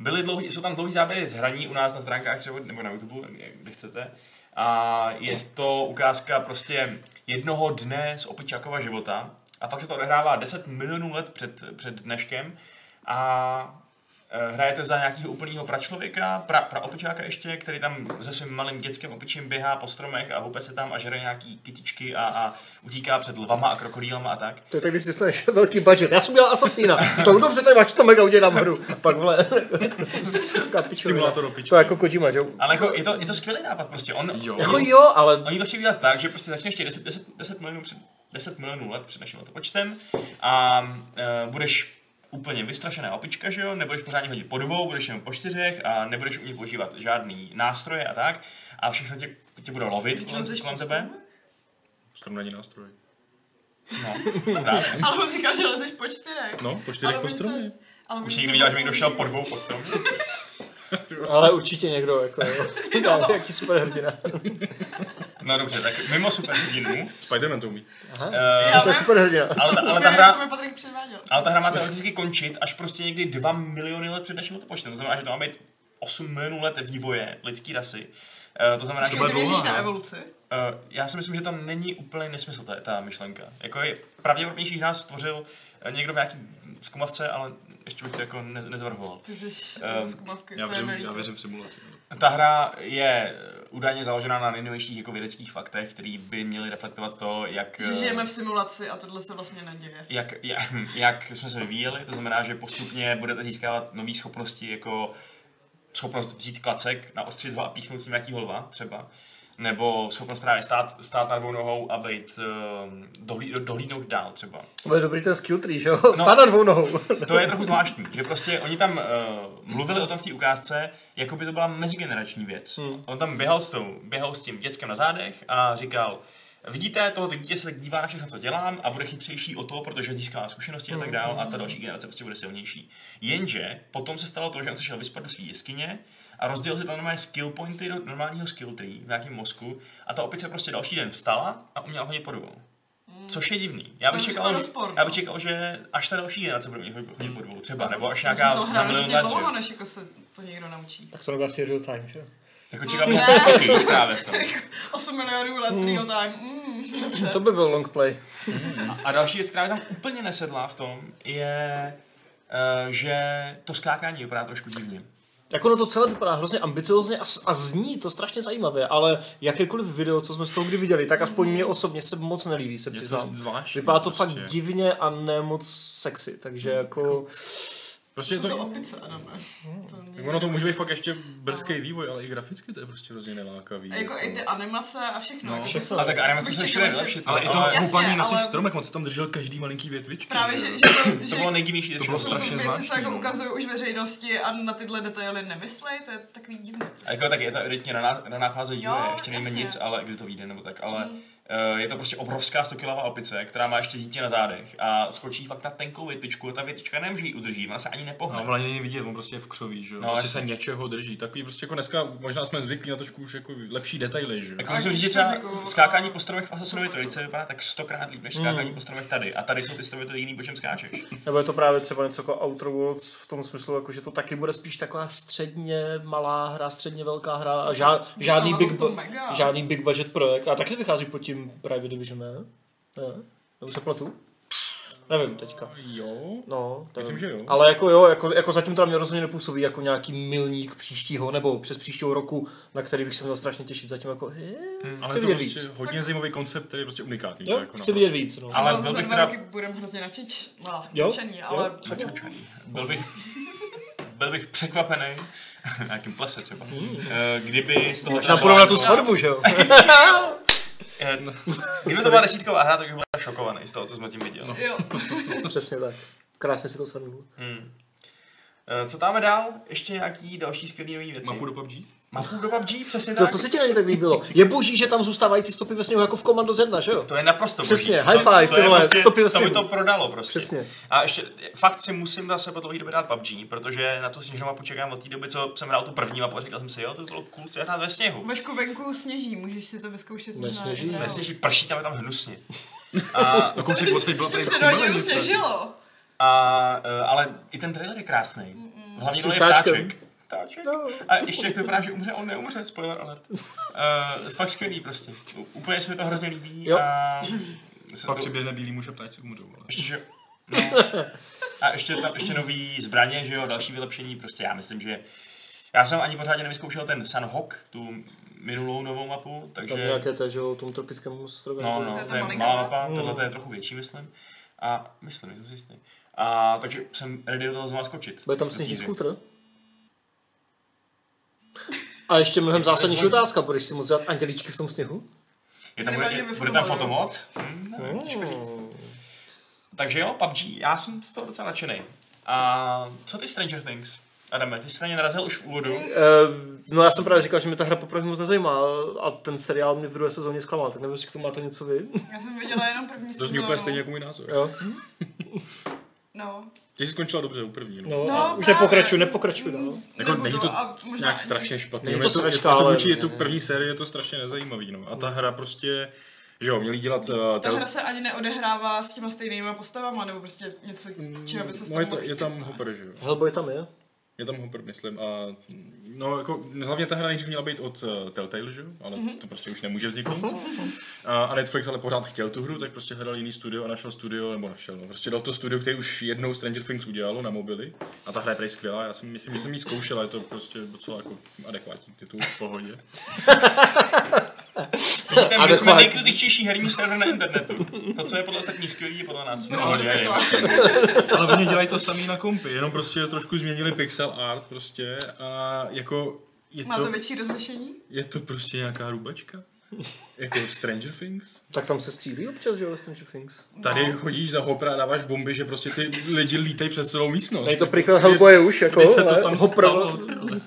[SPEAKER 1] Byly dlouhý, jsou tam dlouhý záběry z hraní u nás na stránkách třeba, nebo na YouTube, kde chcete. A je to ukázka prostě jednoho dne z Opičákova života. A fakt se to odehrává 10 milionů let před, před dneškem. A eh, hrajete za nějakého úplného pračlověka, pra, pra opičáka ještě, který tam se svým malým dětským opičím běhá po stromech a houpe se tam a žere nějaký kytičky a, a utíká před lvama a krokodýlama a tak.
[SPEAKER 2] To je tak, když dostaneš velký budget. Já jsem dělal asasína. To dobře, tady máš 100 mega udělám hru. A pak [laughs] vole. Kapičovina.
[SPEAKER 3] Simulátor opičky.
[SPEAKER 2] To je jako Kojima, že? jo?
[SPEAKER 1] Ale jako je to, je to skvělý nápad prostě. On,
[SPEAKER 3] Jo.
[SPEAKER 2] Jako jo, ale
[SPEAKER 1] No, Oni to chtějí dělat tak, že prostě začneš tě 10, 10, 10 milionů před 10 milionů let před naším letopočtem a e, budeš úplně vystrašená opička, že jo, nebudeš pořádně hodit po dvou, budeš jenom po čtyřech a nebudeš umět používat žádný nástroje a tak a všechno tě, tě bude lovit
[SPEAKER 4] Když
[SPEAKER 1] kolem,
[SPEAKER 4] lezeš
[SPEAKER 1] kolem
[SPEAKER 4] po
[SPEAKER 1] tebe.
[SPEAKER 3] Srovnání nástroj.
[SPEAKER 1] No, právě.
[SPEAKER 4] [laughs] Ale on říkal, že lezeš po čtyřech.
[SPEAKER 3] No, po
[SPEAKER 4] Ale
[SPEAKER 3] čtyřech po
[SPEAKER 4] on se-
[SPEAKER 3] stromě.
[SPEAKER 4] ale on
[SPEAKER 1] Už
[SPEAKER 4] se-
[SPEAKER 1] někdy viděl, že mi někdo šel po dvou po strom.
[SPEAKER 2] [laughs] No. Ale určitě někdo, jako jo. Jaký super hrdina.
[SPEAKER 1] No dobře, tak mimo superhrdinů,
[SPEAKER 3] Spider-Man to umí.
[SPEAKER 1] eh,
[SPEAKER 2] To je super hrdina.
[SPEAKER 1] ale, ta, ale ta
[SPEAKER 4] To mi
[SPEAKER 1] hra,
[SPEAKER 4] Patrik předváděl.
[SPEAKER 1] ale ta hra má teoreticky končit až prostě někdy 2 miliony let před naším letopočtem. To znamená, že to má být 8 milionů let vývoje lidské rasy. Eh, To znamená, že
[SPEAKER 4] Počkej, ty
[SPEAKER 3] dlouhá
[SPEAKER 4] věříš na
[SPEAKER 3] hra.
[SPEAKER 4] evoluci?
[SPEAKER 1] Uh, já si myslím, že to není úplně nesmysl, ta, ta myšlenka. Jako je pravděpodobnější, že nás stvořil eh, někdo v nějaký zkumavce, ale ještě bych to jako ne, nezvrhoval.
[SPEAKER 4] Ty jsi
[SPEAKER 1] Ehm,
[SPEAKER 4] ze skumavky,
[SPEAKER 3] Eh, Já
[SPEAKER 4] to je
[SPEAKER 3] věřím,
[SPEAKER 4] mi
[SPEAKER 3] já
[SPEAKER 4] líto.
[SPEAKER 3] věřím v simulaci. no.
[SPEAKER 1] Ta hra je eh, údajně založená na nejnovějších jako vědeckých faktech, které by měly reflektovat to, jak...
[SPEAKER 4] Že
[SPEAKER 1] eh,
[SPEAKER 4] žijeme v simulaci a tohle se vlastně neděje.
[SPEAKER 1] jak, jak, jak jsme se vyvíjeli, to znamená, že postupně budete získávat nové schopnosti, jako schopnost vzít klacek, naostřit ho a píchnout s ním nějakýho lva třeba, nebo schopnost právě stát, stát na dvou nohou a být, um, dohlí, dohlídnout dál třeba.
[SPEAKER 2] To je dobrý ten skill tree, že jo? Stát na dvou nohou.
[SPEAKER 1] To je trochu zvláštní, že prostě oni tam uh, mluvili o tom v té ukázce, jako by to byla mezigenerační věc. Hmm. On tam běhal s, tou, běhal s tím dětskem na zádech a říkal, vidíte, tohle dítě se tak dívá na všechno, co dělám a bude chytřejší o to, protože získá zkušenosti a tak dále a ta další generace prostě bude silnější. Jenže potom se stalo to, že on se šel vyspat do své jeskyně a rozdělil si tam normálně skill pointy do normálního skill tree v nějakém mozku a ta opice prostě další den vstala a uměla hodit podvou. Což je divný. Já
[SPEAKER 4] To
[SPEAKER 1] bych,
[SPEAKER 4] je
[SPEAKER 1] čekal,
[SPEAKER 4] docela rozpor,
[SPEAKER 1] já
[SPEAKER 4] no.
[SPEAKER 1] bych čekal, že až ta další generace bude mít hodně po dvou třeba,
[SPEAKER 4] To
[SPEAKER 1] nebo
[SPEAKER 4] se-
[SPEAKER 1] až
[SPEAKER 4] to
[SPEAKER 1] nějaká
[SPEAKER 4] jsme se
[SPEAKER 1] za
[SPEAKER 4] hráli
[SPEAKER 1] milion
[SPEAKER 4] hrozně
[SPEAKER 1] let,
[SPEAKER 4] dlouho,
[SPEAKER 1] že?
[SPEAKER 4] než jako se to někdo naučí.
[SPEAKER 2] Tak to nebyl asi real time, že jo?
[SPEAKER 1] Jako čekal bych
[SPEAKER 4] Ne.
[SPEAKER 1] nějaké skoky
[SPEAKER 3] [laughs]
[SPEAKER 1] právě v tom.
[SPEAKER 4] 8 milionů let real time. Mm, dobře.
[SPEAKER 2] Hm, To by byl long play.
[SPEAKER 1] A další věc, která mi tam úplně nesedla v tom, je, eh, že to skákání vypadá trošku divně.
[SPEAKER 2] Jako ono to celé vypadá hrozně ambiciozně a, s- a zní to strašně zajímavě, ale jakékoliv video, co jsme z toho kdy viděli, tak aspoň mě osobně se moc nelíbí, se
[SPEAKER 3] Něco
[SPEAKER 2] přiznám.
[SPEAKER 3] zvláštní.
[SPEAKER 2] Vypadá to
[SPEAKER 3] prostě.
[SPEAKER 2] fakt divně a ne moc sexy, takže jako...
[SPEAKER 3] Prostě je
[SPEAKER 4] Jsou to
[SPEAKER 3] to, Hmm.
[SPEAKER 4] opice, Adame. To mě-
[SPEAKER 3] ono to může být fakt ještě brzký vývoj, ale i graficky to je prostě hrozně nelákavý.
[SPEAKER 4] A Jako i ty animace a všechno.
[SPEAKER 3] No.
[SPEAKER 4] jako to
[SPEAKER 2] Všechno.
[SPEAKER 4] jsou-
[SPEAKER 1] A tak animace
[SPEAKER 4] bych
[SPEAKER 1] se ještě
[SPEAKER 4] čekala,
[SPEAKER 1] dají
[SPEAKER 4] že-
[SPEAKER 1] vylepšit. no,
[SPEAKER 3] Ale i to
[SPEAKER 1] ale-
[SPEAKER 4] Jasně,
[SPEAKER 3] houpání na těch
[SPEAKER 4] ale-
[SPEAKER 3] stromech, on se tam držel každý malinký větvičky.
[SPEAKER 4] Právě, že,
[SPEAKER 3] jo.
[SPEAKER 4] že, že,
[SPEAKER 1] To bylo nejdivnější.
[SPEAKER 3] Mm. To
[SPEAKER 1] že-
[SPEAKER 3] bylo
[SPEAKER 4] jsou
[SPEAKER 3] strašně
[SPEAKER 4] to věci, co
[SPEAKER 3] zvláštní,
[SPEAKER 4] jako
[SPEAKER 3] no.
[SPEAKER 4] ukazují už veřejnosti a na tyhle detaily nemyslej, to je takový divný.
[SPEAKER 1] A jako tak je to evidentně raná, raná fáze vývoje, ještě nejme
[SPEAKER 4] jasně. Hmm.
[SPEAKER 1] nic, ale kdy to vyjde nebo tak, ale mm. je to prostě obrovská 100 kilová opice, která má ještě dítě na zádech a skočí fakt na tenkou větvičku a ta větvička nemůže ji udrží, ona se ani
[SPEAKER 3] No,
[SPEAKER 1] nepohne.
[SPEAKER 3] on ani není vidět, on prostě je v křoví, že jo.
[SPEAKER 1] No,
[SPEAKER 3] No, prostě
[SPEAKER 1] jasně.
[SPEAKER 3] se něčeho drží. Takový prostě jako dneska, možná jsme zvyklí na trošku už jako lepší detaily, že jo.
[SPEAKER 1] Jako
[SPEAKER 4] A
[SPEAKER 1] musím
[SPEAKER 4] když
[SPEAKER 1] říct, že
[SPEAKER 4] to No,
[SPEAKER 1] třeba
[SPEAKER 4] řekl-
[SPEAKER 1] skákání po stromech v Asasinově trojice vypadá tak stokrát líp než skákání po stromech tady. A tady jsou ty stromy to jiný, po čem skáčeš.
[SPEAKER 2] Nebo je to právě třeba něco jako Outer Worlds v tom smyslu, jako že to taky bude spíš taková středně malá hra, středně velká hra a žád, žádný,
[SPEAKER 4] Dostávalo
[SPEAKER 2] big,
[SPEAKER 4] se to
[SPEAKER 2] bu-
[SPEAKER 4] mega.
[SPEAKER 2] žádný big budget projekt. A taky vychází pod tím Private Division, ne? Ne? Nebo se pletu? Nevím teďka.
[SPEAKER 3] Jo.
[SPEAKER 2] No, to
[SPEAKER 3] Myslím,
[SPEAKER 2] nevím.
[SPEAKER 3] že jo.
[SPEAKER 2] Ale jako jo, jako, jako zatím to na mě rozhodně nepůsobí jako nějaký milník příštího nebo přes příštího roku, na který bych se měl strašně těšit. Zatím jako, je,
[SPEAKER 3] Ale
[SPEAKER 2] chci
[SPEAKER 3] to
[SPEAKER 2] vidět
[SPEAKER 3] prostě
[SPEAKER 2] víc.
[SPEAKER 3] hodně zajímavý koncept, který je prostě unikátní.
[SPEAKER 2] Jo,
[SPEAKER 3] to jako
[SPEAKER 2] chci
[SPEAKER 3] naprosto.
[SPEAKER 2] vidět víc, no.
[SPEAKER 1] Ale
[SPEAKER 4] Ale
[SPEAKER 1] byl
[SPEAKER 4] za
[SPEAKER 1] bych
[SPEAKER 4] dva
[SPEAKER 1] teda-
[SPEAKER 4] roky budeme hrozně nadšeč, no,
[SPEAKER 2] Jo,
[SPEAKER 4] nadšený, ale
[SPEAKER 2] jo.
[SPEAKER 1] Načačkaný. Byl bych, byl bych překvapený, [laughs] nějakým plese třeba, eh, kdyby z toho
[SPEAKER 2] Možná
[SPEAKER 1] byla
[SPEAKER 2] půjdeme na tu
[SPEAKER 1] jako-
[SPEAKER 2] svatbu, že jo?
[SPEAKER 1] eh, Kdyby to byla desítková hra, tak bych byl šokovaný z toho, co jsme tím viděli.
[SPEAKER 4] jo.
[SPEAKER 2] Přesně tak. Krásně si to shrnul.
[SPEAKER 1] Eh, Co tam dál? Ještě nějaký další skvělý nový věci.
[SPEAKER 3] Mapu do PUBG?
[SPEAKER 1] Mapu do PUBG, přesně
[SPEAKER 2] To,
[SPEAKER 1] tak.
[SPEAKER 2] co se ti na ně
[SPEAKER 1] [laughs]
[SPEAKER 2] tak líbilo? Je boží, že tam zůstávají ty stopy ve sněhu jako v Komando Zemna, že jo?
[SPEAKER 1] To je naprosto boží.
[SPEAKER 2] Přesně,
[SPEAKER 1] To-
[SPEAKER 2] high five,
[SPEAKER 1] to
[SPEAKER 2] ty
[SPEAKER 1] je
[SPEAKER 2] vole,
[SPEAKER 1] prostě,
[SPEAKER 2] stopil
[SPEAKER 1] To by
[SPEAKER 2] si.
[SPEAKER 1] to prodalo prostě.
[SPEAKER 2] Přesně.
[SPEAKER 1] A ještě, fakt si musím zase po dlouhé době dát PUBG, protože na tu sněžnou mapu čekám od té doby, co jsem hrál tu první mapu a říkal jsem si, jo, to bylo cool si hrát ve sněhu.
[SPEAKER 4] Vašku venku sněží, můžeš si to vyzkoušet.
[SPEAKER 2] Nesněží,
[SPEAKER 1] Ve
[SPEAKER 4] nesněží.
[SPEAKER 1] sněží prší, tam je tam hnusně. A,
[SPEAKER 3] No kousek vlastně byl
[SPEAKER 4] Ještě
[SPEAKER 3] tady
[SPEAKER 4] před
[SPEAKER 3] v
[SPEAKER 4] hodinou
[SPEAKER 3] Kubelnice.
[SPEAKER 4] sněžilo.
[SPEAKER 1] a, eh, ale i ten trailer je krásný. Hlavně
[SPEAKER 2] tím
[SPEAKER 1] je
[SPEAKER 2] ptáčkem.
[SPEAKER 1] ptáček. Ptáček. A ještě jak to vypadá, že umře, on neumře, spoiler alert. Uh, fakt skvělý prostě. U- Úplně se mi to hrozně líbí.
[SPEAKER 2] Jo.
[SPEAKER 1] A se
[SPEAKER 3] Pak
[SPEAKER 1] to-
[SPEAKER 3] přiběhne bílý muž a ptáci umřou. Ale.
[SPEAKER 1] Ještě, že... no. A ještě tam ještě nový zbraně, že jo, další vylepšení, prostě já myslím, že... Já jsem ani pořádně nevyzkoušel ten Sunhawk, tu minulou novou mapu,
[SPEAKER 2] Tam
[SPEAKER 1] takže...
[SPEAKER 2] nějaké to, že jo, tom tropickém ostrově.
[SPEAKER 1] No,
[SPEAKER 2] nebo-
[SPEAKER 1] no,
[SPEAKER 4] ta
[SPEAKER 1] to je
[SPEAKER 4] malinká,
[SPEAKER 1] malá
[SPEAKER 4] ne?
[SPEAKER 2] Hmm.
[SPEAKER 1] mapa, tohle je trochu větší, myslím. A myslím, nejsem si jistý. A takže jsem ready do toho znovu skočit.
[SPEAKER 2] Bude tam
[SPEAKER 1] Do
[SPEAKER 2] sněžní
[SPEAKER 1] té hry.
[SPEAKER 2] skútr? [laughs] A ještě mnohem zásadnější otázka, budeš si moc dělat andělíčky v tom sněhu?
[SPEAKER 1] Je tam,
[SPEAKER 4] Minimálně
[SPEAKER 1] bude,
[SPEAKER 4] by
[SPEAKER 1] bude tam
[SPEAKER 4] fotovali.
[SPEAKER 1] fotomod? Hm, nevím.
[SPEAKER 2] Hmm.
[SPEAKER 1] Takže jo, PUBG, já jsem z toho docela nadšený. A co ty Stranger Things? Adame, ty jsi na ně narazil už v úvodu.
[SPEAKER 4] Hmm.
[SPEAKER 2] Ehm, no já jsem právě říkal, že mě ta hra poprvé moc nezajímá a ten seriál mě v druhé sezóně zklamal, tak nevím, jestli k tomu máte něco vy.
[SPEAKER 4] Já jsem viděla jenom první
[SPEAKER 3] To
[SPEAKER 4] sezónu.
[SPEAKER 3] zní úplně stejně jako můj názor.
[SPEAKER 2] jo?
[SPEAKER 4] No,
[SPEAKER 3] Ty jsi skončila dobře u první, no.
[SPEAKER 2] No,
[SPEAKER 4] No,
[SPEAKER 2] no už
[SPEAKER 4] právě.
[SPEAKER 2] nepokračuju, nepokračuju dál.
[SPEAKER 3] Jako
[SPEAKER 4] Nebudu,
[SPEAKER 3] není to
[SPEAKER 4] no a možná
[SPEAKER 3] nějak
[SPEAKER 4] ani-
[SPEAKER 3] strašně špatný.
[SPEAKER 2] Není
[SPEAKER 3] Je
[SPEAKER 2] to
[SPEAKER 3] to, je
[SPEAKER 2] sračka,
[SPEAKER 3] to, je to
[SPEAKER 2] ale-
[SPEAKER 3] vůči tu první sérii je to strašně nezajímavý, no. A ta hra prostě, že jo, měli dělat... Uh,
[SPEAKER 4] Ta
[SPEAKER 3] tel-
[SPEAKER 4] hra se ani neodehrává s těma stejnýma postavama, nebo prostě něco, čeho by se
[SPEAKER 3] No,
[SPEAKER 4] stalo.
[SPEAKER 3] je, to, je tam Hopper, že jo.
[SPEAKER 2] Hellboy tam je.
[SPEAKER 3] Je tam Hopper, myslím. A, no, jako, hlavně ta hra nejdřív měla být od uh, Telltale, že? jo? ale
[SPEAKER 4] Mhm.
[SPEAKER 3] mm-hmm. to prostě už nemůže vzniknout. A, a Netflix ale pořád chtěl tu hru, tak prostě hledal jiný studio a našel studio, nebo našel, no, prostě dal to studio, který už jednou Stranger Things udělalo na mobily. A ta hra je prej skvělá, já si myslím, že jsem ji zkoušel, a je to prostě docela jako adekvátní titul, v pohodě.
[SPEAKER 1] Vidíte, my jsme
[SPEAKER 2] Adekvátní.
[SPEAKER 1] nejkritičtější herní server na internetu. To, co je podle ostatních skvělý, je podle nás. No,
[SPEAKER 4] ale
[SPEAKER 1] je,
[SPEAKER 3] Ale oni dělají to samý na kompy, jenom prostě trošku změnili pixel art prostě a jako je
[SPEAKER 4] Má to
[SPEAKER 3] to,
[SPEAKER 4] větší rozlišení?
[SPEAKER 3] je to prostě nějaká rubačka. Jako Stranger Things?
[SPEAKER 2] Tak tam se střílí občas, že jo, ve Stranger Things.
[SPEAKER 3] Tady
[SPEAKER 4] No.
[SPEAKER 3] chodíš za hopra a dáváš bomby, že prostě ty lidi lítají před celou místnost.
[SPEAKER 2] Tady to prequel Hellboye už, jako,
[SPEAKER 3] Kdy se
[SPEAKER 2] ale
[SPEAKER 3] to tam
[SPEAKER 2] Hopper-
[SPEAKER 3] stalo, ty vole.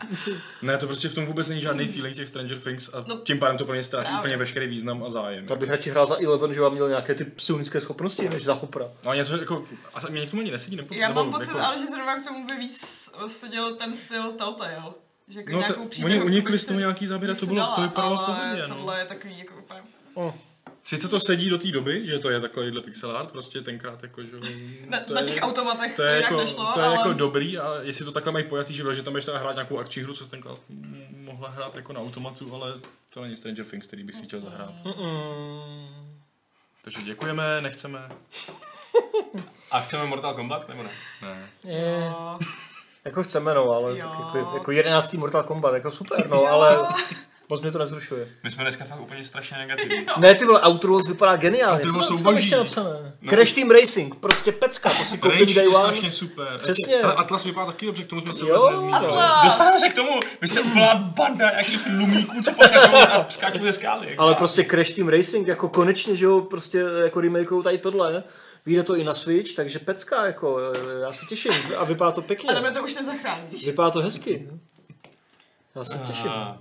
[SPEAKER 3] Ne, to prostě v tom vůbec není žádný feeling těch Stranger Things a
[SPEAKER 4] No,
[SPEAKER 3] tím pádem to plně ztrácí
[SPEAKER 4] právě.
[SPEAKER 3] úplně veškerý význam a zájem.
[SPEAKER 2] Já bych radši hrál za Eleven, že vám měl nějaké ty psionické schopnosti, než za Hopra.
[SPEAKER 3] No a něco jako, a mě k tomu ani nesedí, nebo,
[SPEAKER 4] Já
[SPEAKER 3] nebo
[SPEAKER 4] mám pocit,
[SPEAKER 3] jako,
[SPEAKER 4] ale že zrovna k tomu by víc seděl ten styl Telltale. Že jako
[SPEAKER 3] No,
[SPEAKER 4] nějakou
[SPEAKER 3] ta- oni
[SPEAKER 4] příběhovku
[SPEAKER 3] unikli
[SPEAKER 4] bych
[SPEAKER 3] z toho
[SPEAKER 4] si-
[SPEAKER 3] nějaký záběr a
[SPEAKER 4] bych
[SPEAKER 3] to
[SPEAKER 4] si
[SPEAKER 3] bylo, to
[SPEAKER 4] dala,
[SPEAKER 3] vypadalo v
[SPEAKER 4] ale
[SPEAKER 3] pohodě, no.
[SPEAKER 4] tohle je takový jako úplně...
[SPEAKER 3] Sice to sedí do té doby, že to je takovýhle pixel art, prostě tenkrát jako, že...
[SPEAKER 4] Na,
[SPEAKER 3] to
[SPEAKER 4] na
[SPEAKER 3] je-
[SPEAKER 4] těch automatech
[SPEAKER 3] to
[SPEAKER 4] to,
[SPEAKER 3] je,
[SPEAKER 4] jinak
[SPEAKER 3] jako,
[SPEAKER 4] nešlo,
[SPEAKER 3] to je
[SPEAKER 4] ale...
[SPEAKER 3] jako dobrý a jestli to takhle mají pojatý, že, bylo, že tam ještě hrát nějakou akční hru, co jsi tenkrát m- mohla hrát jako na automatu, ale to není Stranger Things, který bych si chtěl zahrát. Takže děkujeme, nechceme.
[SPEAKER 1] A chceme Mortal Kombat, nebo ne?
[SPEAKER 3] Ne.
[SPEAKER 2] Je,
[SPEAKER 4] No.
[SPEAKER 2] jako chceme, no, ale tak
[SPEAKER 4] Jo.
[SPEAKER 2] jako, jako 11. Mortal Kombat, jako super, no, ale moc mě to nevzrušuje.
[SPEAKER 1] My jsme dneska fakt úplně strašně negativní.
[SPEAKER 2] Ne, ty vole, Outrolls vypadá geniálně.
[SPEAKER 3] Outrulls
[SPEAKER 2] Co tam- co
[SPEAKER 3] jsou
[SPEAKER 2] tam
[SPEAKER 3] boží. No.
[SPEAKER 2] ještě napsané? Crash Team Racing, prostě pecka, to si koupím
[SPEAKER 3] Rage
[SPEAKER 2] day
[SPEAKER 3] je
[SPEAKER 2] one.
[SPEAKER 3] strašně super.
[SPEAKER 2] Přesně.
[SPEAKER 3] Ale Atlas vypadá taky dobře, k tomu jsme se
[SPEAKER 2] Jo,
[SPEAKER 3] vůbec nezmínili.
[SPEAKER 2] Atlas.
[SPEAKER 1] Dostaneme se k tomu, vy jste úplná banda nějakých lumíků, co podkakují a skáčou ze skály.
[SPEAKER 2] Ale prostě Crash Team Racing, jako konečně, že jo, prostě jako remakeou tady tohle. Vyjde to i na Switch, takže pecka, jako, eh, já se těším a vypadá to pěkně.
[SPEAKER 4] A nebo to už nezachráníš.
[SPEAKER 2] Vypadá to hezky. Já se těším.
[SPEAKER 3] Ah.
[SPEAKER 1] A- Ah,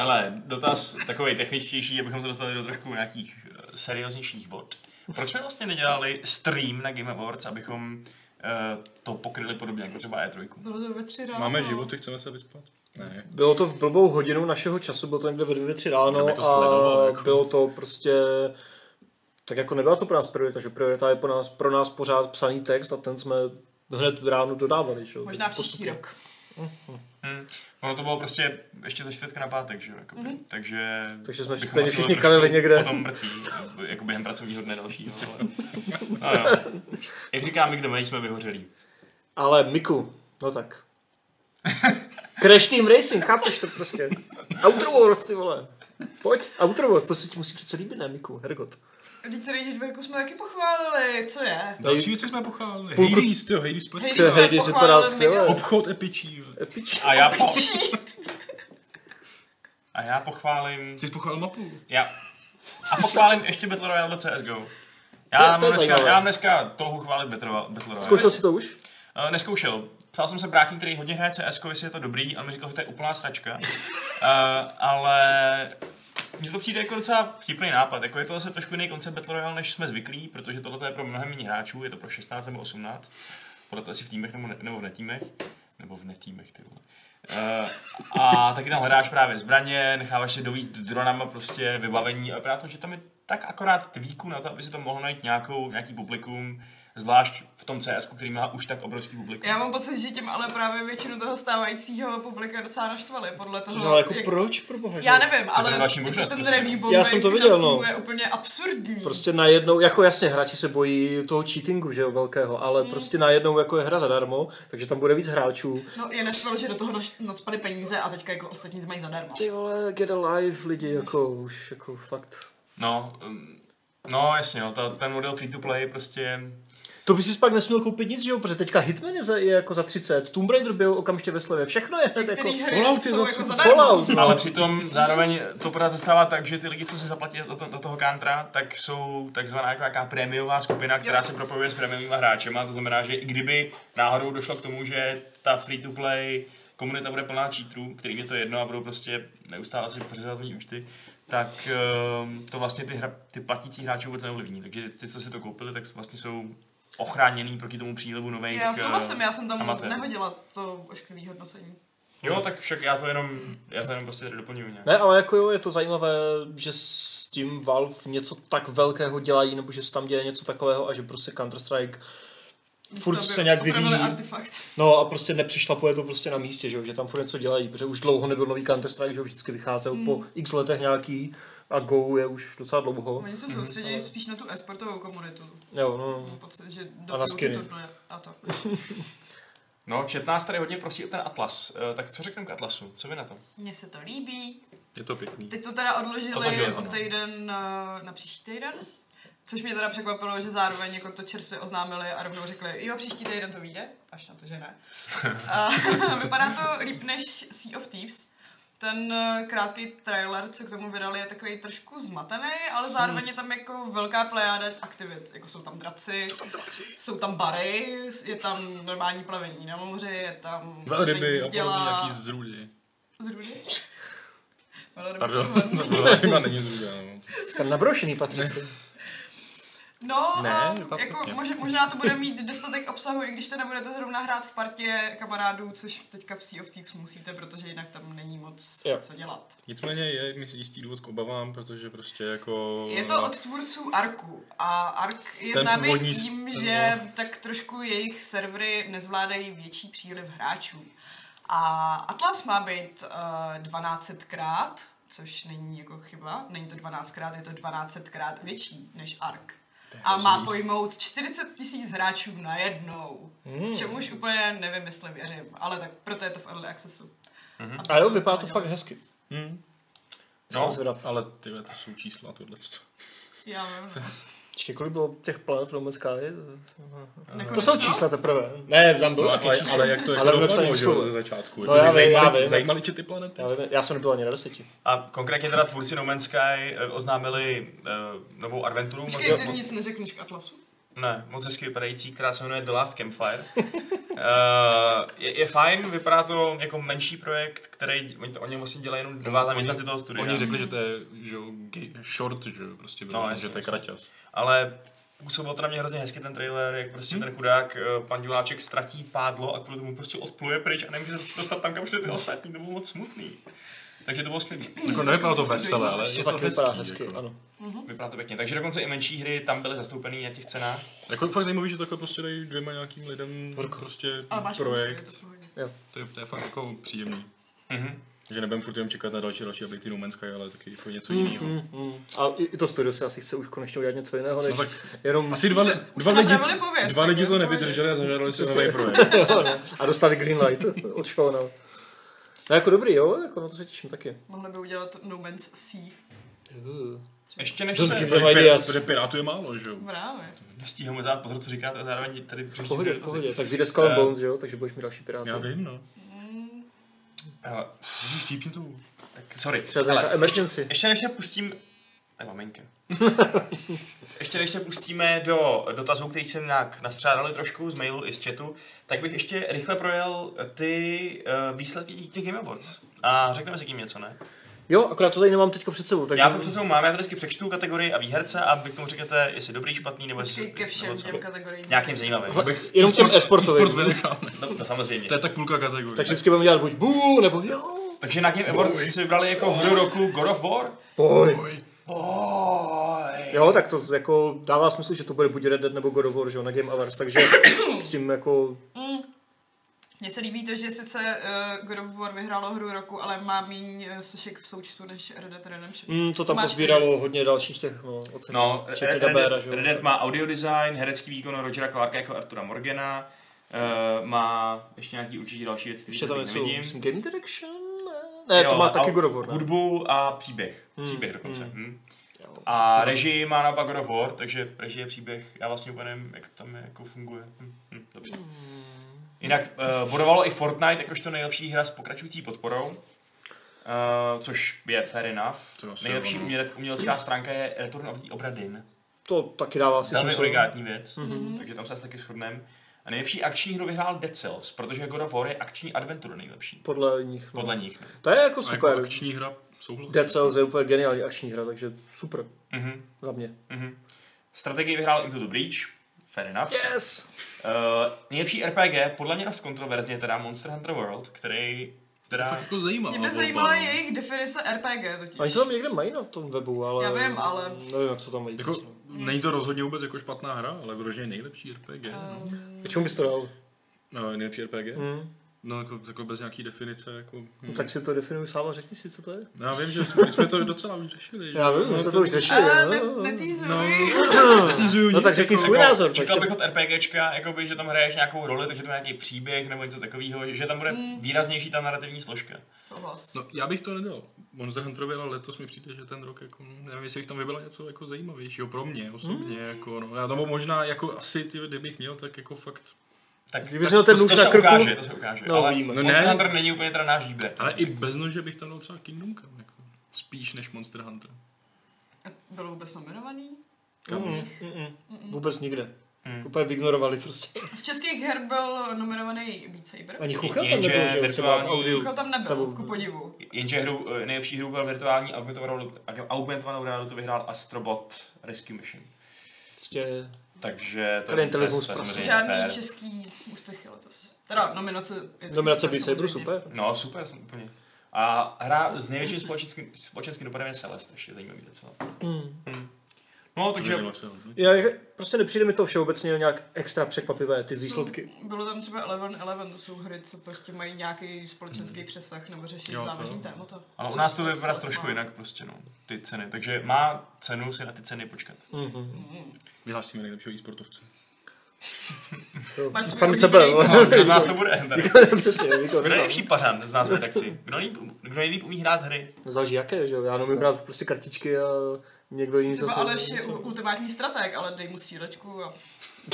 [SPEAKER 1] Hele, dotaz takový techničtější, abychom se dostali do trošku nějakých eh, serióznějších vod. Proč jsme vlastně nedělali stream na Game Awards, abychom eh, to pokryli podobně jako třeba E3?
[SPEAKER 4] Bylo to ve tři no. ráno.
[SPEAKER 3] Máme životy, chceme se vyspat. Ne.
[SPEAKER 2] Bylo to v blbou hodinu našeho času, bylo to někde ve dvě, tři ráno
[SPEAKER 3] Kdyby to sledoval,
[SPEAKER 2] a
[SPEAKER 3] jako.
[SPEAKER 2] bylo to prostě... Tak jako nebyla to pro nás priorita, že priorita je pro nás, pro nás pořád psaný text a ten jsme hned ráno dodávali. Že? jo.
[SPEAKER 4] Možná
[SPEAKER 2] Teď
[SPEAKER 4] příští
[SPEAKER 2] postupně.
[SPEAKER 4] rok.
[SPEAKER 1] Hm. Ono to bylo prostě ještě ze čtvrtka na pátek, že jo? Jakoby. Takže,
[SPEAKER 2] Mhm. Takže jsme
[SPEAKER 1] bychom
[SPEAKER 2] stejně
[SPEAKER 1] asi byli
[SPEAKER 2] všichni
[SPEAKER 1] trošku
[SPEAKER 2] kalili někde.
[SPEAKER 1] Potom mrtví, jako během pracovního dne dalšího. Ale... No, jo. Jak říkám, my kde my jsme vyhořelí.
[SPEAKER 2] Ale Miku, no tak. [laughs] Crash Team Racing, chápeš to prostě. Outer Worlds, ty vole. Pojď, Outer Worlds, to se ti musí přece líbit, ne Miku, Hergot.
[SPEAKER 4] Vždyť tady Ježbejku jsme taky pochválili, co je?
[SPEAKER 3] Další věci jsme pochválili.
[SPEAKER 2] Půlku-
[SPEAKER 3] Hades, tyjo, Hades
[SPEAKER 4] Hades
[SPEAKER 3] Pecka.
[SPEAKER 2] Chce
[SPEAKER 4] jsme
[SPEAKER 2] Hades
[SPEAKER 4] pochválili
[SPEAKER 2] vypadá
[SPEAKER 4] mega.
[SPEAKER 2] skvěle.
[SPEAKER 3] Obchod epičí.
[SPEAKER 2] Epič.
[SPEAKER 1] A já, po... a já pochválím...
[SPEAKER 3] Ty jsi pochválil mapu.
[SPEAKER 1] Já. A pochválím ještě Battle Royale do CSGO. Já,
[SPEAKER 2] To- to
[SPEAKER 1] mám,
[SPEAKER 2] je
[SPEAKER 1] dneska,
[SPEAKER 2] zajímavé.
[SPEAKER 1] já mám dneska touhu chválit Battle Royale. Battle Royale.
[SPEAKER 2] Zkoušel jsi to už?
[SPEAKER 1] Eh, neskoušel. Ptal jsem se bráchy, který hodně hraje CS, jestli je to dobrý, a on mi říkal, že to je úplná sračka. uh, ale mně to přijde jako docela vtipný nápad. Jako je to zase trošku jiný koncept Battle Royale, než jsme zvyklí, protože tohle je pro mnohem méně hráčů, je to pro 16 nebo 18. Podle toho asi v týmech nebo, ne, nebo v netýmech. Nebo v netýmech, ty vole. Uh, a taky tam hledáš právě zbraně, necháváš se dovízt dronama prostě vybavení a vypadá to, že tam je tak akorát tvíku na to, aby si to mohlo najít nějakou, nějaký publikum, zvlášť v tom CS, který má už tak obrovský publikum.
[SPEAKER 4] [laughs] Já mám pocit, že tím ale právě většinu toho stávajícího publika docela naštvali, podle toho,
[SPEAKER 2] No, jako proč, pro boha, že
[SPEAKER 4] Já
[SPEAKER 2] jo?
[SPEAKER 4] nevím,
[SPEAKER 1] je
[SPEAKER 4] ale
[SPEAKER 1] další
[SPEAKER 4] jako
[SPEAKER 1] možnost,
[SPEAKER 4] ten
[SPEAKER 1] prostě.
[SPEAKER 4] review
[SPEAKER 2] Já jsem to viděl, no.
[SPEAKER 4] je úplně absurdní.
[SPEAKER 2] Prostě najednou, jako jasně, hráči se bojí toho cheatingu, že jo, velkého, ale
[SPEAKER 4] Mhm.
[SPEAKER 2] hmm. prostě najednou jako je hra zadarmo, takže tam bude víc hráčů.
[SPEAKER 4] No je nesmysl, že do toho naš- nadspaly peníze a teďka jako ostatní to mají zadarmo.
[SPEAKER 2] Ty vole, get alive lidi, jako už, jako fakt.
[SPEAKER 1] No, um, no jasně, no, ta, ten model free to play prostě...
[SPEAKER 2] To by si pak nesměl koupit nic, že jo, protože teďka Hitman je, za, je jako za 30, Tomb Raider byl okamžitě ve slevě, všechno je hned jako...
[SPEAKER 4] Některý hry
[SPEAKER 3] Fallout je
[SPEAKER 4] jsou
[SPEAKER 3] za-
[SPEAKER 4] jako zadarmo.
[SPEAKER 2] Fallout, no.
[SPEAKER 1] Ale přitom zároveň to pořád zůstává tak, že ty lidi, co si zaplatí do, to, do toho kantra, tak jsou takzvaná jako nějaká prémiová skupina, která
[SPEAKER 4] Jo.
[SPEAKER 1] se propojuje s prémiovými hráčema. To znamená, že i kdyby náhodou došlo k tomu, že ta free to play komunita bude plná cheaterů, kterým je to jedno a budou prostě neustále si pořizovat nový účty, tak ehm, to vlastně ty, hra, ty platící hráči vůbec neovlivní. Takže ty, co si to koupili, tak vlastně jsou ochráněný proti tomu přílivu nových
[SPEAKER 4] Já souhlasím,
[SPEAKER 1] eh,
[SPEAKER 4] já jsem tam
[SPEAKER 1] amatérů.
[SPEAKER 4] nehodila to ošklivý hodnocení.
[SPEAKER 1] Jo, tak však já to jenom, já to jenom prostě tady doplňuji nějak.
[SPEAKER 2] Ne, ale jako jo, je to zajímavé, že s tím Valve něco tak velkého dělají, nebo že se tam děje něco takového a že prostě Counter-Strike Furt se nějak
[SPEAKER 4] Opravili
[SPEAKER 2] vyvíjí.
[SPEAKER 4] artefakt.
[SPEAKER 2] No a prostě nepřišlapuje to prostě na místě, že, jo, že tam furt něco dělají, protože už dlouho nebyl nový Counter-Strike, že jo, vždycky vycházel hmm. po x letech nějaký a Go je už docela dlouho.
[SPEAKER 4] Oni
[SPEAKER 1] Mhm.
[SPEAKER 4] se soustředí spíš na tu esportovou komunitu.
[SPEAKER 2] Jo, no.
[SPEAKER 4] Mám pocit, že
[SPEAKER 2] A na
[SPEAKER 4] do
[SPEAKER 2] skiny.
[SPEAKER 4] turnaje a tak.
[SPEAKER 1] No, čet nás tady hodně prosí o ten Atlas. Eh, tak co řekneme k Atlasu? Co vy na to?
[SPEAKER 4] Mně se to líbí.
[SPEAKER 3] Je to pěkný.
[SPEAKER 4] Teď to teda odložili
[SPEAKER 1] Odložili to,
[SPEAKER 4] o
[SPEAKER 1] no.
[SPEAKER 4] týden eh, na, na příští týden. Což mě teda překvapilo, že zároveň jako to čerstvě oznámili a rovnou řekli, jo, příští týden to vyjde, až na to, že ne. A [laughs] vypadá to líp než Sea of Thieves. Ten eh, krátký trailer, co k tomu vydali, je takový trošku zmatený, ale zároveň je tam jako velká plejáda aktivit. Jako jsou tam draci, jsou tam bary, je tam normální plavení na moři, je tam střelení
[SPEAKER 3] Velryby
[SPEAKER 4] z
[SPEAKER 3] a
[SPEAKER 4] děla-
[SPEAKER 3] podobně nějaký zrůdy.
[SPEAKER 4] z rudy. Velryby
[SPEAKER 3] Pardon,
[SPEAKER 4] jsou ven.
[SPEAKER 3] to byla ryba, není zrůda. No.
[SPEAKER 2] Jsi tam nabroušený, Patrici.
[SPEAKER 4] No,
[SPEAKER 3] Ne,
[SPEAKER 4] a
[SPEAKER 3] vypadá
[SPEAKER 4] jako
[SPEAKER 3] pěkně.
[SPEAKER 4] mož, možná to bude mít dostatek obsahu, i když to nebudete zrovna hrát v partě kamarádů, což teďka v Sea of Thieves musíte, protože jinak tam není moc
[SPEAKER 2] Jo.
[SPEAKER 4] co dělat.
[SPEAKER 3] Nicméně je mi jistý důvod k obavám, protože prostě jako...
[SPEAKER 4] Je to od tvůrců Arku a Ark je
[SPEAKER 3] Ten
[SPEAKER 4] známý
[SPEAKER 3] původní s-
[SPEAKER 4] tím,
[SPEAKER 3] ten,
[SPEAKER 4] že
[SPEAKER 2] no.
[SPEAKER 4] tak trošku jejich servery nezvládají větší příliv hráčů. A Atlas má být uh, 12krát, což není jako chyba, není to 12krát, je to 12krát větší než Ark. A má pojmout 40 tisíc hráčů na jednou. Hmm. Čemuž úplně nevím, jestli věřím, ale tak proto je to v Early Accessu. Mm-hmm.
[SPEAKER 2] A Mhm. jo, vypadá to fakt hezky.
[SPEAKER 3] Hm,
[SPEAKER 2] No.
[SPEAKER 1] No.
[SPEAKER 3] ale ty to jsou čísla tohleto.
[SPEAKER 4] Já vím, no.
[SPEAKER 2] Čekaj, kolik bylo těch planet v No Man's Sky? To
[SPEAKER 4] Nekonečno?
[SPEAKER 2] jsou čísla teprve. Ne, tam bylo
[SPEAKER 3] No,
[SPEAKER 2] taky
[SPEAKER 3] ale,
[SPEAKER 2] číslo.
[SPEAKER 3] ale, jak to jako
[SPEAKER 2] Ale ono
[SPEAKER 3] dopadlo,
[SPEAKER 2] psaný
[SPEAKER 3] že jo,
[SPEAKER 2] číslo.
[SPEAKER 3] ze začátku.
[SPEAKER 2] No,
[SPEAKER 3] Jako,
[SPEAKER 2] já vím, já
[SPEAKER 3] zajímaly,
[SPEAKER 2] vím.
[SPEAKER 3] tě- zajímaly tě ty planety?
[SPEAKER 2] Já, vím, já jsem nebyl ani na deseti.
[SPEAKER 1] A konkrétně teda tvůrci No Man's Sky eh, oznámili eh, novou adventuru.
[SPEAKER 4] Počkej, ty nic neřekneš k Atlasu?
[SPEAKER 1] Ne, moc hezky vypadající, která se jmenuje The Last Campfire. uh, je, je, fajn, vypadá to jako menší projekt, který oni, to, oni vlastně dělají jenom devátá měsíci toho studia.
[SPEAKER 3] Oni řekli, že to je že, jo, ge- short, že jo, prostě bylo,
[SPEAKER 1] No,
[SPEAKER 3] no,
[SPEAKER 1] jasně,
[SPEAKER 3] že to je
[SPEAKER 1] jasně.
[SPEAKER 3] kraťas.
[SPEAKER 1] Ale působil to na mě hrozně hezky ten trailer, jak prostě
[SPEAKER 2] Hmm.
[SPEAKER 1] ten chudák eh, pan Duláček ztratí pádlo a kvůli tomu prostě odpluje pryč a nemůže se dostat tam, kam šli
[SPEAKER 2] No.
[SPEAKER 1] ty ostatní, to bylo moc smutný. Takže to bylo skvělé.
[SPEAKER 3] Jako nevypadalo to veselé, ale
[SPEAKER 2] To
[SPEAKER 3] je to
[SPEAKER 2] taky
[SPEAKER 3] hezký.
[SPEAKER 2] vypadá hezky,
[SPEAKER 3] jako.
[SPEAKER 2] ano.
[SPEAKER 1] Vypadá to pěkně. Takže dokonce i menší hry tam byly zastoupený na těch cenách.
[SPEAKER 3] Jako je fakt zajímavý, že takhle prostě dají dvěma nějakým lidem prostě
[SPEAKER 4] Ale máš
[SPEAKER 3] projekt.
[SPEAKER 4] Prostě, je to v pohodě.
[SPEAKER 3] To je, to je fakt jako příjemný.
[SPEAKER 1] Mhm.
[SPEAKER 3] Že nebudem furt jenom čekat na další, další updatey No Man's Sky, ale taky jako něco jiného.
[SPEAKER 2] Mm. A i, i to studio si asi chce už konečně udělat něco jiného, než
[SPEAKER 3] No tak
[SPEAKER 2] jenom...
[SPEAKER 3] asi dva,
[SPEAKER 4] se-
[SPEAKER 3] li-
[SPEAKER 4] už
[SPEAKER 3] dva,
[SPEAKER 4] se
[SPEAKER 3] lidi,
[SPEAKER 4] napravili pověst,
[SPEAKER 3] dva
[SPEAKER 4] tak
[SPEAKER 3] lidi
[SPEAKER 4] je
[SPEAKER 3] to
[SPEAKER 4] v pohodě.
[SPEAKER 3] nevydrželi a zažádali si nový [laughs] projekt.
[SPEAKER 2] a dostali green light od Šona. No jako dobrý, jo, jako na to se těším taky.
[SPEAKER 4] Mohli by udělat No Man's Sea.
[SPEAKER 1] Ještě než
[SPEAKER 2] Dobrý
[SPEAKER 1] se
[SPEAKER 2] projekt.
[SPEAKER 3] Protože pir-
[SPEAKER 2] Ideas.
[SPEAKER 3] Protože Pirátů je málo, že jo?
[SPEAKER 4] Právě.
[SPEAKER 1] nestíháme dát pozor, co říkáte, a zároveň tady
[SPEAKER 2] V
[SPEAKER 1] příští
[SPEAKER 2] pohodě, v
[SPEAKER 1] diskuzi.
[SPEAKER 2] pohodě. Tak vyjde Skull and
[SPEAKER 1] Eh,
[SPEAKER 2] Bones, jo, takže budeš mít další piráty.
[SPEAKER 3] Já vím, no.
[SPEAKER 1] Hele,
[SPEAKER 3] Ježíš, típni to.
[SPEAKER 1] tak sorry.
[SPEAKER 2] Třeba to je
[SPEAKER 1] Hele,
[SPEAKER 2] nějaká emergency.
[SPEAKER 1] Ještě než se pustím... Ne,
[SPEAKER 3] [laughs]
[SPEAKER 1] maminka. ještě než se pustíme do dotazů, který jsem nějak nastřádali trošku z mailu i z chatu, tak bych ještě rychle projel ty uh, výsledky těch Game Awards. A řekneme si k ním něco, ne?
[SPEAKER 2] Jo, akorát to tady nemám teďko před sebou, takže...
[SPEAKER 1] Já to před sebou mám, já to vždycky přečtu kategorii a výherce a vy k tomu řeknete, jestli dobrý, špatný, nebo
[SPEAKER 4] Počkej
[SPEAKER 1] jestli...
[SPEAKER 4] ke všem
[SPEAKER 1] nebo co.
[SPEAKER 4] těm kategoriím.
[SPEAKER 1] Nějakým zajímavým.
[SPEAKER 3] Abych
[SPEAKER 2] Jenom těm e-sportovým.
[SPEAKER 3] e-sport vynecháme.
[SPEAKER 1] No, to samozřejmě.
[SPEAKER 3] To je tak půlka kategorie.
[SPEAKER 2] Takže vždycky budeme dělat buď bu, nebo jo.
[SPEAKER 1] Takže na Game Awards si vybrali jako hru roku God of War.
[SPEAKER 2] Boj.
[SPEAKER 1] Boj.
[SPEAKER 2] Jo, tak to jako dává smysl, že to bude buď Red Dead nebo God of War, že jo, na Game Awards, takže s tím jako...
[SPEAKER 4] Mně se líbí to, že sice uh, God of War vyhrálo hru roku, ale má míň eh, sošek v součtu než Red Dead Redemption.
[SPEAKER 2] Mm, to tam
[SPEAKER 4] Máš
[SPEAKER 2] pozbíralo hodně dalších těch no, ocenů.
[SPEAKER 1] No,
[SPEAKER 2] Včetně
[SPEAKER 1] Red, Red,
[SPEAKER 2] Dabera,
[SPEAKER 1] Dead-
[SPEAKER 2] že jo.
[SPEAKER 1] Red Dead má audio design, herecký výkon Rogera Clarka jako Artura Morgana, eh, má ještě nějaký určitě další věci,
[SPEAKER 2] Ještě
[SPEAKER 1] které tam
[SPEAKER 2] tam něco,
[SPEAKER 1] nevidím.
[SPEAKER 2] myslím, Game Direction? Ne, ne to má
[SPEAKER 1] a
[SPEAKER 2] taky God of War, ne? Hmm,
[SPEAKER 1] Hudbu a příběh. Příběh dokonce. hm. A režii má naopak God of War, takže režie příběh, já vlastně úplně nevím, jak to tam je, jako funguje. Hm, hm, dobře. Jinak uh, bodovalo i Fortnite jakožto nejlepší hra s pokračující podporou, eh, což je fair enough.
[SPEAKER 3] To asi
[SPEAKER 1] Nejlepší
[SPEAKER 3] jo, no.
[SPEAKER 1] umělec, umělecká stránka je Return of the Obra Dinn.
[SPEAKER 2] To taky dává si
[SPEAKER 1] Velmi
[SPEAKER 2] smysl.
[SPEAKER 1] unikátní věc,
[SPEAKER 2] Mhm.
[SPEAKER 1] mm-hmm. takže tam se asi taky shodneme. A nejlepší akční hru vyhrál Dead Cells, protože God of War je akční adventura nejlepší.
[SPEAKER 2] Podle nich. no.
[SPEAKER 1] Podle nich. no.
[SPEAKER 2] To je jako
[SPEAKER 3] A jako
[SPEAKER 2] super.
[SPEAKER 3] akční hra, souhlas.
[SPEAKER 2] Dead Cells je úplně geniální akční hra, takže super
[SPEAKER 1] Mhm,
[SPEAKER 2] za mě.
[SPEAKER 1] mhm. Strategii vyhrál Into the Breach, Fair enough.
[SPEAKER 2] Yes!
[SPEAKER 1] Uh, nejlepší RPG, podle mě dost kontroverzně, teda Monster Hunter World, který
[SPEAKER 3] To
[SPEAKER 1] teda...
[SPEAKER 3] fakt jako zajímavá
[SPEAKER 4] Mě by
[SPEAKER 3] volba,
[SPEAKER 4] zajímala
[SPEAKER 3] no.
[SPEAKER 4] jejich definice RPG totiž.
[SPEAKER 2] Oni to tam někde mají na tom webu, ale...
[SPEAKER 4] Já vím, ale-
[SPEAKER 2] Nevím, jak to tam mají.
[SPEAKER 3] Jako, není to rozhodně vůbec jako špatná hra, ale vyloženě nejlepší RPG.
[SPEAKER 4] Eh.
[SPEAKER 3] no.
[SPEAKER 2] Čemu bys to dal?
[SPEAKER 3] No, nejlepší RPG?
[SPEAKER 2] Mm.
[SPEAKER 3] No, jako, takhle bez nějaký definice, jako... hm.
[SPEAKER 2] No, tak si to definuj sám a řekni si, co to je.
[SPEAKER 3] No, já vím, že jsme, my jsme to docela už řešili. že?
[SPEAKER 2] vím,
[SPEAKER 3] No,
[SPEAKER 2] že
[SPEAKER 3] to-
[SPEAKER 2] to už řešili.
[SPEAKER 4] A Eh, ne,
[SPEAKER 2] no.
[SPEAKER 3] No,
[SPEAKER 4] netýzuj.
[SPEAKER 3] kritizuju
[SPEAKER 2] No
[SPEAKER 3] nic,
[SPEAKER 2] tak řekni
[SPEAKER 3] jako-
[SPEAKER 2] svůj názor.
[SPEAKER 1] Čekal
[SPEAKER 2] tak-
[SPEAKER 1] bych od RPGčka, jakoby, že tam hraješ nějakou roli, takže to je nějaký příběh nebo něco takového, že tam bude
[SPEAKER 2] Mm.
[SPEAKER 1] výraznější ta narrativní složka.
[SPEAKER 4] [laughs] Souhlas.
[SPEAKER 3] No, já bych to nedal. Monster Hunterovi, ale letos mi přijde, že ten rok, jako, nevím, jestli bych tam vybral něco jako zajímavějšího pro mě osobně.
[SPEAKER 1] Mm.
[SPEAKER 3] Jako, no, já, nebo možná, jako asi, ty, kdybych měl, tak jako fakt.
[SPEAKER 1] Tak,
[SPEAKER 2] Kdyby
[SPEAKER 1] tak
[SPEAKER 2] měl ten
[SPEAKER 1] to,
[SPEAKER 2] nůž
[SPEAKER 1] to
[SPEAKER 2] na
[SPEAKER 1] se
[SPEAKER 2] krku-
[SPEAKER 1] ukáže, to se ukáže.
[SPEAKER 2] No,
[SPEAKER 1] ale
[SPEAKER 2] uvidíme.
[SPEAKER 1] no,
[SPEAKER 3] No,
[SPEAKER 1] Monster
[SPEAKER 3] ne.
[SPEAKER 1] Hunter není úplně teda náš výběr.
[SPEAKER 3] Ale i bez nože bych tam dal třeba Kingdom Come, jako, spíš než Monster Hunter.
[SPEAKER 4] Byl vůbec nominovaný?
[SPEAKER 2] Mm, mm, mm. Vůbec nikde.
[SPEAKER 1] Mm.
[SPEAKER 2] Úplně ignorovali prostě.
[SPEAKER 4] Z českých her byl nominovaný Beat Saber.
[SPEAKER 2] Ani chuchel tam
[SPEAKER 1] Jenže
[SPEAKER 2] nebyl, že jo, třeba v
[SPEAKER 1] virtuální-
[SPEAKER 2] audiu.
[SPEAKER 4] Jako
[SPEAKER 2] Tam
[SPEAKER 4] tam nebyl,
[SPEAKER 2] byl-
[SPEAKER 4] ku podivu.
[SPEAKER 1] Jenže hru, eh, nejlepší hru byl virtuální augmentovanou, augmentovanou realitu vyhrál Astrobot Rescue Mission.
[SPEAKER 2] Prostě
[SPEAKER 1] Takže to
[SPEAKER 2] Klientelismus
[SPEAKER 1] to je
[SPEAKER 2] prostě.
[SPEAKER 1] samozřejmě
[SPEAKER 4] Žádný
[SPEAKER 1] fér.
[SPEAKER 4] český úspěchy letos. Teda nominace. je to
[SPEAKER 2] nominace
[SPEAKER 4] super,
[SPEAKER 2] Beat Saberu,
[SPEAKER 4] samozřejmě.
[SPEAKER 2] super.
[SPEAKER 1] No, super, jsem úplně. A hra s největším společenským, společenským dopadem je Celeste, ještě zajímavý docela. Hmm.
[SPEAKER 2] Mm.
[SPEAKER 1] No, takže
[SPEAKER 3] Nevím, jak se hodnotí.
[SPEAKER 2] Já, prostě nepřijde mi to všeobecně nějak extra překvapivé, ty výsledky.
[SPEAKER 4] Jsou- Bylo tam třeba Eleven Eleven, to jsou hry, co prostě mají nějaký společenský přesah nebo řeší
[SPEAKER 3] Jo, to
[SPEAKER 4] závažný
[SPEAKER 3] jo.
[SPEAKER 4] témata.
[SPEAKER 1] ano, u nás to
[SPEAKER 4] Což
[SPEAKER 1] vypadá
[SPEAKER 4] zase
[SPEAKER 1] trošku
[SPEAKER 4] má.
[SPEAKER 1] jinak prostě, no, ty ceny. Takže má cenu si na ty ceny [laughs] počkat.
[SPEAKER 2] Mhm.
[SPEAKER 3] Vyhlásíme nejlepšího e-sportovce.
[SPEAKER 2] Jo,
[SPEAKER 4] Máš to
[SPEAKER 2] Sami
[SPEAKER 4] takový
[SPEAKER 2] sebe.
[SPEAKER 4] videjko.
[SPEAKER 1] No, kdo z nás to [laughs] bude? Tady.
[SPEAKER 2] [laughs] Přesně, jako
[SPEAKER 1] Kdo je
[SPEAKER 2] neznám.
[SPEAKER 1] nejlepší pařan z nás v redakci? Kdo nejlíp, kdo nejlíp umí hrát hry?
[SPEAKER 2] Záleží jaké, že jo. Já nemůžu hrát prostě kartičky a někdo jiný
[SPEAKER 4] Třeba
[SPEAKER 2] zase-
[SPEAKER 4] Aleš je u- ultimátní strateg, ale dej mu střílečku a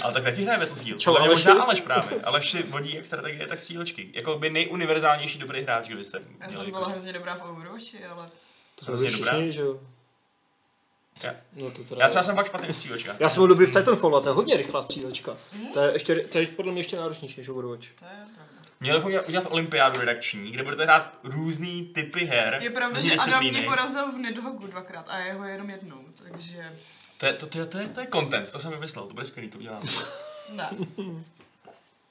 [SPEAKER 1] Ale tak taky hraje Battlefield.
[SPEAKER 2] Čo,
[SPEAKER 1] Čo, ale
[SPEAKER 2] Aleši?
[SPEAKER 1] možná Aleš právě. Aleš si vodí jak strategie, tak střílečky. Jako by nejuniverzálnější dobrý hráč, kdo jste
[SPEAKER 4] já
[SPEAKER 1] měli
[SPEAKER 4] jsem
[SPEAKER 1] jako
[SPEAKER 4] byla
[SPEAKER 1] říct.
[SPEAKER 4] hrozně dobrá v Overwatchi, ale
[SPEAKER 2] To jsme byli
[SPEAKER 1] Hrozně dobrá.
[SPEAKER 2] všichni, že jo.
[SPEAKER 1] Já-
[SPEAKER 2] No to teda...
[SPEAKER 1] Já třeba jsem fakt špatný v střílečkách.
[SPEAKER 2] Já jsem byl dobrý v Titanfallu a to je hodně rychlá střílečka.
[SPEAKER 4] Mhm.
[SPEAKER 2] To je, ještě, to je podle mě ještě náročnější než Overwatch.
[SPEAKER 1] Eh,
[SPEAKER 4] to je pravda.
[SPEAKER 1] Měli bychom udělat- udělat olympiádu redakční, kde budete hrát různý typy her.
[SPEAKER 4] Je pravda,
[SPEAKER 1] různý
[SPEAKER 4] že Adam mě
[SPEAKER 1] disciplíny.
[SPEAKER 4] porazil v Nidhogu dvakrát a jeho jenom jednou, takže
[SPEAKER 1] To je, to, to, je, to, je, to je content, to jsem vymyslel, to bude skvělý, to udělám.
[SPEAKER 4] ne.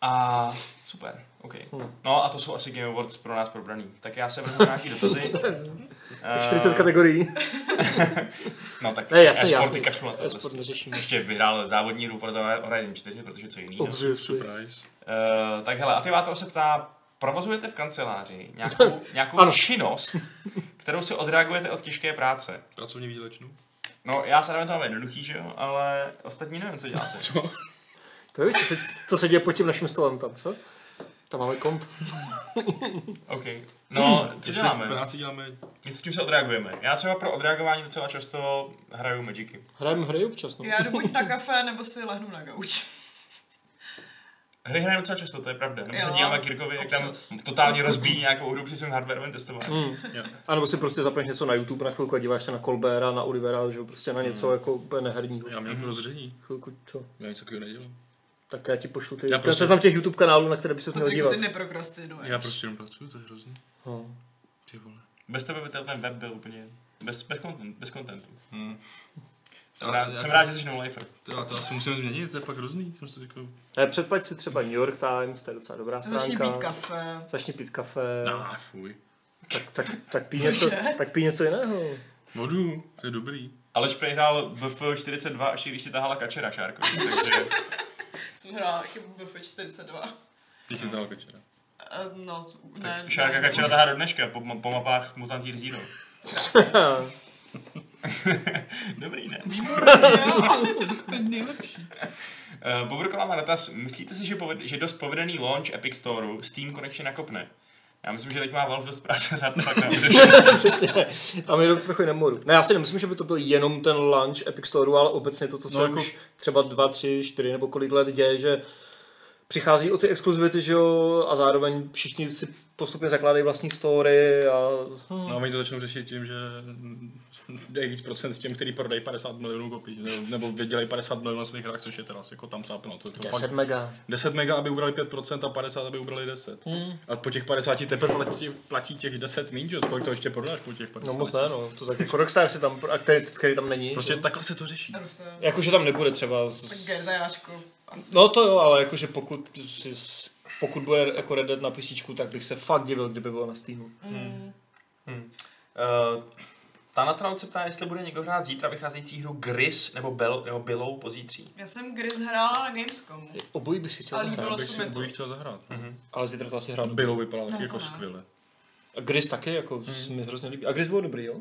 [SPEAKER 1] A super, OK.
[SPEAKER 2] Hm.
[SPEAKER 1] No a to jsou asi Game Awards pro nás probraný. Tak já se vrhnu na nějaký
[SPEAKER 2] [laughs]
[SPEAKER 1] dotazy. Eh,
[SPEAKER 2] 40 kategorií.
[SPEAKER 1] No tak
[SPEAKER 2] Ne, jasně,
[SPEAKER 1] e-sporty
[SPEAKER 2] jasně.
[SPEAKER 1] kašlu na to. prostě.
[SPEAKER 2] Esport neřešíme.
[SPEAKER 1] Ještě vyhrál závodní hru Forza Horizon 4, protože co jiného.
[SPEAKER 2] [laughs] Obviously.
[SPEAKER 3] Surprise.
[SPEAKER 1] Eh, tak hele, Ativátor se ptá, provozujete v kanceláři nějakou,
[SPEAKER 3] [laughs]
[SPEAKER 1] nějakou
[SPEAKER 2] Ano.
[SPEAKER 1] činnost, kterou si odreagujete od těžké práce?
[SPEAKER 3] Pracovní výlečnu.
[SPEAKER 1] No, já se dávám tam jednoduchý, že jo, ale ostatní nevím, co
[SPEAKER 3] [laughs]
[SPEAKER 1] děláte.
[SPEAKER 2] To víš, co se, co se děje pod tím naším stolem tam, co? Tam máme komp.
[SPEAKER 1] OK. No, co
[SPEAKER 3] Jestli
[SPEAKER 1] děláme?
[SPEAKER 3] v práci děláme
[SPEAKER 1] Něco, s tím se odreagujeme. Já třeba pro odreagování docela často hraju Magicy.
[SPEAKER 2] Hrajeme hry občas, no.
[SPEAKER 4] Já jdu buď na kafe, nebo si lehnu na gauč.
[SPEAKER 1] Hry hrajeme docela často, to je pravda. Nebo se
[SPEAKER 4] Jo,
[SPEAKER 1] díváme Kirkovi, jak tam
[SPEAKER 4] občas. [laughs]
[SPEAKER 1] totálně rozbíjí nějakou hru při svém hardwareovém testování.
[SPEAKER 3] Hmm.
[SPEAKER 2] A nebo si prostě zapneš něco na YouTube na chvilku a díváš se na Colbera, na Olivera, že jo, prostě na něco
[SPEAKER 1] Hmm.
[SPEAKER 2] jako úplně neherního.
[SPEAKER 3] Já
[SPEAKER 1] Mhm.
[SPEAKER 3] měl prozření,
[SPEAKER 2] Chvilku, co?
[SPEAKER 3] já nic takového nedělám.
[SPEAKER 2] Tak já ti pošlu ty,
[SPEAKER 3] Já
[SPEAKER 2] ten
[SPEAKER 3] prostě-
[SPEAKER 2] seznam těch YouTube kanálů, na které by se měl
[SPEAKER 4] Patriku,
[SPEAKER 2] dívat.
[SPEAKER 4] ty neprokrastinuješ.
[SPEAKER 3] Já prostě jenom pracuju, to je hrozný.
[SPEAKER 2] No.
[SPEAKER 3] Ty vole.
[SPEAKER 1] Bez tebe by ten ten web byl úplně bez, bez, content, bez contentu.
[SPEAKER 3] Hmm.
[SPEAKER 1] Jsem,
[SPEAKER 3] Ale
[SPEAKER 1] rád,
[SPEAKER 3] jako-
[SPEAKER 1] jsem rád, že jsi no-lifer.
[SPEAKER 3] To, já to asi musím změnit, to je fakt hrozný. Jsem si to jako...
[SPEAKER 2] Ne, Předplať Eh, si třeba New York Times, to je docela dobrá
[SPEAKER 4] Začni
[SPEAKER 2] stránka.
[SPEAKER 4] pít kafe.
[SPEAKER 2] Začni pít kafe,
[SPEAKER 3] Ah, fuj.
[SPEAKER 2] tak, tak, tak, pí
[SPEAKER 4] Cože?
[SPEAKER 2] něco, tak pí něco jiného. [laughs]
[SPEAKER 3] Vodu, to je dobrý.
[SPEAKER 1] Aleš Prej hrál BF 42, až když si tahala kačera, Šárko.
[SPEAKER 4] [laughs]
[SPEAKER 1] Takže
[SPEAKER 4] Jsem hrála BF42.
[SPEAKER 3] Teď jsem dal večera.
[SPEAKER 4] No, ne.
[SPEAKER 1] tak Šárka
[SPEAKER 4] ne.
[SPEAKER 1] kačera tahá do dneška, po, po mapách Mutant Year Zero. Dobrý, ne?
[SPEAKER 3] To je nejlepší.
[SPEAKER 1] Eh, Bobrkola má dotaz, myslíte si, že, poved, že dost povedený launch Epic Storeu Steam konečně nakopne? Já myslím, že teď má Valve dost práce za to tak [laughs] Eh,
[SPEAKER 2] Přesně, tam jenom trochu jenom moru. Ne, já si nemyslím, že by to byl jenom ten launch Epic Store, ale obecně to, co se
[SPEAKER 3] No, jako-
[SPEAKER 2] už třeba 2, 3, 4 nebo kolik let děje, že přichází o ty exkluzivity, že jo, a zároveň všichni si postupně zakládají vlastní story a...
[SPEAKER 3] No a oni to začnou řešit tím, že dají víc procent těm, který prodají 50 milionů kopií, ne- nebo vydělají 50 milionů na svých hrách, což je teda jako tam sápno. To, je to
[SPEAKER 2] 10
[SPEAKER 3] fakt,
[SPEAKER 2] mega.
[SPEAKER 3] 10 mega, aby ubrali 5% a 50, aby ubrali 10. Hmm. A po těch 50 teprve platí, platí těch 10 míň, že jo? Kolik to ještě prodáš po těch 50?
[SPEAKER 2] No moc ne, no. To tak jako Rockstar si tam, a který, který tam není.
[SPEAKER 3] Prostě takhle se to řeší.
[SPEAKER 4] Rusa.
[SPEAKER 2] Jakože tam nebude třeba
[SPEAKER 4] Tak
[SPEAKER 2] z...
[SPEAKER 4] GTAčko. Asi.
[SPEAKER 2] No to jo, ale jakože pokud, si- pokud bude jako Red Dead na PC, tak bych se fakt divil, kdyby bylo na Steamu.
[SPEAKER 4] Mm.
[SPEAKER 1] Uh, Tanatraut se ptá, jestli bude někdo hrát zítra vycházející hru Gris nebo, Bel, nebo Bilou pozítří.
[SPEAKER 4] Já jsem Gris hrála na Gamescomu.
[SPEAKER 2] Obojí bych si chtěl
[SPEAKER 4] Ale
[SPEAKER 2] zahrát,
[SPEAKER 4] líbilo
[SPEAKER 3] Já bych
[SPEAKER 4] se
[SPEAKER 3] si
[SPEAKER 4] mi to.
[SPEAKER 3] obojí chtěl zahrát.
[SPEAKER 2] ale zítra to asi
[SPEAKER 3] A
[SPEAKER 2] hrát.
[SPEAKER 3] bylo vypadalo
[SPEAKER 4] No,
[SPEAKER 3] taky
[SPEAKER 4] to
[SPEAKER 3] jako
[SPEAKER 4] ne.
[SPEAKER 3] skvěle.
[SPEAKER 2] A Gris taky, jako hmm. se mi hrozně líbí. A Gris byl dobrý, jo?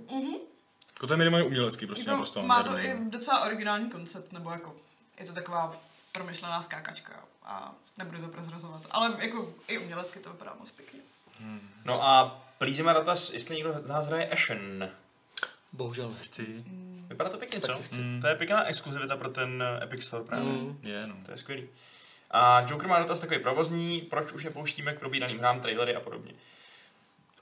[SPEAKER 3] Jako to je minimálně umělecký, prostě
[SPEAKER 4] Jako,
[SPEAKER 3] naprosto.
[SPEAKER 4] má to
[SPEAKER 3] nádherný.
[SPEAKER 4] i docela originální koncept, nebo jako je to taková promyšlená skákačka a nebudu to prozrazovat. Ale jako i umělecky to vypadá moc pěkně.
[SPEAKER 1] No a plízíme dotaz, jestli někdo z nás hraje Ashen.
[SPEAKER 2] Bohužel ne.
[SPEAKER 3] Chci.
[SPEAKER 1] Vypadá to pěkně, co? Mm. To je pěkná exkluzivita pro ten eh, Epic Store právě.
[SPEAKER 2] Mm.
[SPEAKER 3] Je, no.
[SPEAKER 1] To je skvělý. A Joker má dotaz takový provozní, proč už nepouštíme k probíraným hrám trailery a podobně.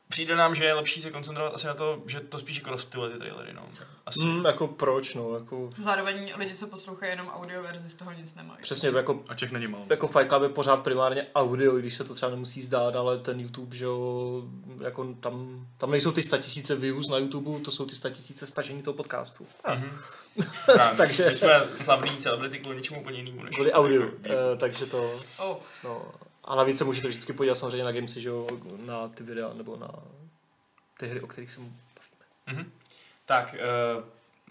[SPEAKER 1] Přijde nám, že je lepší se koncentrovat asi na to, že to spíš jako rozptyluje ty trailery, no. Asi.
[SPEAKER 2] Hmm, jako proč, no, jako...
[SPEAKER 4] Zároveň lidi se poslouchají jenom audio verzi, z toho nic nemají.
[SPEAKER 2] Přesně, jako,
[SPEAKER 3] A těch není málo.
[SPEAKER 2] jako Fight Club je pořád primárně audio, i když se to třeba nemusí zdát, ale ten YouTube, že jo, jako tam, tam nejsou ty statisíce views na YouTube, to jsou ty statisíce stažení toho podcastu.
[SPEAKER 1] Právě.
[SPEAKER 2] takže-
[SPEAKER 1] My jsme slavní celebrity kvůli něčemu úplně jinému. než-
[SPEAKER 2] Kvůli audio, eh, takže to...
[SPEAKER 4] Oh,
[SPEAKER 2] No, a navíc se můžete vždycky podívat samozřejmě na gamesy, že jo, na ty videa nebo na ty hry, o kterých se bavíme.
[SPEAKER 1] Mhm. Tak, uh,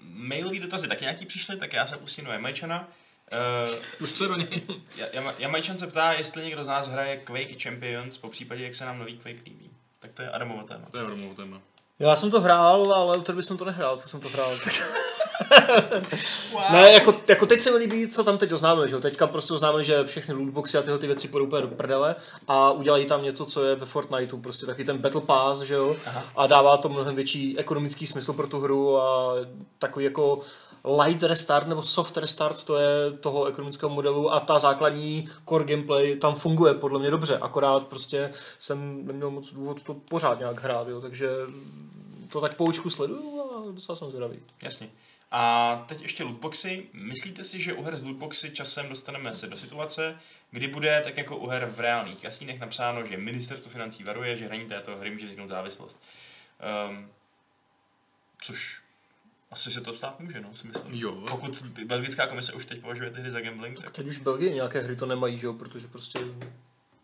[SPEAKER 1] mailový dotazy taky nějaký přišly, tak já se pustím do Jamajčana. Uh,
[SPEAKER 3] Už se do něj.
[SPEAKER 1] Jamajčan se ptá, jestli někdo z nás hraje Quake Champions, po případě, jak se nám nový Quake líbí. Tak to je Adamovo téma.
[SPEAKER 3] To je hromou téma.
[SPEAKER 2] Já jsem to hrál, ale od té doby jsem to nehrál, co jsem to hrál.
[SPEAKER 4] wow.
[SPEAKER 2] ne, jako, jako teď se mi líbí, co tam teď oznámili, že jo. Teďka prostě oznámili, že všechny lootboxy a tyhle ty věci půjdou úplně do prdele a udělají tam něco, co je ve Fortniteu, prostě taky ten Battle Pass, že jo.
[SPEAKER 1] Aha.
[SPEAKER 2] A dává to mnohem větší ekonomický smysl pro tu hru a takový jako light restart nebo soft restart, to je toho ekonomického modelu a ta základní core gameplay tam funguje podle mě dobře, akorát prostě jsem neměl moc důvod to pořád nějak hrát, jo, takže to tak poučku sleduju a docela jsem zvědavý.
[SPEAKER 1] Jasně. A teď ještě lootboxy. Myslíte si, že u her z lootboxy časem dostaneme se do situace, kdy bude tak jako u her v reálných kasínech napsáno, že ministerstvo financí varuje, že hraní této hry může vzniknout závislost? Um, což asi se to stát může, no, si myslím.
[SPEAKER 3] Jo.
[SPEAKER 1] Pokud belgická komise už teď považuje ty hry za gambling, tak
[SPEAKER 2] Teď už v Belgii nějaké hry to nemají, že jo, protože prostě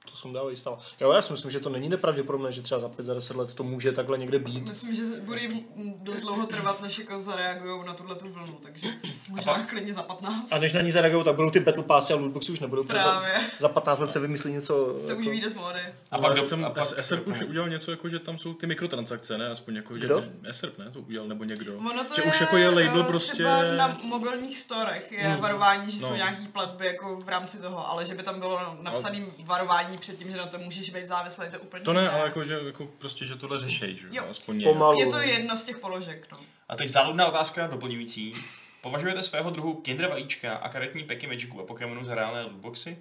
[SPEAKER 2] to sundávají stále. Jo, já si myslím, že to není nepravděpodobné, že třeba za 5, za 10 let to může takhle někde být.
[SPEAKER 4] Myslím, že bude jim dost dlouho trvat, než jako zareagují na tuhle tu vlnu, takže možná klidně za 15.
[SPEAKER 2] A než na ní zareagují, tak budou ty battle passy a lootboxy už nebudou, protože za,
[SPEAKER 4] Právě.
[SPEAKER 2] za 15 let se vymyslí něco. jako-
[SPEAKER 4] To už vyjde z módy.
[SPEAKER 1] A pak do-
[SPEAKER 3] tam
[SPEAKER 1] a pak-
[SPEAKER 3] SRP už udělal něco, jako že tam jsou ty mikrotransakce, ne? Aspoň jako, že
[SPEAKER 2] Kdo?
[SPEAKER 3] SRP, ne? To udělal nebo někdo.
[SPEAKER 4] Ono to
[SPEAKER 3] že
[SPEAKER 4] je,
[SPEAKER 3] už jako je label
[SPEAKER 4] eh,
[SPEAKER 3] prostě...
[SPEAKER 4] Třeba na mobilních storech je hmm. varování, že no. jsou
[SPEAKER 3] No.
[SPEAKER 4] nějaký platby jako v rámci toho, ale že by tam bylo napsané varování před tím, že na to můžeš být závislý, to úplně
[SPEAKER 3] To ne, ale jako, že jako prostě, že tohle řešej, že?
[SPEAKER 4] Jo.
[SPEAKER 3] Aspoň nějak.
[SPEAKER 2] Pomalu.
[SPEAKER 4] Je to jedna z těch položek, no.
[SPEAKER 1] A teď záludná otázka doplňující. Považujete svého druhu Kinder vajíčka a karetní peky Magiců a Pokémonů za reálné lootboxy?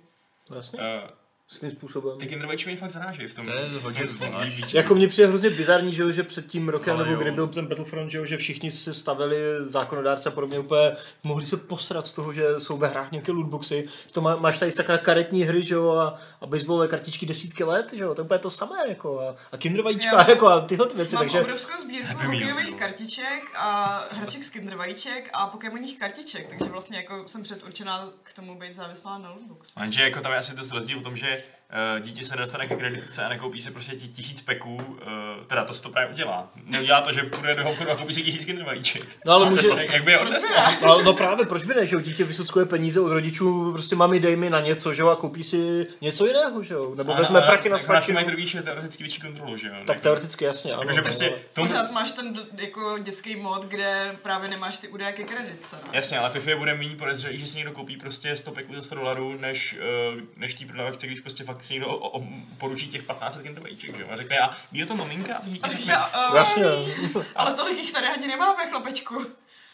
[SPEAKER 2] No Jasně,
[SPEAKER 1] Uh,
[SPEAKER 2] s tím způsobem.
[SPEAKER 1] ty Kinder vajíčka mě fakt zarážejí v tom.
[SPEAKER 3] To je hodně
[SPEAKER 1] v tom-
[SPEAKER 3] zvlášť.
[SPEAKER 2] Jako mně přijde hrozně bizarní, že, jo, že před tím rokem,
[SPEAKER 1] No,
[SPEAKER 3] Ale
[SPEAKER 2] nebo
[SPEAKER 3] jo.
[SPEAKER 2] kdy byl ten Battlefront, že, jo, že všichni si stavili zákonodárce a podobně úplně, mohli se posrat z toho, že jsou ve hrách nějaké lootboxy. To má, máš tady sakra karetní hry, že jo, a, a baseballové kartičky desítky let, že jo, to je úplně to samé, jako, a, a kinder vajíčka,
[SPEAKER 4] Jo.
[SPEAKER 2] jako, a tyhle ty věci,
[SPEAKER 4] Mám
[SPEAKER 2] takže...
[SPEAKER 4] obrovskou sbírku
[SPEAKER 1] Happy Meal,
[SPEAKER 4] hokejových
[SPEAKER 1] jo.
[SPEAKER 4] kartiček a hraček z Kinder vajíček a pokémonních kartiček, takže vlastně jako jsem předurčená k tomu být závislá na lootboxu.
[SPEAKER 1] Jenže jako tam je asi dost rozdíl v tom, že eh, dítě se nedostane ke kreditce a nekoupí si prostě ti tisíc peků, eh, teda to si to právě udělá. Neudělá to, že půjde do obchodu a koupí si tisíc kinder vajíček.
[SPEAKER 2] No ale
[SPEAKER 1] Může...
[SPEAKER 2] může,
[SPEAKER 1] Jak, jak by je odnesla?
[SPEAKER 2] No, no právě, proč by ne, že jo, dítě vysuckuje peníze od rodičů, prostě mami dej mi na něco, že jo, a koupí si něco jiného, že jo, nebo vezme
[SPEAKER 1] Ale- jako
[SPEAKER 2] prachy na
[SPEAKER 1] tak hráči
[SPEAKER 2] svačinu.
[SPEAKER 1] mají to víc, teoreticky větší kontrolu, že jo?
[SPEAKER 2] Tak teoreticky jasně, ano.
[SPEAKER 1] Jakože
[SPEAKER 2] no, ale-
[SPEAKER 1] prostě tomu...
[SPEAKER 4] Pořád máš ten d- jako dětský mod, kde právě nemáš ty údaje ke no. kreditce, ne?
[SPEAKER 1] Jasně, ale FIFA bude méně podezřelý, že si někdo koupí prostě 100 peků za 100 dolarů, než, eh, než tý prodavačce, když prostě fakt si někdo o, o, poručí těch 15 kinder vajíček, že jo? A řekne, a
[SPEAKER 4] [laughs]
[SPEAKER 1] je to maminka? A to dítě řekne,
[SPEAKER 4] Já, eh,
[SPEAKER 2] no, Jasně,
[SPEAKER 4] Ale tolik jich tady ani nemáme, chlapečku.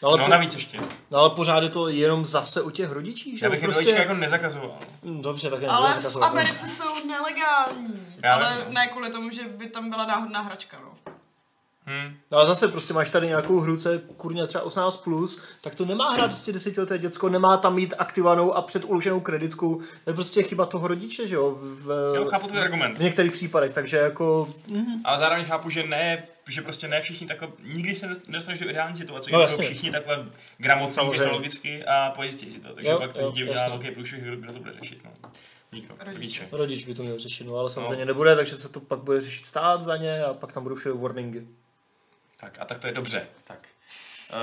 [SPEAKER 2] No, ale,
[SPEAKER 1] no
[SPEAKER 2] po,
[SPEAKER 1] navíc ještě.
[SPEAKER 2] no, ale pořád je to jenom zase o těch rodičích, že?
[SPEAKER 1] Já
[SPEAKER 2] jo?
[SPEAKER 1] bych prostě... jako nezakazoval.
[SPEAKER 2] Hm, Dobře, tak je
[SPEAKER 4] Ale
[SPEAKER 2] nebudu
[SPEAKER 4] v
[SPEAKER 2] zakazovat, no.
[SPEAKER 4] Americe jsou nelegální.
[SPEAKER 1] Já
[SPEAKER 4] Ale
[SPEAKER 1] vím.
[SPEAKER 4] ne kvůli tomu, že by tam byla náhodná hračka, no.
[SPEAKER 1] Hm.
[SPEAKER 2] No ale zase prostě máš tady nějakou hru, co je kurňa třeba 18+, plus, tak to nemá hrát prostě desetileté děcko, nemá tam mít aktivovanou a předuloženou kreditku. To je prostě chyba toho rodiče, že jo? V,
[SPEAKER 1] Jo, chápu tvůj argument.
[SPEAKER 2] v některých případech, takže jako...
[SPEAKER 1] Ale zároveň chápu, že ne, že prostě ne všichni takhle, nikdy se nedost- nedostaneš do ideální situace,
[SPEAKER 2] No,
[SPEAKER 1] no,
[SPEAKER 2] jasně.
[SPEAKER 1] všichni takhle gramotní
[SPEAKER 2] Samozřejmě.
[SPEAKER 1] technologicky a pojistí si to. Takže
[SPEAKER 2] Jo,
[SPEAKER 1] jo, pak
[SPEAKER 2] jo,
[SPEAKER 1] to dítě
[SPEAKER 2] jasně.
[SPEAKER 1] udělá velký průšvih, kdo- kdo to bude řešit. No. Nikdo,
[SPEAKER 4] Rodiče.
[SPEAKER 1] rodiče.
[SPEAKER 2] Rodič by to měl řešit, no ale samozřejmě no. nebude, takže se to pak bude řešit stát za ně a pak tam budou všude warningy.
[SPEAKER 1] Tak a tak to je dobře. Tak.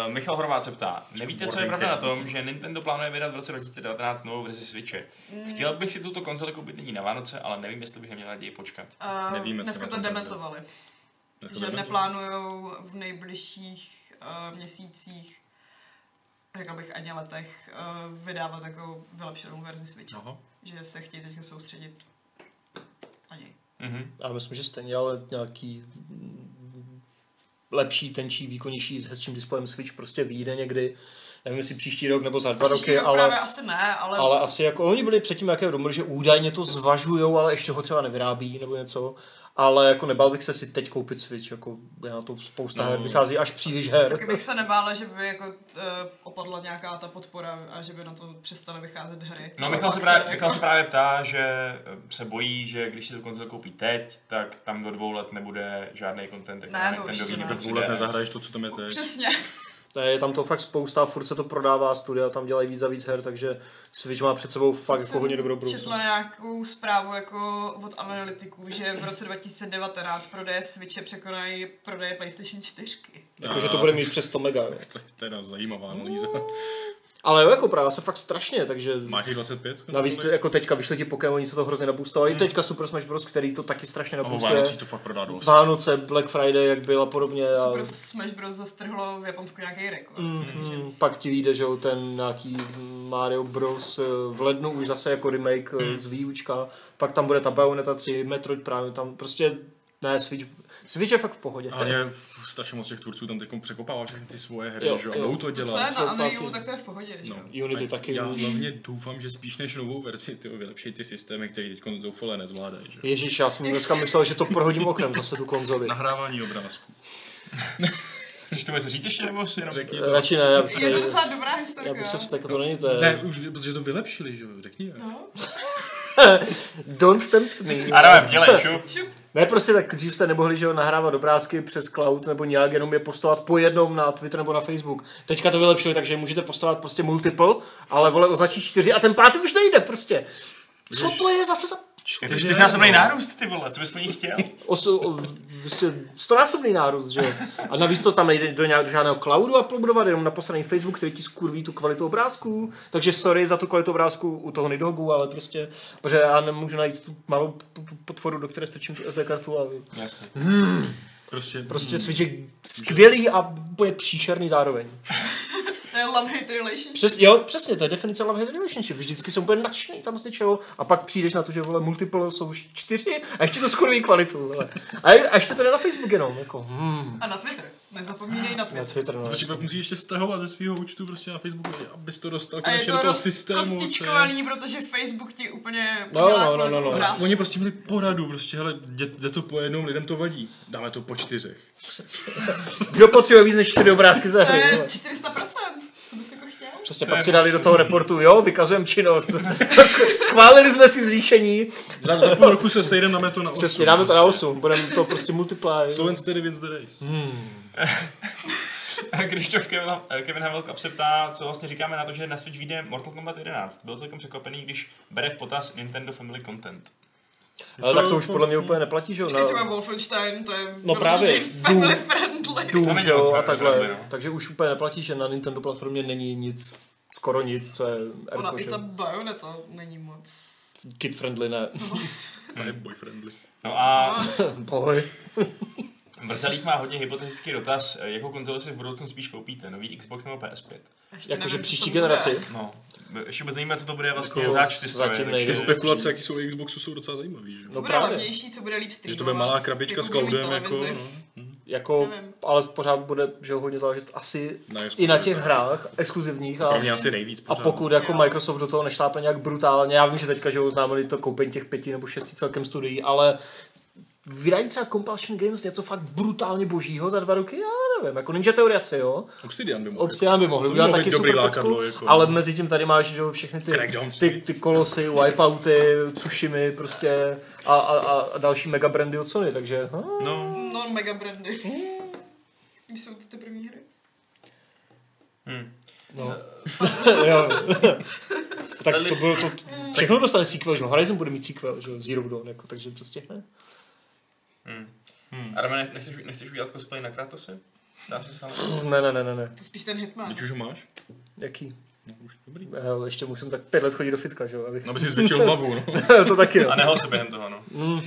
[SPEAKER 1] Uh, Michal Horvát se ptá, nevíte, co je
[SPEAKER 3] Warning
[SPEAKER 1] pravda na
[SPEAKER 3] je.
[SPEAKER 1] tom, že Nintendo plánuje vydat v roce 2019 novou verzi Switche? Chtěl bych si tuto konzoli koupit nyní na Vánoce, ale nevím, jestli bych neměl raději počkat.
[SPEAKER 4] A
[SPEAKER 3] Nevíme, co
[SPEAKER 4] dneska
[SPEAKER 3] na
[SPEAKER 4] to
[SPEAKER 3] tom pravda.
[SPEAKER 4] dementovali.
[SPEAKER 3] Jako
[SPEAKER 4] Že
[SPEAKER 3] jdeme to.
[SPEAKER 4] neplánují v nejbližších uh, měsících, řekl bych ani letech, uh, vydávat jako vylepšenou verzi Switch. No.
[SPEAKER 3] Aha.
[SPEAKER 4] Že se chtějí teď soustředit na něj.
[SPEAKER 1] Mhm.
[SPEAKER 2] Já myslím, že stejně, ale nějaký mm, lepší, tenčí, výkonnější s hezčím displejem Switch prostě vyjde někdy. Nevím, jestli příští rok nebo za dva
[SPEAKER 4] Příští
[SPEAKER 2] roky,
[SPEAKER 4] rok
[SPEAKER 2] ale...
[SPEAKER 4] Právě asi ne,
[SPEAKER 2] Ale
[SPEAKER 4] ale, ale
[SPEAKER 2] asi jako oni byli předtím nějaké rumory, že údajně to zvažujou, ale ještě ho třeba nevyrábí nebo něco. Ale jako nebál bych se si teď koupit Switch, jako je na to spousta no. her vychází až příliš her.
[SPEAKER 4] taky bych se nebála, že by jako uh, opadla nějaká ta podpora a že by na to přestaly vycházet hry.
[SPEAKER 1] No,
[SPEAKER 4] Že
[SPEAKER 1] Michal se,
[SPEAKER 4] pak
[SPEAKER 1] právě,
[SPEAKER 4] teda
[SPEAKER 1] Michal se
[SPEAKER 4] jako-
[SPEAKER 1] právě ptá, že eh, se bojí, že když si tu konzoli koupí teď, tak tam do dvou let nebude žádný content. jako
[SPEAKER 4] Ne,
[SPEAKER 1] na
[SPEAKER 4] to
[SPEAKER 1] Nintendový
[SPEAKER 4] určitě
[SPEAKER 1] nebo
[SPEAKER 4] ne.
[SPEAKER 3] Do dvou let
[SPEAKER 1] 3DS.
[SPEAKER 3] nezahraješ to, co tam je teď.
[SPEAKER 4] Přesně.
[SPEAKER 2] To je tam to fakt spousta, furt se to prodává, studia tam dělají víc a víc her, takže Switch má před sebou fakt jako
[SPEAKER 4] Jsem
[SPEAKER 2] hodně dobrou budoucnost.
[SPEAKER 4] Četla nějakou zprávu jako od analytiků, že v roce 2019 prodeje Switche překonají prodeje PlayStation 4.
[SPEAKER 2] Jako, že to bude mít přes 100 mega. jo.
[SPEAKER 3] To je teda zajímavá analýza.
[SPEAKER 2] Ale jo, jako právě se fakt strašně, takže...
[SPEAKER 3] Máš jich 25?
[SPEAKER 2] Navíc jako teďka vyšli ti Pokémoni, se to hrozně nabustovali.
[SPEAKER 4] Hmm.
[SPEAKER 2] Teďka Super Smash Bros., který to taky strašně
[SPEAKER 3] O
[SPEAKER 2] nabustuje.
[SPEAKER 3] Vánocích to fakt prodá dost.
[SPEAKER 2] Vánoce, Black Friday, jak byl a podobně. A...
[SPEAKER 4] Super Smash Bros. zastrhlo v Japonsku nějaký rekord. takže-
[SPEAKER 2] Mm, pak ti vyjde, že jo, ten nějaký Mario Bros. eh, v lednu už zase jako remake
[SPEAKER 4] Hmm.
[SPEAKER 2] mm. z výučka, pak tam bude ta Bayonetta 3, Metroid Prime, tam prostě ne, Switch, Switch je fakt v pohodě.
[SPEAKER 3] Ale mě f- strašně moc těch tvůrců tam teď překopává všechny ty svoje hry,
[SPEAKER 2] Jo,
[SPEAKER 3] že jo, a
[SPEAKER 2] jo.
[SPEAKER 3] budou
[SPEAKER 4] Co
[SPEAKER 3] to
[SPEAKER 2] No,
[SPEAKER 4] je
[SPEAKER 3] dělat.
[SPEAKER 4] na Unrealu,
[SPEAKER 2] party.
[SPEAKER 4] tak to je v pohodě. že jo?
[SPEAKER 3] No.
[SPEAKER 2] Unity
[SPEAKER 3] A
[SPEAKER 2] taky
[SPEAKER 3] já
[SPEAKER 2] už.
[SPEAKER 3] hlavně doufám, že spíš než novou verzi ty vylepší ty systémy, které teď zoufale nezvládají. Že? jo.
[SPEAKER 2] Ježíš, já jsem dneska myslel, že to prohodím okrem zase tu konzoli.
[SPEAKER 3] Nahrávání obrázků.
[SPEAKER 1] Chceš to něco říct ještě, nebo si jenom...
[SPEAKER 3] Řekni to.
[SPEAKER 2] Eh, Radši ne, já bych
[SPEAKER 4] Je to
[SPEAKER 2] se,
[SPEAKER 4] docela dobrá
[SPEAKER 2] já
[SPEAKER 4] historka.
[SPEAKER 2] bych se vstekl, to není to. je-
[SPEAKER 3] Ne, už, protože to vylepšili, že jo, řekni. jak.
[SPEAKER 4] No,
[SPEAKER 2] Don't tempt me.
[SPEAKER 1] Adame, dělej, šup.
[SPEAKER 3] [laughs]
[SPEAKER 4] šup.
[SPEAKER 2] Ne, prostě tak dřív jste nemohli, že jo, nahrávat obrázky přes cloud nebo nějak jenom je postovat po jednom na Twitter nebo na Facebook. Teďka to vylepšili, takže můžete postovat prostě multiple, ale vole označíš čtyři a ten pátý už nejde prostě. Co to je zase za...
[SPEAKER 1] Je to čtyřnásobný nárůst, ty vole, co bys po ní chtěl?
[SPEAKER 2] Oso, o, prostě stonásobný nárůst, že jo. A navíc to tam nejde do, nějak, do žádného cloudu uploadovat, jenom na poslední Facebook, který ti skurví tu kvalitu obrázků. Takže sorry za tu kvalitu obrázků u toho Nidhogu, ale prostě, protože já nemůžu najít tu malou p- p- potvoru, do které strčím tu SD kartu a
[SPEAKER 1] Jasně.
[SPEAKER 3] Prostě, prostě
[SPEAKER 2] Prostě Switch je skvělý a bude příšerný zároveň.
[SPEAKER 4] To je love-hate relationship.
[SPEAKER 2] Přes, jo, přesně, to je definice love hate relationship. Vždycky jsem úplně nadšený tam z něčeho a pak přijdeš na to, že vole multiple jsou už čtyři a ještě to skurví kvalitu. Vole. A, je- a, ještě to jde na Facebook jenom, jako hmm,
[SPEAKER 4] A na Twitter. Nezapomínej na
[SPEAKER 2] na
[SPEAKER 4] Twitter.
[SPEAKER 2] Twitter. No,
[SPEAKER 3] Protože
[SPEAKER 2] jasně.
[SPEAKER 3] pak musíš ještě stahovat ze svého účtu prostě na Facebooku, abys to dostal
[SPEAKER 4] A je
[SPEAKER 3] konečně do
[SPEAKER 4] to
[SPEAKER 3] toho systému. to je-
[SPEAKER 4] rozkostičkovaný, protože Facebook ti úplně
[SPEAKER 2] No,
[SPEAKER 4] udělá
[SPEAKER 2] no, no,
[SPEAKER 4] kvalitu
[SPEAKER 2] no, no.
[SPEAKER 4] obrázku.
[SPEAKER 3] Oni prostě měli poradu, prostě, hele, jde, jde to po jednom, lidem to vadí. Dáme to po čtyřech.
[SPEAKER 2] Kdo potřebuje víc než čtyři obrázky za
[SPEAKER 4] To
[SPEAKER 2] hry?
[SPEAKER 4] je
[SPEAKER 2] vole?
[SPEAKER 4] 400%, co bys jako chtěl?
[SPEAKER 2] Přesně,
[SPEAKER 1] To
[SPEAKER 2] pak
[SPEAKER 1] je
[SPEAKER 2] si dali do toho reportu, jo, vykazujeme činnost. [laughs] Sch- Schválili jsme si zvýšení.
[SPEAKER 3] Za, za půl roku se sejdeme, dáme to na osm.
[SPEAKER 2] Přesně, dáme to na
[SPEAKER 3] prostě.
[SPEAKER 2] 8, budeme to prostě multiply.
[SPEAKER 3] Slovenské David the Race.
[SPEAKER 1] Krištof Kevin, eh, Kevin Havelk se ptá, co vlastně říkáme na to, že na Switch vyjde Mortal Kombat 11. Byl celkem překvapený, když bere v potaz Nintendo Family Content.
[SPEAKER 2] Ale tak to už podle mě úplně neplatí, že jo?
[SPEAKER 4] Teď třeba
[SPEAKER 2] na-
[SPEAKER 4] Wolfenstein, to je
[SPEAKER 2] No právě,
[SPEAKER 4] vyloženě [laughs] family friendly.
[SPEAKER 1] To
[SPEAKER 2] Doom,
[SPEAKER 1] není
[SPEAKER 2] že jo,
[SPEAKER 1] moc
[SPEAKER 2] a
[SPEAKER 1] velké
[SPEAKER 2] takhle.
[SPEAKER 1] žádné, no.
[SPEAKER 2] Takže už úplně neplatí, že na Nintendo platformě není nic, skoro nic, co je
[SPEAKER 4] Ona
[SPEAKER 2] erko,
[SPEAKER 4] i
[SPEAKER 2] že?
[SPEAKER 4] ta Bayonetta není moc.
[SPEAKER 2] kid friendly, ne.
[SPEAKER 4] No.
[SPEAKER 2] [laughs]
[SPEAKER 3] To je boyfriendly.
[SPEAKER 1] No a
[SPEAKER 2] Boj.
[SPEAKER 1] Vrzelík má hodně hypotetický dotaz, eh, jakou konzoli si v budoucnu spíš koupíte, nový Xbox nebo PS5?
[SPEAKER 4] Ještě
[SPEAKER 2] Jakože
[SPEAKER 4] nevím, co
[SPEAKER 2] příští
[SPEAKER 4] to bude.
[SPEAKER 2] generaci.
[SPEAKER 1] No, ještě vůbec nevíme, co to bude vlastně
[SPEAKER 2] Jako
[SPEAKER 1] za čtyři
[SPEAKER 2] zatím
[SPEAKER 1] stroje,
[SPEAKER 2] nejde.
[SPEAKER 3] Ty
[SPEAKER 1] takže-
[SPEAKER 3] spekulace, jaký jsou u Xboxu, jsou docela zajímavý, že?
[SPEAKER 2] No
[SPEAKER 4] Co bude
[SPEAKER 2] právě.
[SPEAKER 4] levnější, co bude líp streamovat.
[SPEAKER 3] že to bude malá krabička s
[SPEAKER 4] jakou budou mít
[SPEAKER 3] cloudem, jako,
[SPEAKER 4] televizi.
[SPEAKER 3] no.
[SPEAKER 2] Jako,
[SPEAKER 4] Nevím.
[SPEAKER 2] ale pořád bude že jo, hodně záležet asi
[SPEAKER 3] Na
[SPEAKER 2] i na těch hrách exkluzivních. A,
[SPEAKER 3] Pro mě asi nejvíc
[SPEAKER 2] a
[SPEAKER 3] pořád.
[SPEAKER 2] pokud jako Microsoft do toho nešlápe nějak brutálně, já vím, že teďka že oznámili to koupení těch pěti nebo šesti celkem studií, ale vydají třeba Compulsion Games něco fakt brutálně božího za dva roky? Já nevím, jako Ninja Theory asi, jo?
[SPEAKER 3] Obsidian by mohl.
[SPEAKER 2] Obsidian by mohl
[SPEAKER 3] by
[SPEAKER 2] udělat
[SPEAKER 3] mohlo
[SPEAKER 2] taky
[SPEAKER 3] být dobrý
[SPEAKER 2] super
[SPEAKER 3] lákadlo,
[SPEAKER 2] pecku,
[SPEAKER 3] jako.
[SPEAKER 2] ale mezi tím tady máš že, jo, všechny ty,
[SPEAKER 3] Crackdown
[SPEAKER 2] ty, ty kolosy, wipeouty, Tsushimy prostě a, a, a- a další mega brandy od Sony, takže hm,
[SPEAKER 3] No,
[SPEAKER 4] Non mega brandy.
[SPEAKER 2] Hmm.
[SPEAKER 4] Když jsou to ty první hry.
[SPEAKER 1] Hm.
[SPEAKER 2] no. [laughs] jo. tak to bylo to, všechno dostane sequel, že jo, Horizon bude mít sequel, že jo, Zero Dawn, jako, takže prostě ne.
[SPEAKER 1] Hm. Adame, nech- nechceš, nechceš udělat cosplay na Kratosy? Dá se sám.
[SPEAKER 2] Ne, ne, ne, ne, ne.
[SPEAKER 4] To spíš ten hitman.
[SPEAKER 3] teď už ho máš.
[SPEAKER 2] Jaký?
[SPEAKER 3] No, Už dobrý.
[SPEAKER 2] Hele, ještě musím tak pět let chodit do fitka, že jo, abych... [laughs]
[SPEAKER 3] No, by si zvětšil hlavu, no.
[SPEAKER 2] to taky, jo.
[SPEAKER 1] A nehal se během toho, no.
[SPEAKER 2] Mm, mm.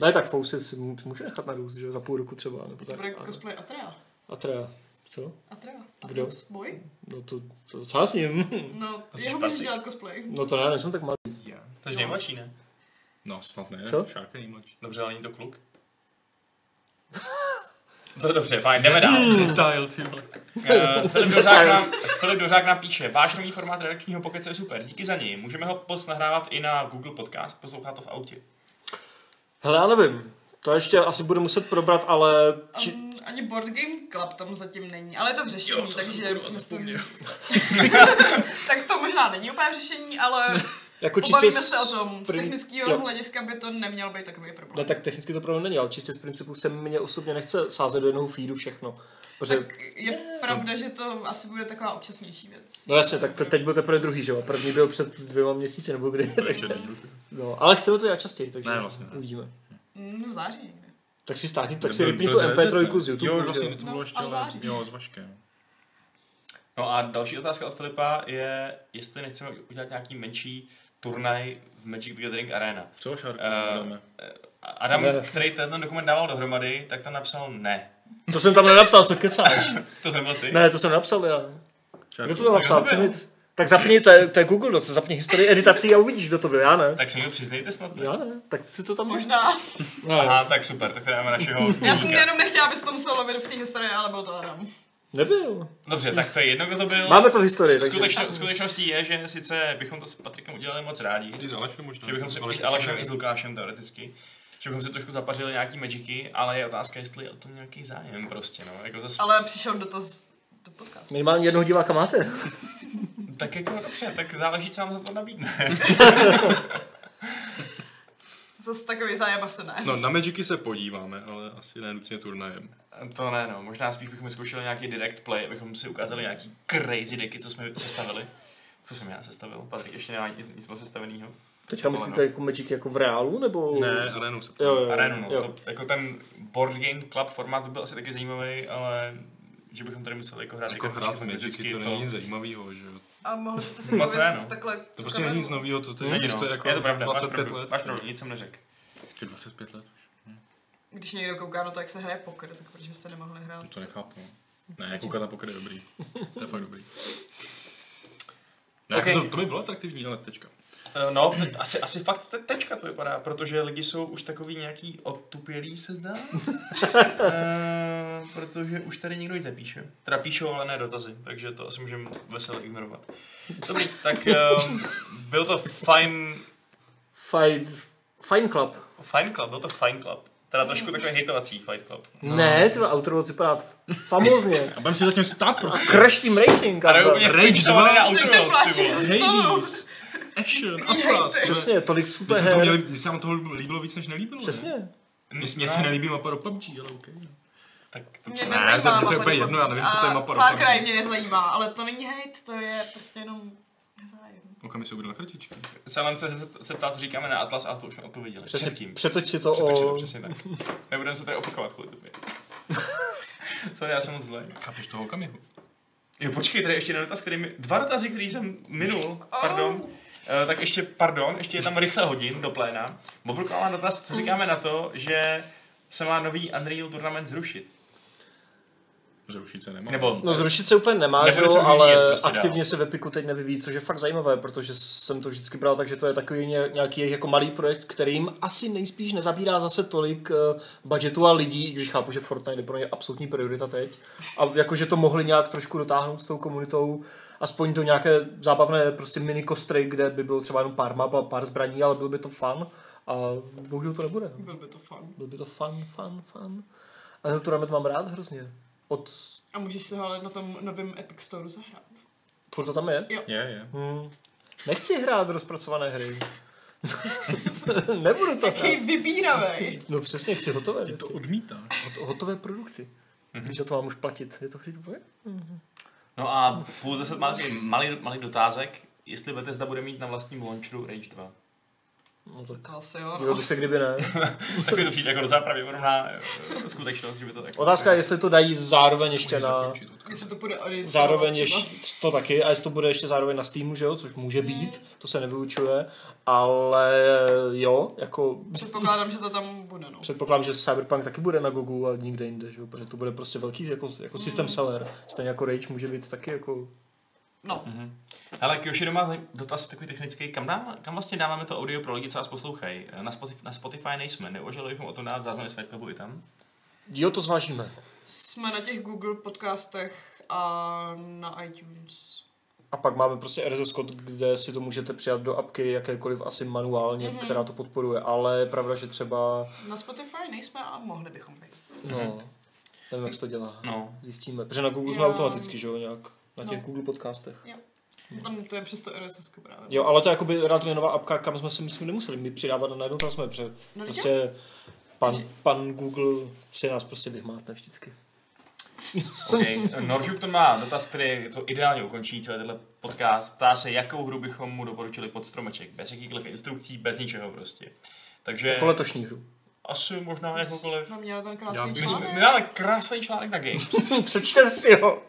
[SPEAKER 2] Ne, tak fousy si mů- můžu nechat narůst, že jo, za půl roku třeba, nebo
[SPEAKER 4] To
[SPEAKER 2] tak.
[SPEAKER 4] bude
[SPEAKER 3] jako-
[SPEAKER 2] ale-
[SPEAKER 4] cosplay Atrea.
[SPEAKER 2] A teda, co?
[SPEAKER 4] Atrea.
[SPEAKER 2] Kdo?
[SPEAKER 4] Atreus. Boj?
[SPEAKER 2] No to, to co já s ním?
[SPEAKER 4] No,
[SPEAKER 1] A to je
[SPEAKER 4] jeho můžeš
[SPEAKER 1] špatný.
[SPEAKER 4] dělat cosplay.
[SPEAKER 2] [laughs] No to já nejsem tak malý.
[SPEAKER 1] To je nejmladší, ne?
[SPEAKER 3] No, snad ne.
[SPEAKER 2] Co?
[SPEAKER 3] Šárka je nejmladší.
[SPEAKER 1] Dobře, ale není to kluk. To je dobře, fajn, jdeme dál.
[SPEAKER 2] Hmm.
[SPEAKER 3] Detail, ty vole.
[SPEAKER 1] Eh, Filip, Dořák nám, Filip Dořák nám píše, váš nový formát redakčního pokece je super, díky za něj. Můžeme ho post nahrávat i na Google Podcast, poslouchá to v autě.
[SPEAKER 2] Hele, já nevím. To ještě asi budu muset probrat, ale... Či...
[SPEAKER 4] Um, ani board game club tam zatím není, ale je to v řešení,
[SPEAKER 3] Jo, to
[SPEAKER 4] takže...
[SPEAKER 3] jsem, kurva,
[SPEAKER 4] myslím-
[SPEAKER 3] zapomněl.
[SPEAKER 4] [laughs] tak to možná není úplně v
[SPEAKER 2] [laughs]
[SPEAKER 4] řešení, ale
[SPEAKER 2] Jako
[SPEAKER 4] pobavíme
[SPEAKER 2] z
[SPEAKER 4] se o tom. Z
[SPEAKER 2] prin-
[SPEAKER 4] technického
[SPEAKER 2] Jo.
[SPEAKER 4] hlediska by to neměl být takový problém.
[SPEAKER 2] Ne, tak technicky to problém není, ale čistě z principu se mě osobně nechce sázet do jednoho feedu všechno. Protože,
[SPEAKER 4] Tak je pravda, že to asi bude taková občasnější věc.
[SPEAKER 2] no jasně, tak te- teď byl teprve druhý, že jo? První byl před dvěma měsíci nebo kdy. [laughs]
[SPEAKER 3] To je ještě díl, ty.
[SPEAKER 2] No, ale chceme to dělat častěji, takže
[SPEAKER 3] Ne, vlastně ne.
[SPEAKER 2] uvidíme.
[SPEAKER 4] Mm, v září někde.
[SPEAKER 2] Tak si stáhni, tak si
[SPEAKER 3] Byl-
[SPEAKER 2] vypni
[SPEAKER 3] byl
[SPEAKER 2] tu
[SPEAKER 3] z
[SPEAKER 2] MP3
[SPEAKER 3] Redditu.
[SPEAKER 2] z YouTube.
[SPEAKER 3] Jo,
[SPEAKER 2] že
[SPEAKER 3] vlastně to
[SPEAKER 4] No,
[SPEAKER 3] bylo ještě,
[SPEAKER 4] ale
[SPEAKER 3] ale
[SPEAKER 4] září.
[SPEAKER 3] jo, s Vaškem.
[SPEAKER 1] No a další otázka od Filipa je, jestli nechceme udělat nějaký menší turnaj v Magic the Gathering Arena.
[SPEAKER 3] Co, Šárka?
[SPEAKER 1] Eh,
[SPEAKER 3] Dáme.
[SPEAKER 1] A Adam,
[SPEAKER 2] Ne.
[SPEAKER 1] který ten dokument dával dohromady, tak tam napsal ne.
[SPEAKER 2] To jsem tam nenapsal, co
[SPEAKER 3] [laughs]
[SPEAKER 2] kecáš?
[SPEAKER 1] To jsem byl ty.
[SPEAKER 2] ne, to jsem napsal já. Kdo to tam napsal?
[SPEAKER 1] to byl.
[SPEAKER 2] Přiznej, tak zapni, to je, to je Google Docs, zapni historii editací a uvidíš, kdo to byl, já ne.
[SPEAKER 1] Tak se mi ho přiznejte snad. Ne?
[SPEAKER 2] Já ne, tak ty to tam
[SPEAKER 4] Možná.
[SPEAKER 2] Ne,
[SPEAKER 1] Aha, tak super, tak tady máme našeho
[SPEAKER 4] Já jsem
[SPEAKER 1] důvodníka.
[SPEAKER 4] jenom nechtěla, aby se to muselo lovit v té historii, ale byl to Adam.
[SPEAKER 2] nebyl.
[SPEAKER 1] Dobře, tak to je jedno, kdo to byl.
[SPEAKER 2] Máme to v historii,
[SPEAKER 1] S-
[SPEAKER 2] takže...
[SPEAKER 1] Skutečno, skutečností je, že sice bychom to s Patrikem udělali moc rádi,
[SPEAKER 3] I s Alešem možná.
[SPEAKER 1] že bychom se
[SPEAKER 3] Aleš
[SPEAKER 1] i s
[SPEAKER 3] taky
[SPEAKER 1] Alešem
[SPEAKER 3] ne.
[SPEAKER 1] i s Lukášem teoreticky, že bychom se trošku zapařili nějaký magiky, ale je otázka, jestli je o to nějaký zájem prostě, no, jako zase,
[SPEAKER 4] Ale přišel dotaz do podcastu.
[SPEAKER 2] Minimálně jednoho diváka máte.
[SPEAKER 1] tak jako dobře, tak záleží, co nám za to nabídne.
[SPEAKER 4] Zase takový zájem asi ne.
[SPEAKER 3] No, na Magicy se podíváme, ale asi ne nutně turnajem.
[SPEAKER 1] To ne, no, možná spíš bychom zkoušeli nějaký direct play, abychom si ukázali nějaký crazy decky, co jsme sestavili. Co jsem já sestavil? Patrik ještě nemá ni- nic moc sestaveného.
[SPEAKER 2] Teďka
[SPEAKER 1] Tohle,
[SPEAKER 2] myslíte jako Magic jako v reálu, nebo...
[SPEAKER 3] Ne, ale jenom se
[SPEAKER 2] Jo, jo,
[SPEAKER 1] no.
[SPEAKER 2] jo.
[SPEAKER 1] Arenu, no.
[SPEAKER 2] Eh, jo.
[SPEAKER 1] To, jako ten board game club formát byl asi taky zajímavý, ale že bychom tady museli jako hrát
[SPEAKER 3] Jako hrát s Magicy,
[SPEAKER 1] vždycky
[SPEAKER 3] to není nic zajímavého, že jo.
[SPEAKER 4] A mohli byste si
[SPEAKER 1] Moc ne,
[SPEAKER 4] pověsit
[SPEAKER 1] no.
[SPEAKER 4] takhle
[SPEAKER 3] To prostě není nic nového, to tady
[SPEAKER 1] Není, no.
[SPEAKER 3] existuje
[SPEAKER 1] je,
[SPEAKER 3] jako
[SPEAKER 1] to pravda, 25 máš
[SPEAKER 3] 25
[SPEAKER 1] pravdu,
[SPEAKER 3] let.
[SPEAKER 1] máš pravdu, nic jsem neřekl.
[SPEAKER 3] Ty 25 let už.
[SPEAKER 4] Když někdo kouká na to, jak se hraje poker, tak proč byste nemohli hrát?
[SPEAKER 3] No To nechápu. Ne, koukat na poker je dobrý. To je fakt dobrý. Ne,
[SPEAKER 1] Okay.
[SPEAKER 3] to, to by bylo atraktivní, ale tečka.
[SPEAKER 1] Eh, No, te- asi, asi fakt te- tečka to vypadá, protože lidi jsou už takový nějaký odtupělí, se zdá. Eh, protože už tady někdo jít nepíše. Teda píšou, ale ne dotazy, takže to asi můžeme veselé ignorovat. Dobrý, tak um, byl to fajn,
[SPEAKER 2] Fight... Fine Club.
[SPEAKER 1] fajn club, byl to fajn club. Teda trošku takový hejtovací fight club.
[SPEAKER 2] Ne, ty Outroads vypadá famózně.
[SPEAKER 3] A budeme si zatím stát prostě.
[SPEAKER 2] Crash Team Racing,
[SPEAKER 1] Tady
[SPEAKER 2] kámo.
[SPEAKER 1] úplně
[SPEAKER 3] Rage
[SPEAKER 1] fixovaný na
[SPEAKER 3] 2.
[SPEAKER 1] Outer
[SPEAKER 4] Jsi mě
[SPEAKER 1] Worlds, ty
[SPEAKER 4] platil.
[SPEAKER 1] vole.
[SPEAKER 3] Hades, Ashen, Atlas.
[SPEAKER 4] Hejty.
[SPEAKER 3] Přesně.
[SPEAKER 2] Přesně, tolik
[SPEAKER 3] My jsme to měli,
[SPEAKER 2] super
[SPEAKER 3] mně se nám toho líbilo víc, než nelíbilo. Ne?
[SPEAKER 2] Přesně.
[SPEAKER 3] Mně se nelíbí mapa do PUBG, ale OK.
[SPEAKER 1] Tak to
[SPEAKER 4] Mě
[SPEAKER 1] přijde.
[SPEAKER 4] nezajímá
[SPEAKER 3] to- to
[SPEAKER 4] mapa
[SPEAKER 3] je úplně
[SPEAKER 4] do
[SPEAKER 3] jedno, já nevím, co to je
[SPEAKER 4] A
[SPEAKER 3] mapa do
[SPEAKER 4] Far
[SPEAKER 3] PUBG.
[SPEAKER 4] Cry mě nezajímá, ale to není hate, to je prostě jenom nezájem.
[SPEAKER 3] Okam se udělal kartičky.
[SPEAKER 1] Salem se, se ptát, co říkáme na Atlas, a to už jsme odpověděli.
[SPEAKER 2] Přesně,
[SPEAKER 1] Před tím.
[SPEAKER 2] přetoč si to
[SPEAKER 1] Takže to
[SPEAKER 2] o...
[SPEAKER 1] přesně tak. Nebudeme se tady opakovat kvůli tobě. [laughs] Sorry, já jsem moc zlej.
[SPEAKER 3] Chápeš toho okamihu?
[SPEAKER 1] Jo, počkej, tady ještě jeden dotaz, který mi... Dva dotazy, který jsem minul, pardon.
[SPEAKER 2] Oh.
[SPEAKER 1] Eh, tak ještě, pardon, ještě je tam rychle hodin do pléna. Bobruk má dotaz, co říkáme na to, že se má nový Unreal Tournament zrušit.
[SPEAKER 3] Zrušit se nemá.
[SPEAKER 1] Nebo
[SPEAKER 2] No zrušit se úplně nemá, že
[SPEAKER 1] Nebude se
[SPEAKER 2] jo,
[SPEAKER 1] už
[SPEAKER 2] ale
[SPEAKER 1] vyvíjet prostě dál.
[SPEAKER 2] aktivně se v Epiku teď nevyvíjí, což je fakt zajímavé, protože jsem to vždycky bral, takže to je takový ně- nějaký jejich jako malý projekt, který jim asi nejspíš nezabírá zase tolik uh, budgetu a lidí, i když chápu, že Fortnite je pro ně absolutní priorita teď. A jakože to mohli nějak trošku dotáhnout s tou komunitou, aspoň do nějaké zábavné prostě mini kostry, kde by bylo třeba jenom pár map a pár zbraní, ale byl by to fun. A bohužel to nebude. no.
[SPEAKER 4] Byl by to fun.
[SPEAKER 2] Byl by to fun, fun, fun. A ten tournament mám rád hrozně. Od...
[SPEAKER 4] A můžeš si ho ale na tom novém Epic Store zahrát.
[SPEAKER 2] Furt to tam je?
[SPEAKER 3] Je, je.
[SPEAKER 2] Hmm. Nechci hrát rozpracované hry. [laughs] Nebudu to
[SPEAKER 4] Taký
[SPEAKER 2] hrát.
[SPEAKER 4] vybíravej.
[SPEAKER 2] No přesně, chci hotové
[SPEAKER 3] Ty
[SPEAKER 2] věci.
[SPEAKER 3] to odmítáš.
[SPEAKER 2] Hot- Hotové produkty. Když za to mám už platit, je to chvíli
[SPEAKER 1] No a půl zase má taky malý, malý dotázek, jestli Bethesda bude mít na vlastním launcheru Rage [laughs] 2.
[SPEAKER 2] No tak.
[SPEAKER 4] To asi jo,
[SPEAKER 2] Dílo
[SPEAKER 4] no.
[SPEAKER 2] by se, kdyby [laughs] ne.
[SPEAKER 1] Takový to přijde jako docela pravděpodobná eh, skutečnost, že by to tak...
[SPEAKER 2] Otázka je, jestli to dají zároveň ještě
[SPEAKER 3] Můžeš
[SPEAKER 2] na...
[SPEAKER 3] zakončit odkaz.
[SPEAKER 4] Jestli to bude
[SPEAKER 2] Zároveň
[SPEAKER 4] třeba.
[SPEAKER 2] ještě, to taky, a jestli to bude ještě zároveň na Steamu, že jo, což může být, to se nevylučuje, ale jo, jako
[SPEAKER 4] Předpokládám, že to tam bude, no.
[SPEAKER 2] Předpokládám, že Cyberpunk taky bude na Gogu a nikde jinde, že? jo, protože to bude prostě velký jako, jako system seller. Stejně jako Rage může být taky jako...
[SPEAKER 4] No,
[SPEAKER 2] Mhm.
[SPEAKER 1] Ale Kyoshi doma zaj- dotaz takový technický, kam, dám, kam vlastně dáváme to audio pro lidi, co nás poslouchají? Eh, Na, Spotify, na Spotify nejsme, neuvažovali bychom o tom dát záznamy z Fight Clubu i tam?
[SPEAKER 2] Jo, to zvážíme.
[SPEAKER 4] jsme na těch Google podcastech a na iTunes.
[SPEAKER 2] A pak máme prostě RSS kód, kde si to můžete přijat do apky jakékoliv asi manuálně,
[SPEAKER 4] Mhm.
[SPEAKER 2] mm-hmm. která to podporuje, ale je pravda, že třeba,
[SPEAKER 4] Na Spotify nejsme a mohli bychom být.
[SPEAKER 2] no,
[SPEAKER 1] Mhm.
[SPEAKER 2] nevím, jak se to dělá.
[SPEAKER 1] No.
[SPEAKER 2] Zjistíme, protože na Google jsme
[SPEAKER 4] Jo.
[SPEAKER 2] automaticky, že jo, nějak, na těch
[SPEAKER 4] No.
[SPEAKER 2] Google podcastech.
[SPEAKER 4] Tam to je přes to RSS právě.
[SPEAKER 2] Mhm. Jo, ale to je jakoby relativně nová apka, kam jsme si myslím nemuseli my přidávat a najednou tam jsme, protože
[SPEAKER 4] No, lidi?
[SPEAKER 2] prostě pan, pan Google si nás prostě vyhmátne vždycky.
[SPEAKER 1] Okay. Noržuk to má dotaz, který to ideálně ukončí celý tenhle podcast. Ptá se, jakou hru bychom mu doporučili pod stromeček. Bez jakýchkoliv instrukcí, bez ničeho prostě. Takže
[SPEAKER 2] Jako letošní hru. [laughs]
[SPEAKER 1] asi možná jakoukoliv.
[SPEAKER 4] Jsme měli ten
[SPEAKER 3] Já
[SPEAKER 4] krásný
[SPEAKER 3] bych-
[SPEAKER 1] My, jsme,
[SPEAKER 4] článek.
[SPEAKER 1] my máme krásný článek na Games,
[SPEAKER 2] Přečtěte si ho.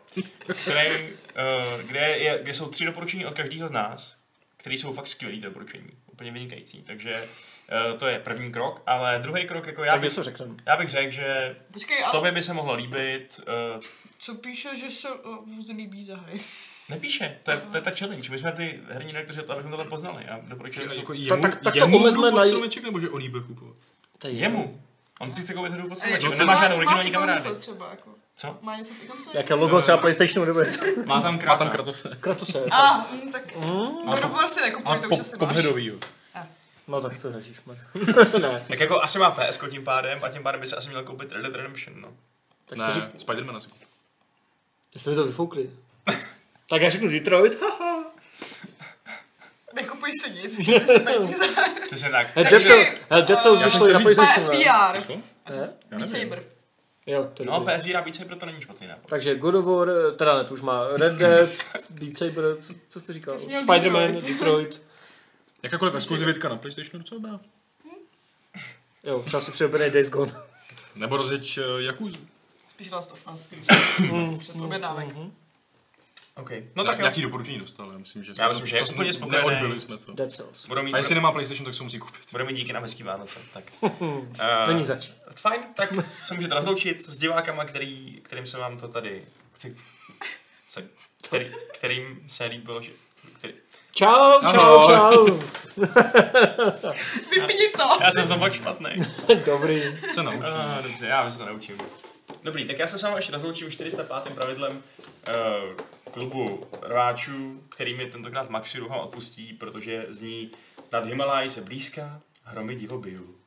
[SPEAKER 1] který, eh, kde, je, kde jsou tři doporučení od každého z nás, které jsou fakt skvělý doporučení, úplně vynikající. Takže eh, to je první krok, ale druhý krok, jako já
[SPEAKER 2] Tak
[SPEAKER 1] bych,
[SPEAKER 2] něco řekneme.
[SPEAKER 1] já bych řekl, že
[SPEAKER 4] Počkej, ale
[SPEAKER 1] tobě by se mohlo líbit. eh,
[SPEAKER 4] co píše, že se uh, líbí zahaj.
[SPEAKER 1] Nepíše, to je, to je ta challenge. My jsme ty herní redaktoři od toho, abychom tohle poznali a doporučili
[SPEAKER 3] Že
[SPEAKER 1] to
[SPEAKER 3] Jako
[SPEAKER 2] Tak-
[SPEAKER 3] jemu,
[SPEAKER 2] tak- tak to
[SPEAKER 3] jemu
[SPEAKER 2] omezme
[SPEAKER 3] byl
[SPEAKER 2] na-
[SPEAKER 3] pod stromeček, nebo že on jí bude kupovat?
[SPEAKER 2] To je
[SPEAKER 1] jemu. On si chce koupit hru pod stromeček,
[SPEAKER 4] Jako
[SPEAKER 1] on
[SPEAKER 4] co
[SPEAKER 1] nemá
[SPEAKER 4] má-
[SPEAKER 1] žádnou
[SPEAKER 4] co má v
[SPEAKER 1] originální
[SPEAKER 4] ikonce
[SPEAKER 1] kamarády.
[SPEAKER 4] třeba, jako.
[SPEAKER 1] Co?
[SPEAKER 4] Má něco v ikonce?
[SPEAKER 2] Jaké
[SPEAKER 1] No,
[SPEAKER 2] logo třeba PlayStationu nebo něco. [laughs]
[SPEAKER 1] Má tam
[SPEAKER 3] Má
[SPEAKER 1] krát.
[SPEAKER 3] tam kratovce.
[SPEAKER 2] Kratose.
[SPEAKER 4] A, mm, tak God of War si
[SPEAKER 3] A
[SPEAKER 4] nekupuj, to
[SPEAKER 3] pop,
[SPEAKER 4] už asi máš.
[SPEAKER 3] popheadovýho.
[SPEAKER 2] No tak to neříš, Ne.
[SPEAKER 1] Tak jako asi má PS tím pádem a tím pádem by se asi měl koupit Red Dead Redemption, no.
[SPEAKER 2] Tak
[SPEAKER 3] Ne,
[SPEAKER 2] to řek...
[SPEAKER 3] Spidermana si koupil.
[SPEAKER 2] jste mi to vyfoukli. tak já řeknu Detroit.
[SPEAKER 4] Nekupuj si nic, už si peníze.
[SPEAKER 1] Přesně tak. Takže-
[SPEAKER 2] Hele, Dead
[SPEAKER 4] Takže-
[SPEAKER 2] Cells- hele, Dead Cells
[SPEAKER 4] Já
[SPEAKER 2] vyšlo i na
[SPEAKER 3] jsem chtěl
[SPEAKER 2] PlayStation. ne?
[SPEAKER 4] PSVR.
[SPEAKER 3] Vyšlo?
[SPEAKER 2] Ne?
[SPEAKER 3] Já
[SPEAKER 4] Beat
[SPEAKER 3] nevím.
[SPEAKER 4] Saber.
[SPEAKER 2] Jo, to je
[SPEAKER 1] No,
[SPEAKER 2] dobrý.
[SPEAKER 1] PS Vira Beat Saber to není špatný nápad.
[SPEAKER 2] Takže God of War, eh, teda ne, to už má Red
[SPEAKER 4] [laughs]
[SPEAKER 2] Dead, Beat Saber, co, co jste říkal?
[SPEAKER 4] Ty jsi měl
[SPEAKER 2] Spider-Man,
[SPEAKER 4] Detroit.
[SPEAKER 2] Detroit.
[SPEAKER 3] Jakákoliv exkluzivitka na PlayStationu, co dobrá?
[SPEAKER 2] Jo, třeba si přeobenej Days Gone.
[SPEAKER 3] Nebo rozjeď eh, Jakuzu.
[SPEAKER 4] Spíš Last of Us, když před objednávek.
[SPEAKER 1] Okay. No
[SPEAKER 3] Tak
[SPEAKER 1] tak jo.
[SPEAKER 3] nějaký doporučení dostal, ale myslím, že...
[SPEAKER 1] Já myslím, že je
[SPEAKER 3] jsme-
[SPEAKER 1] úplně spokojený.
[SPEAKER 3] Neodbyli jsme to.
[SPEAKER 2] Dead Cells.
[SPEAKER 1] Budou mít,
[SPEAKER 3] A jestli nemá PlayStation, tak se
[SPEAKER 1] [laughs]
[SPEAKER 3] musí koupit.
[SPEAKER 1] budou mít díky na hezký Vánoce.
[SPEAKER 3] [laughs]
[SPEAKER 1] Tak.
[SPEAKER 2] Není
[SPEAKER 1] Uh,
[SPEAKER 2] zač.
[SPEAKER 1] fajn, tak se můžete rozloučit s divákama, který, kterým se vám to tady... chci- se- Který, kterým se líbilo, že... Který,
[SPEAKER 2] Čau, čau, čau. [laughs]
[SPEAKER 4] Vypni to!
[SPEAKER 1] já jsem v tom fakt špatný.
[SPEAKER 2] Dobrý.
[SPEAKER 3] Co naučí?
[SPEAKER 1] [laughs] Ah, dobře, já se to naučím. Dobrý, tak já se s vámi ještě rozloučím 405. pravidlem uh, klubu rváčů, který mi tentokrát Maxi Ruha odpustí, protože z ní nad Himalaj se blízká hromy divobiju.